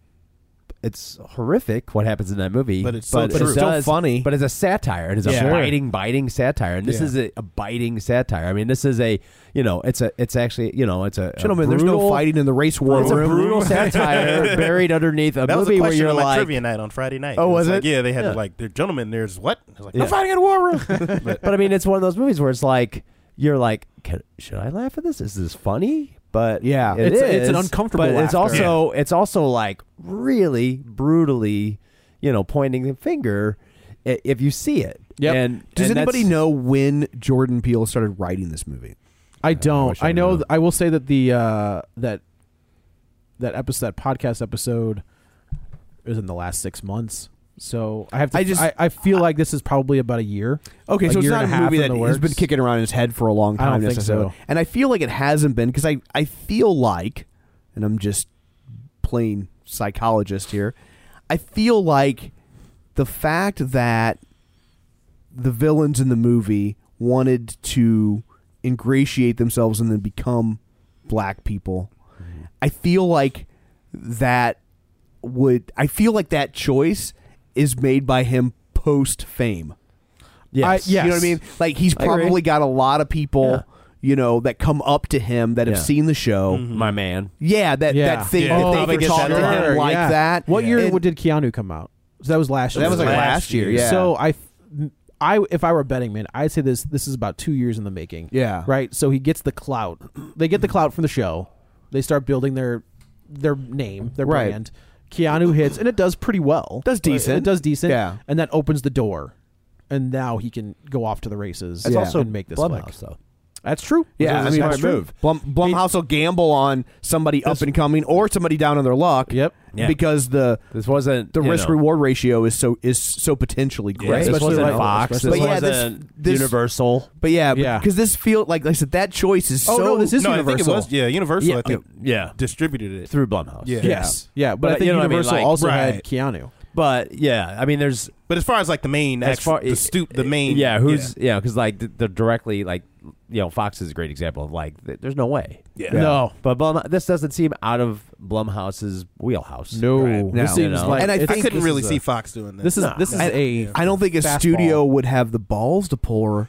Speaker 5: it's horrific what happens in that movie,
Speaker 1: But it's so
Speaker 5: it
Speaker 1: true. But it's still
Speaker 5: does-
Speaker 1: funny.
Speaker 5: But it's a satire. It is
Speaker 1: Yeah.
Speaker 5: a
Speaker 1: Sure.
Speaker 5: biting, biting satire, and this
Speaker 1: Yeah.
Speaker 5: is a, a biting satire. I mean, this is a you know, it's a it's actually you know, it's a a
Speaker 1: Gentlemen, there's no
Speaker 5: brutal-
Speaker 1: fighting in the race war
Speaker 5: It's a
Speaker 1: room.
Speaker 5: brutal satire buried underneath a
Speaker 3: that was
Speaker 5: movie
Speaker 3: a
Speaker 5: where
Speaker 3: question
Speaker 5: you're
Speaker 3: on my
Speaker 5: like,
Speaker 3: trivia night on Friday night.
Speaker 5: Oh, was
Speaker 3: like,
Speaker 5: it?
Speaker 3: Yeah, they had
Speaker 5: Yeah. Uh,
Speaker 3: to like, they're gentlemen. There's what? I was like,
Speaker 5: Yeah.
Speaker 3: I'm fighting in a war room.
Speaker 5: but, I mean, it's one of those movies where it's like you're like, Can, should I laugh at this? Is this funny? But yeah,
Speaker 1: It's- it's an uncomfortable
Speaker 5: But it's
Speaker 1: laughter.
Speaker 5: also it's also like really brutally, you know, pointing the finger i- if you see it. Yeah. And
Speaker 1: Does
Speaker 5: and
Speaker 1: anybody
Speaker 5: that's-
Speaker 1: know when Jordan Peele started writing this movie?
Speaker 2: I don't. I, know. th- I will say that the uh, that that episode, that podcast episode, is in the last six months. So I have to.
Speaker 1: I
Speaker 2: I
Speaker 1: just-
Speaker 2: I, feel like this is probably about a year.
Speaker 1: Okay,
Speaker 2: a
Speaker 1: so it's
Speaker 2: year
Speaker 1: not
Speaker 2: and
Speaker 1: a movie
Speaker 2: half
Speaker 1: that
Speaker 2: in the
Speaker 1: has been
Speaker 2: works.
Speaker 1: kicking around in his head for a long
Speaker 2: I
Speaker 1: time
Speaker 2: don't think
Speaker 1: necessarily.
Speaker 2: so.
Speaker 1: And I feel like it hasn't been because I, I feel like, and I'm just plain psychologist here, I feel like the fact that the villains in the movie wanted to ingratiate themselves and then become black people,
Speaker 5: Mm-hmm.
Speaker 1: I feel like that would, I feel like that choice is made by him post fame.
Speaker 5: Yes.
Speaker 1: I- You know what I mean? Like he's
Speaker 5: I agree.
Speaker 1: probably got a lot of people, you know, that come up to him that
Speaker 5: Yeah. Mm-hmm. Oh,
Speaker 1: have seen the show.
Speaker 5: my man?
Speaker 1: Yeah, that
Speaker 2: Yeah.
Speaker 1: that thing
Speaker 2: Yeah.
Speaker 1: that they
Speaker 5: Probably
Speaker 1: could
Speaker 5: gets
Speaker 1: talk to
Speaker 5: that
Speaker 1: him
Speaker 5: letter,
Speaker 1: like
Speaker 2: Yeah.
Speaker 1: that.
Speaker 2: What year
Speaker 1: And-
Speaker 2: did Keanu come out? So that was last.
Speaker 1: That
Speaker 2: year.
Speaker 1: was, like, Last last year, year. yeah.
Speaker 2: So I, f- I, if I were a betting man, I'd say this. This is about two years in the making.
Speaker 1: Yeah.
Speaker 2: Right. So he gets the clout. They get the clout from the show. They start building their their name, their
Speaker 1: Right.
Speaker 2: brand. Keanu hits, and it does pretty well.
Speaker 1: Does
Speaker 2: It-
Speaker 1: decent.
Speaker 2: It does decent.
Speaker 1: Yeah.
Speaker 2: And that opens the door, and now he can go off to the races.
Speaker 1: That's
Speaker 2: and
Speaker 1: also
Speaker 2: make this
Speaker 5: Blumhouse,
Speaker 2: flick.
Speaker 5: though.
Speaker 2: That's true.
Speaker 1: yeah, I mean,
Speaker 2: that's true.
Speaker 1: Blum, Blumhouse will gamble on somebody up and coming or somebody down on their luck.
Speaker 2: Yep.
Speaker 5: Yeah.
Speaker 1: because the
Speaker 5: This wasn't
Speaker 1: the
Speaker 5: you
Speaker 1: risk
Speaker 5: know,
Speaker 1: reward ratio is so is so potentially great.
Speaker 5: This
Speaker 2: especially
Speaker 5: wasn't
Speaker 2: like-
Speaker 5: Fox. This
Speaker 2: especially-
Speaker 1: But yeah, this-
Speaker 5: wasn't
Speaker 1: this-
Speaker 5: Universal.
Speaker 1: But yeah,
Speaker 2: Yeah.
Speaker 1: because this feel like, like I said, that choice is
Speaker 2: Oh,
Speaker 1: so.
Speaker 2: no, this is
Speaker 3: no, I think it
Speaker 2: Universal.
Speaker 3: was. Yeah, Universal.
Speaker 5: Yeah.
Speaker 3: I think
Speaker 5: Yeah.
Speaker 3: distributed it
Speaker 5: Through Blumhouse.
Speaker 3: Yeah.
Speaker 2: Yes. Yeah. But,
Speaker 5: But,
Speaker 2: I think
Speaker 5: you know what I mean,
Speaker 2: Universal
Speaker 5: like-
Speaker 2: also
Speaker 3: Right.
Speaker 2: had Keanu.
Speaker 5: But yeah, I mean, there's
Speaker 3: But as far as like the main,
Speaker 5: as
Speaker 3: actual,
Speaker 5: far
Speaker 3: the stoop, the main,
Speaker 5: yeah who's yeah because like th- they're directly like you know fox is a great example of like th- there's no way
Speaker 3: Yeah.
Speaker 2: No.
Speaker 5: but Blum, this doesn't seem out of blumhouse's wheelhouse
Speaker 2: No. This
Speaker 5: No.
Speaker 2: seems
Speaker 5: You know.
Speaker 2: like
Speaker 1: And I
Speaker 2: it's-
Speaker 3: I
Speaker 1: think
Speaker 3: couldn't
Speaker 2: this
Speaker 3: really
Speaker 2: is a-
Speaker 3: see Fox doing that.
Speaker 2: This is this is
Speaker 1: I-
Speaker 2: a.
Speaker 1: I don't think a
Speaker 2: fastball.
Speaker 1: studio would have the balls to pour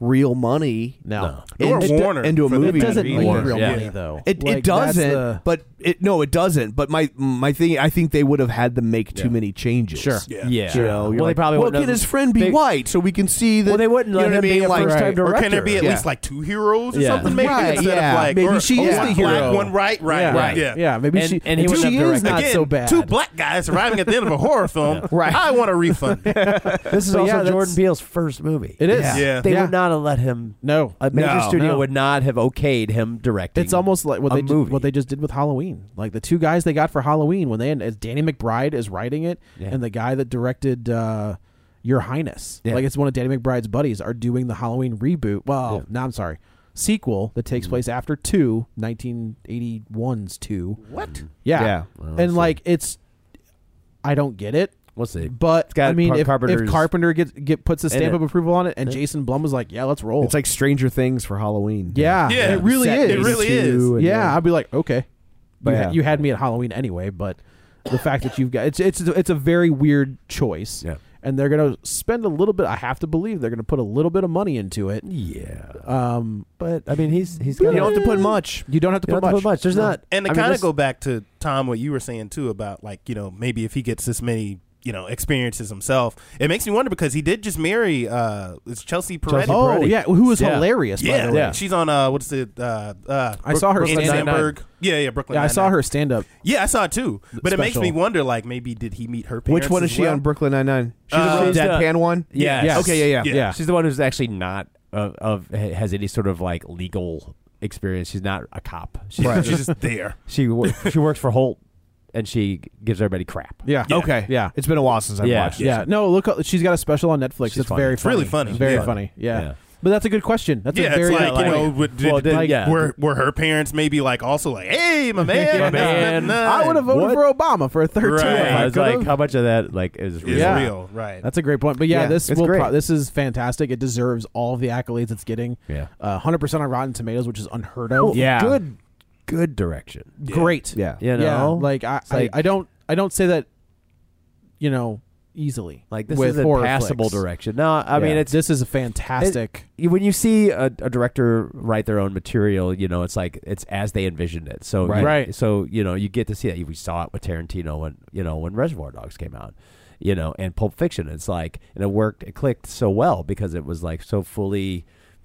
Speaker 1: real money
Speaker 2: No.
Speaker 3: Or
Speaker 1: into,
Speaker 3: Warner
Speaker 1: into a
Speaker 3: for that
Speaker 1: movie.
Speaker 2: It doesn't
Speaker 3: Agreed.
Speaker 2: need
Speaker 3: Or-
Speaker 2: real
Speaker 5: yeah.
Speaker 2: money though.
Speaker 1: It,
Speaker 2: Like,
Speaker 1: it
Speaker 2: that's
Speaker 1: doesn't,
Speaker 2: the-
Speaker 1: but it no, it doesn't. But my my thing, I think they would have had to make too many changes. Sure,
Speaker 3: Yeah.
Speaker 5: yeah
Speaker 1: You know,
Speaker 5: well
Speaker 1: you're
Speaker 5: they
Speaker 1: like,
Speaker 5: probably
Speaker 1: well,
Speaker 5: wouldn't
Speaker 1: can
Speaker 5: have-
Speaker 1: his friend be
Speaker 5: they-
Speaker 1: white so we can see that?
Speaker 5: well they wouldn't
Speaker 1: you know
Speaker 5: let
Speaker 1: what I
Speaker 5: him
Speaker 1: mean?
Speaker 5: be a
Speaker 1: Like,
Speaker 5: first time director
Speaker 3: Or can there be at
Speaker 1: Yeah.
Speaker 3: least like two heroes or
Speaker 5: Yeah.
Speaker 3: something? Maybe
Speaker 1: Right,
Speaker 3: instead
Speaker 1: yeah.
Speaker 3: of like
Speaker 2: Maybe
Speaker 3: or-
Speaker 2: she
Speaker 3: or
Speaker 2: is
Speaker 3: one
Speaker 2: the hero.
Speaker 3: Black, one right, right,
Speaker 2: yeah,
Speaker 3: right.
Speaker 2: Yeah, maybe
Speaker 5: And-
Speaker 2: she
Speaker 5: and he
Speaker 2: if
Speaker 5: wouldn't
Speaker 2: she
Speaker 5: have
Speaker 2: is
Speaker 5: directed.
Speaker 2: not
Speaker 3: Again,
Speaker 2: so bad.
Speaker 3: Two black guys arriving at the end of a horror film. right. I want a refund.
Speaker 5: this is
Speaker 2: But yeah,
Speaker 5: also
Speaker 2: that's-
Speaker 5: Jordan Peele's first movie
Speaker 2: It is.
Speaker 3: Yeah. Yeah.
Speaker 5: they
Speaker 2: Yeah.
Speaker 5: would not have let him
Speaker 2: No.
Speaker 5: a major
Speaker 1: No.
Speaker 5: studio
Speaker 2: No.
Speaker 5: would not have okayed him directing
Speaker 2: It's almost like what
Speaker 5: a
Speaker 2: they did,
Speaker 5: movie.
Speaker 2: what they just did with Halloween. Like the two guys they got for Halloween when they as Danny McBride is writing it,
Speaker 5: Yeah.
Speaker 2: and the guy that directed uh, Your Highness,
Speaker 5: Yeah.
Speaker 2: like it's one of Danny McBride's buddies, are doing the Halloween reboot. Well, no, I'm sorry, sequel that takes place after two 1981's two. What? Yeah,
Speaker 1: Yeah.
Speaker 2: and like it's, I don't get it.
Speaker 5: we'll see
Speaker 2: But
Speaker 5: got
Speaker 2: I mean,
Speaker 5: Car-
Speaker 2: if, if
Speaker 5: Carpenter's-
Speaker 2: Carpenter gets get puts a stamp
Speaker 5: it.
Speaker 2: of approval on it, and Jason Blum was like, "Yeah, let's roll,"
Speaker 1: It's like Stranger Things for Halloween.
Speaker 2: yeah,
Speaker 3: Yeah.
Speaker 2: it really
Speaker 1: Set
Speaker 2: is,
Speaker 3: It really
Speaker 1: into-
Speaker 3: is.
Speaker 1: and
Speaker 2: yeah, I'd be like, okay, you,
Speaker 1: Yeah.
Speaker 2: ha- you had me at Halloween anyway, but the fact that you've got it's it's it's a very weird choice.
Speaker 5: Yeah.
Speaker 2: And they're gonna spend a little bit. I have to believe they're gonna put a little bit of money into it.
Speaker 5: yeah
Speaker 2: Um,
Speaker 5: but I mean he's he's
Speaker 1: You
Speaker 5: got
Speaker 1: don't have to put much.
Speaker 2: you don't have to, put,
Speaker 5: don't have
Speaker 2: much.
Speaker 5: to put much. There's not
Speaker 3: And to
Speaker 5: I mean,
Speaker 3: kind
Speaker 5: this-
Speaker 3: of go back to Tom, what you were saying too about like you know maybe if he gets this many you know experiences himself, it makes me wonder because he did just marry uh it's Chelsea Peretti.
Speaker 2: Oh yeah, who was hilarious by
Speaker 3: yeah,
Speaker 2: the way.
Speaker 3: she's on uh what's it uh uh
Speaker 2: I saw her
Speaker 3: Brooklyn
Speaker 2: stand-up.
Speaker 3: Nine-Nine. Yeah, yeah, Brooklyn.
Speaker 2: Yeah, I saw
Speaker 3: Nine-Nine.
Speaker 2: her stand up.
Speaker 3: Yeah, I saw it too. But it makes
Speaker 2: Special.
Speaker 3: me wonder like maybe did he meet her parents?
Speaker 1: Which one
Speaker 3: as
Speaker 1: is she
Speaker 3: well?
Speaker 1: on Brooklyn Nine Nine? She's
Speaker 3: Uh,
Speaker 1: the real
Speaker 5: she's the-
Speaker 1: deadpan one.
Speaker 5: Yes.
Speaker 2: Yes.
Speaker 1: Okay. Yeah. Yeah.
Speaker 3: Yeah.
Speaker 5: She's the one who's actually not of, of has any sort of like legal experience. She's not a cop. She's
Speaker 3: Right.
Speaker 5: just,
Speaker 3: She's just there.
Speaker 5: she wo- she works for Holt, and she gives everybody crap.
Speaker 2: Yeah.
Speaker 1: Okay.
Speaker 2: Yeah.
Speaker 1: It's been a while since I've
Speaker 5: Yeah.
Speaker 1: watched. it.
Speaker 2: Yeah. No, look, she's got a special on Netflix.
Speaker 5: She's
Speaker 2: it's
Speaker 5: funny.
Speaker 2: very
Speaker 5: It's
Speaker 2: funny.
Speaker 3: really funny.
Speaker 2: It's very
Speaker 3: Yeah.
Speaker 2: funny. Yeah.
Speaker 5: Yeah.
Speaker 2: But that's a good question. That's
Speaker 3: Yeah,
Speaker 2: a very
Speaker 3: it's like,
Speaker 2: good
Speaker 3: you
Speaker 2: point.
Speaker 3: know, would- did,
Speaker 5: Well, then,
Speaker 3: like,
Speaker 5: yeah.
Speaker 3: were were her parents maybe like also like, hey, my man,
Speaker 5: My man.
Speaker 2: I would have voted
Speaker 5: What?
Speaker 2: for Obama for a third
Speaker 3: Right.
Speaker 2: term. if
Speaker 5: Yeah,
Speaker 2: I
Speaker 5: it's like
Speaker 2: could've.
Speaker 5: how much of that like is real?
Speaker 3: Is
Speaker 2: Yeah.
Speaker 3: real, right?
Speaker 2: That's a great point. But yeah,
Speaker 1: Yeah,
Speaker 2: this
Speaker 5: it's
Speaker 2: will
Speaker 5: great.
Speaker 2: pro- this is fantastic. It deserves all of the accolades it's getting. Uh,
Speaker 5: Yeah.
Speaker 2: hundred percent on Rotten Tomatoes, which is unheard of.
Speaker 5: yeah. Oh, Good good direction.
Speaker 2: Great.
Speaker 5: Yeah. You know?
Speaker 2: Yeah. Like I,
Speaker 5: It's like-
Speaker 2: I, I don't I don't say that you know easily.
Speaker 5: Like this
Speaker 2: with
Speaker 5: is a
Speaker 2: horror
Speaker 5: passable
Speaker 2: flicks.
Speaker 5: direction. No, I mean
Speaker 2: Yeah.
Speaker 5: it's
Speaker 2: this is a fantastic.
Speaker 5: it- when you see a, a director write their own material, you know it's like it's as they envisioned it. So
Speaker 2: Right. Right.
Speaker 5: So you know you get to see that. We saw it with Tarantino when you know when Reservoir Dogs came out, you know, and Pulp Fiction. It's like and it worked. It clicked so well because it was like so fully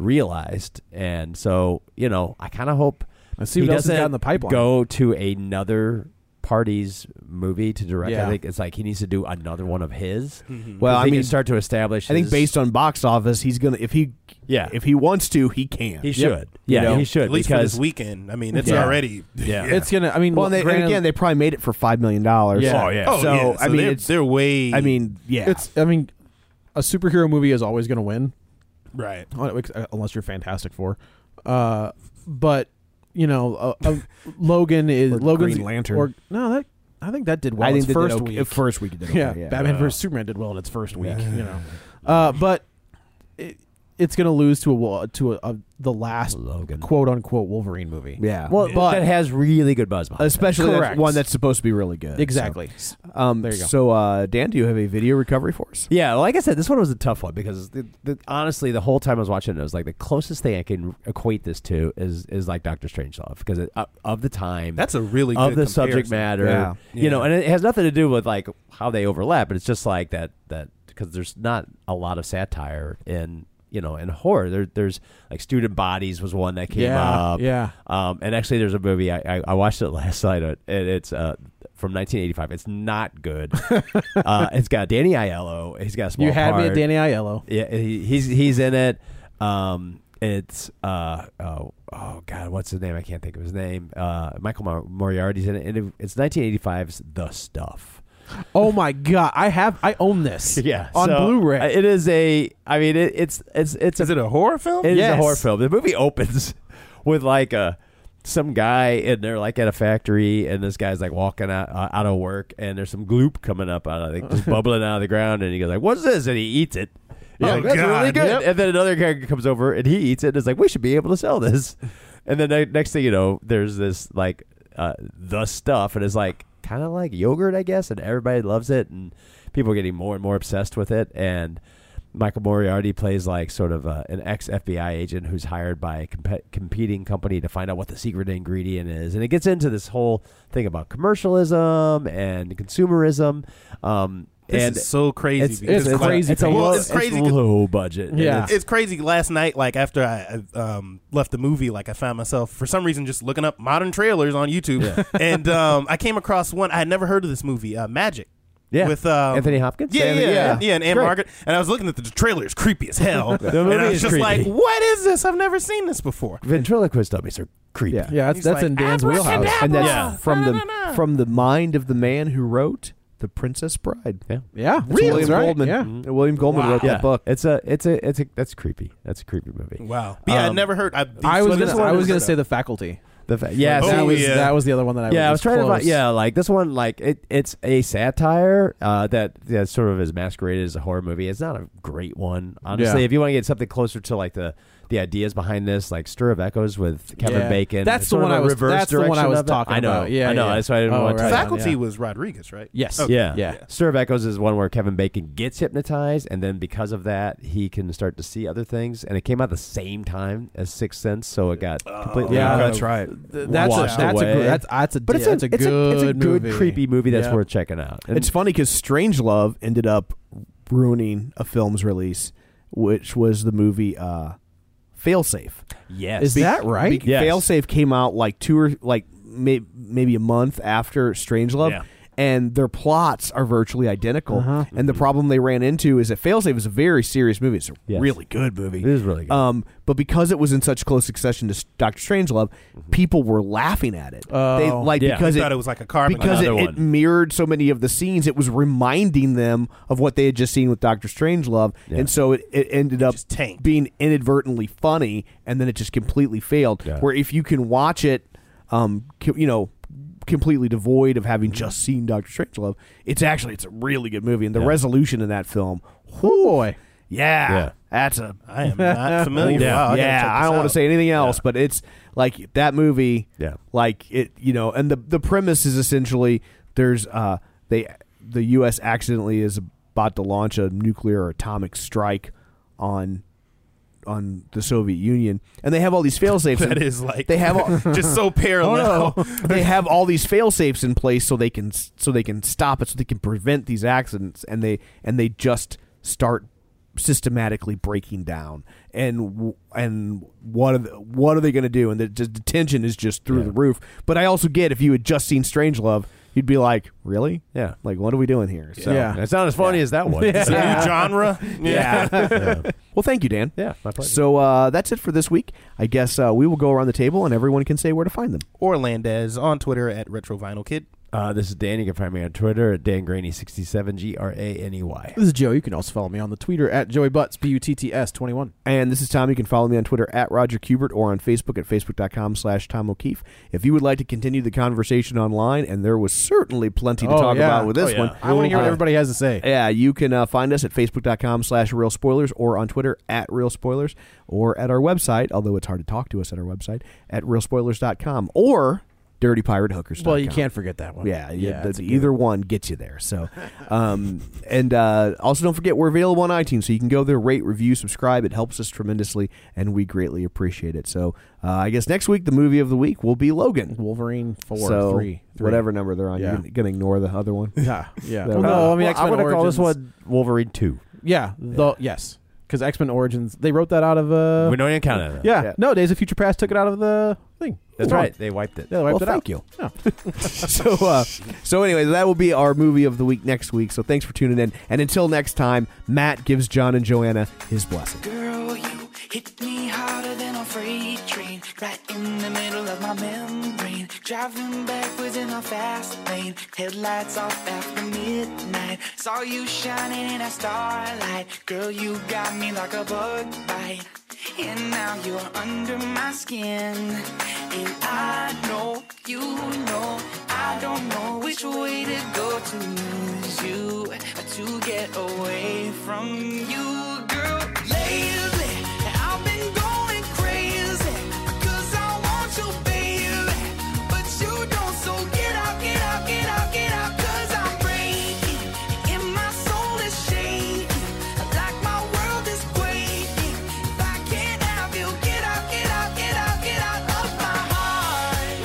Speaker 5: realized. And so you know I kind of hope
Speaker 2: Let's see
Speaker 5: he
Speaker 2: what else he's got
Speaker 5: doesn't
Speaker 2: in the pipeline.
Speaker 5: Go to another party's movie to direct.
Speaker 1: Yeah.
Speaker 5: I think it's like he needs to do another one of his.
Speaker 3: Mm-hmm.
Speaker 1: Well, I
Speaker 5: he
Speaker 1: mean,
Speaker 5: can start to establish.
Speaker 1: I think
Speaker 5: his-
Speaker 1: based on box office, he's gonna if he
Speaker 5: yeah
Speaker 1: if he wants to, he can.
Speaker 5: He should. Yeah, he should.
Speaker 3: At least for
Speaker 5: because
Speaker 3: this weekend. I mean, it's
Speaker 5: Yeah.
Speaker 3: already.
Speaker 5: Yeah.
Speaker 2: It's gonna. I mean,
Speaker 1: Well, and, they, and
Speaker 2: granted-
Speaker 1: again, they probably made it for five million dollars.
Speaker 2: Yeah. Oh,
Speaker 3: yeah. Oh,
Speaker 1: So
Speaker 3: yeah. So
Speaker 1: I mean,
Speaker 3: they're-
Speaker 1: it's
Speaker 3: they're way-
Speaker 1: I mean, yeah.
Speaker 2: It's. I mean, a superhero movie is always going to win,
Speaker 3: Right.
Speaker 2: uh, Unless you're Fantastic Four, uh, but you know, uh, uh, Logan is Logan's
Speaker 1: Green Lantern.
Speaker 2: Or no, that I think that did well.
Speaker 1: I think
Speaker 2: its
Speaker 1: that did
Speaker 2: first
Speaker 1: okay-
Speaker 2: week.
Speaker 1: first week it did okay,
Speaker 2: yeah,
Speaker 1: yeah.
Speaker 2: Batman
Speaker 1: Yeah.
Speaker 2: vs Superman did well in its first week. You know, uh, but it, it's going to lose to a wa- to
Speaker 3: uh,
Speaker 2: a, a, the last quote unquote Wolverine movie.
Speaker 1: Yeah.
Speaker 5: well,
Speaker 2: but-
Speaker 5: that has really good buzz behind it.
Speaker 1: especially that's
Speaker 2: Correct.
Speaker 1: one that's supposed to be really good.
Speaker 2: Exactly.
Speaker 1: So, um,
Speaker 2: There you go.
Speaker 1: So, uh, Dan, do you have a video recovery for us?
Speaker 5: Yeah, like I said, this one was a tough one because the, the, honestly, the whole time I was watching it, I was like, the closest thing I can equate this to is is like Doctor Strangelove because it, uh, of the time,
Speaker 3: That's a really
Speaker 5: of
Speaker 3: good
Speaker 5: the subject
Speaker 3: comparison.
Speaker 5: matter,
Speaker 3: Yeah.
Speaker 5: you know, and it has nothing to do with like how they overlap, but it's just like that that because there's not a lot of satire in you know in horror. There, there's like Student Bodies was one that came
Speaker 2: Yeah,
Speaker 5: up,
Speaker 2: yeah.
Speaker 5: Um, and actually, there's a movie I, I, I watched it last night. uh, And it's uh, from 1985. It's not good. uh, it's got Danny Aiello. He's got a small
Speaker 2: You had me at
Speaker 5: part.
Speaker 2: Danny Aiello.
Speaker 5: Yeah, he, he's he's in it. Um, it's uh oh oh god, what's his name? I can't think of his name. Uh, Michael Mor- Moriarty's in it. And it- it's 1985's The Stuff.
Speaker 2: Oh my god, I have I own this.
Speaker 5: Yeah,
Speaker 2: on
Speaker 5: so,
Speaker 2: Blu-ray.
Speaker 5: uh, It is a. I mean, it, it's it's it's.
Speaker 3: Is it a horror film?
Speaker 5: It is a
Speaker 2: Yes.
Speaker 5: horror film. The movie opens with like a some guy and they're like at a factory and this guy's like walking out uh, out of work and there's some gloop coming up out of like just bubbling out of the ground and he goes like what's this and he eats it. He's
Speaker 3: Oh,
Speaker 5: like, that's
Speaker 3: God.
Speaker 5: really good.
Speaker 3: Yep.
Speaker 5: And then another character comes over and he eats it and is like we should be able to sell this. And then the next thing you know, there's this like uh, the stuff and it's like kind of like yogurt I guess and everybody loves it and people are getting more and more obsessed with it and Michael Moriarty plays like sort of uh, an ex FBI agent who's hired by a comp- competing company to find out what the secret ingredient is, and it gets into this whole thing about commercialism and consumerism. Um,
Speaker 3: This
Speaker 5: and
Speaker 3: is so crazy
Speaker 5: It's,
Speaker 3: because
Speaker 5: it's
Speaker 3: it's like-
Speaker 5: crazy. It's, a
Speaker 3: Well,
Speaker 5: low,
Speaker 3: it's
Speaker 5: it's
Speaker 3: crazy 'cause-
Speaker 5: low budget. and
Speaker 2: Yeah.
Speaker 5: it's-
Speaker 3: It's, it's crazy. Last night, like after I uh, um, left the movie, like I found myself for some reason just looking up modern trailers on YouTube, and um, I came across one I had never heard of this movie, uh, Magic.
Speaker 5: Yeah.
Speaker 3: with um,
Speaker 5: Anthony Hopkins?
Speaker 3: Yeah,
Speaker 5: Anthony-
Speaker 3: yeah,
Speaker 5: yeah.
Speaker 3: yeah, yeah, and Anne
Speaker 5: Great.
Speaker 3: Margaret. And I was looking at the, the trailers, creepy as hell.
Speaker 5: The
Speaker 3: and
Speaker 5: movie
Speaker 3: I was
Speaker 5: is
Speaker 3: just like,
Speaker 5: creepy.
Speaker 3: "What is this? I've never seen this before."
Speaker 5: ventriloquist dummies are creepy.
Speaker 1: Yeah.
Speaker 2: yeah, that's
Speaker 3: He's
Speaker 2: that's
Speaker 3: like,
Speaker 2: in Dan's wheelhouse.
Speaker 3: "Abracadabra!"
Speaker 1: And that's
Speaker 3: Yeah.
Speaker 1: from
Speaker 3: No, no,
Speaker 1: the
Speaker 3: no.
Speaker 1: from the mind of the man who wrote The Princess Bride.
Speaker 5: Yeah.
Speaker 2: Yeah,
Speaker 1: It's William
Speaker 2: right,
Speaker 1: Goldman.
Speaker 2: Yeah.
Speaker 1: Uh, William Goldman wrote
Speaker 5: Yeah.
Speaker 1: that book.
Speaker 5: It's a it's a it's a that's creepy. That's a creepy movie.
Speaker 3: Wow. But yeah, I
Speaker 5: Um,
Speaker 3: never heard. I,
Speaker 2: I was
Speaker 3: this
Speaker 2: gonna,
Speaker 3: one
Speaker 2: I was gonna
Speaker 3: heard
Speaker 2: say
Speaker 3: of.
Speaker 2: the faculty.
Speaker 5: The fa- yeah,
Speaker 3: Oh,
Speaker 5: that uh,
Speaker 2: that was
Speaker 3: yeah.
Speaker 2: that was the other one that I
Speaker 5: yeah, I was
Speaker 2: was
Speaker 5: trying
Speaker 2: close.
Speaker 5: to find. Yeah, like this one, like it, it's a satire uh, that that sort of is masqueraded as a horror movie. It's not a great one, honestly.
Speaker 2: Yeah.
Speaker 5: If you want to get something closer to like the the ideas behind this, like Stir of Echoes with Kevin
Speaker 2: Yeah.
Speaker 5: Bacon,
Speaker 2: That's
Speaker 5: it's
Speaker 2: the
Speaker 5: sort of
Speaker 2: one
Speaker 5: a
Speaker 2: I was-
Speaker 5: Reverse
Speaker 2: that's the one I
Speaker 5: direction
Speaker 2: was
Speaker 5: of it.
Speaker 2: talking
Speaker 5: I know,
Speaker 2: about. Yeah,
Speaker 5: I know.
Speaker 2: yeah.
Speaker 5: That's why I didn't
Speaker 2: Oh,
Speaker 5: want to.
Speaker 2: right.
Speaker 5: touch on it.
Speaker 3: faculty
Speaker 2: Yeah.
Speaker 3: was Rodriguez, right? Oh,
Speaker 2: Yes.
Speaker 3: Okay.
Speaker 5: Yeah.
Speaker 2: Yeah.
Speaker 5: Stir of Echoes is one where Kevin Bacon gets hypnotized, and then because of that, he can start to see other things. And it came out the same time as Sixth Sense, so it got completely.
Speaker 2: Yeah, that's
Speaker 5: right.
Speaker 2: Th- that's a,
Speaker 5: washed
Speaker 2: that's a
Speaker 5: away.
Speaker 2: good, that's that's a
Speaker 5: But it's,
Speaker 2: yeah,
Speaker 5: a,
Speaker 2: that's a
Speaker 5: it's,
Speaker 2: good
Speaker 5: a, it's a good
Speaker 2: movie.
Speaker 5: creepy movie that's
Speaker 2: Yeah.
Speaker 5: worth checking out. And-
Speaker 1: It's funny because Strangelove ended up ruining a film's release, which was the movie uh, Failsafe.
Speaker 5: yes,
Speaker 2: Is that right?
Speaker 1: Be-
Speaker 5: Yes.
Speaker 1: Failsafe came out like two or like may- maybe a month after Strangelove.
Speaker 3: Yeah.
Speaker 1: And their plots are virtually identical. And the problem they ran into is that Failsafe is a very serious movie. It's a
Speaker 5: Yes.
Speaker 1: really good movie.
Speaker 5: It is really good.
Speaker 1: Um, but because it was in such close succession to Doctor Strangelove, people were laughing at it. they
Speaker 2: Oh.
Speaker 1: like
Speaker 5: Mm-hmm. Yeah.
Speaker 1: because
Speaker 3: They thought it was like a carbon
Speaker 1: because it,
Speaker 5: Another
Speaker 1: it
Speaker 5: one.
Speaker 1: mirrored so many of the scenes. It was reminding them of what they had just seen with Doctor Strangelove,
Speaker 5: Yeah.
Speaker 1: and so it, it ended up
Speaker 3: Just tanked.
Speaker 1: being inadvertently funny, and then it just completely failed.
Speaker 5: Yeah.
Speaker 1: Where if you can watch it, um, co- you know, completely devoid of having just seen Doctor Strangelove, it's actually it's a really good movie, and the resolution in that film,
Speaker 2: Oh boy.
Speaker 1: Yeah.
Speaker 7: Yeah.
Speaker 1: That's a.
Speaker 3: I am not familiar.
Speaker 1: yeah,
Speaker 3: Wow, I gotta
Speaker 1: yeah,
Speaker 3: check
Speaker 1: I
Speaker 3: this
Speaker 1: don't want
Speaker 3: out.
Speaker 1: to say anything else, but it's like that movie.
Speaker 7: Yeah.
Speaker 1: Like it, you know, and the the premise is essentially there's uh they the U.S. accidentally is about to launch a nuclear or atomic strike on on the Soviet Union, and they have all these fail safes.
Speaker 3: That is like
Speaker 1: they have all,
Speaker 3: just so parallel.
Speaker 1: Oh, no. they have all these fail safes in place so they can so they can stop it, so they can prevent these accidents, and they and they just start systematically breaking down. And w- and what are the, what are they going to do? And the, just, the tension is just through the roof. But I also get if you had just seen Strangelove, you'd be like, really? Yeah. Like, what are we doing here? So
Speaker 7: Yeah. It's not as funny as that one. It's a new
Speaker 3: genre.
Speaker 1: Yeah.
Speaker 7: Yeah.
Speaker 1: Well, thank you, Dan.
Speaker 7: Yeah, my pleasure.
Speaker 1: So uh, that's it for this week. I guess uh, we will go around the table and everyone can say where to find them.
Speaker 3: Orlandez on Twitter at RetroVinylKid.
Speaker 7: Uh, this is Dan. You can find me on Twitter at DanGraney67, G R A N E Y.
Speaker 8: This is Joe. You can also follow me on the Twitter at Joey Butts, B U T T S 21.
Speaker 1: And this is Tom. You can follow me on Twitter at Roger Kubert or on Facebook at facebook.com slash Tom O'Keefe. If you would like to continue the conversation online, and there was certainly plenty to
Speaker 8: Oh,
Speaker 1: talk
Speaker 8: yeah.
Speaker 1: about with this
Speaker 8: Oh, yeah.
Speaker 1: one.
Speaker 8: I wanna hear what
Speaker 1: Uh,
Speaker 8: everybody has to say.
Speaker 1: Yeah, you can uh, find us at facebook.com slash real spoilers or on Twitter at real spoilers or at our website, although it's hard to talk to us at our website, at realspoilers.com or dirtypiratehookers.com.
Speaker 8: Well, you can't forget that one.
Speaker 1: Yeah, yeah,
Speaker 8: Yeah,
Speaker 1: the-
Speaker 8: it's a good
Speaker 1: either one gets you there. So, um, and uh, also don't forget we're available on iTunes, so you can go there, rate, review, subscribe. It helps us tremendously, and we greatly appreciate it. So, uh, I guess next week the movie of the week will be Logan,
Speaker 8: Wolverine four,
Speaker 1: so
Speaker 8: three, three.
Speaker 1: whatever number they're on.
Speaker 8: Yeah.
Speaker 1: You're gonna ignore the other one.
Speaker 8: Yeah, yeah.
Speaker 1: That-
Speaker 8: Well,
Speaker 2: Uh,
Speaker 8: no, I mean,
Speaker 7: Well,
Speaker 8: X-Men
Speaker 7: I would call this
Speaker 8: Origins-
Speaker 7: one Wolverine 2.
Speaker 8: Yeah, the yes, because X Men Origins they wrote that out of uh.
Speaker 7: We don't even count it out.
Speaker 8: Yeah,
Speaker 7: Yeah.
Speaker 8: no, Days of Future Past took it out of the thing.
Speaker 7: That's
Speaker 8: Hold on.
Speaker 7: right. They wiped it.
Speaker 8: Yeah, they wiped
Speaker 1: Well,
Speaker 8: it out.
Speaker 1: thank you.
Speaker 8: Yeah.
Speaker 1: so, uh, so anyway, that will be our movie of the week next week. So, thanks for tuning in, and until next time, Matt gives John and Joanna his blessing.
Speaker 5: Girl, you hit me harder than a freight train, right in the middle of my membrane. Driving backwards in a fast lane, headlights off after midnight. Saw you shining in a starlight. Girl, you got me like a bug bite, and now you're under my skin. And I know you know I don't know which way to go to lose you, to get away from you, girl. Lately, I've been going crazy 'cause I want you, baby. But you don't, so get out, get out, get out, get out, 'cause I'm breaking. And my soul is shaking, like my world is quaking. If I can't have you, get out, get out, get out, get out of my heart.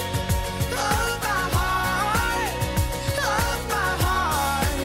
Speaker 5: Of my heart. Of my heart.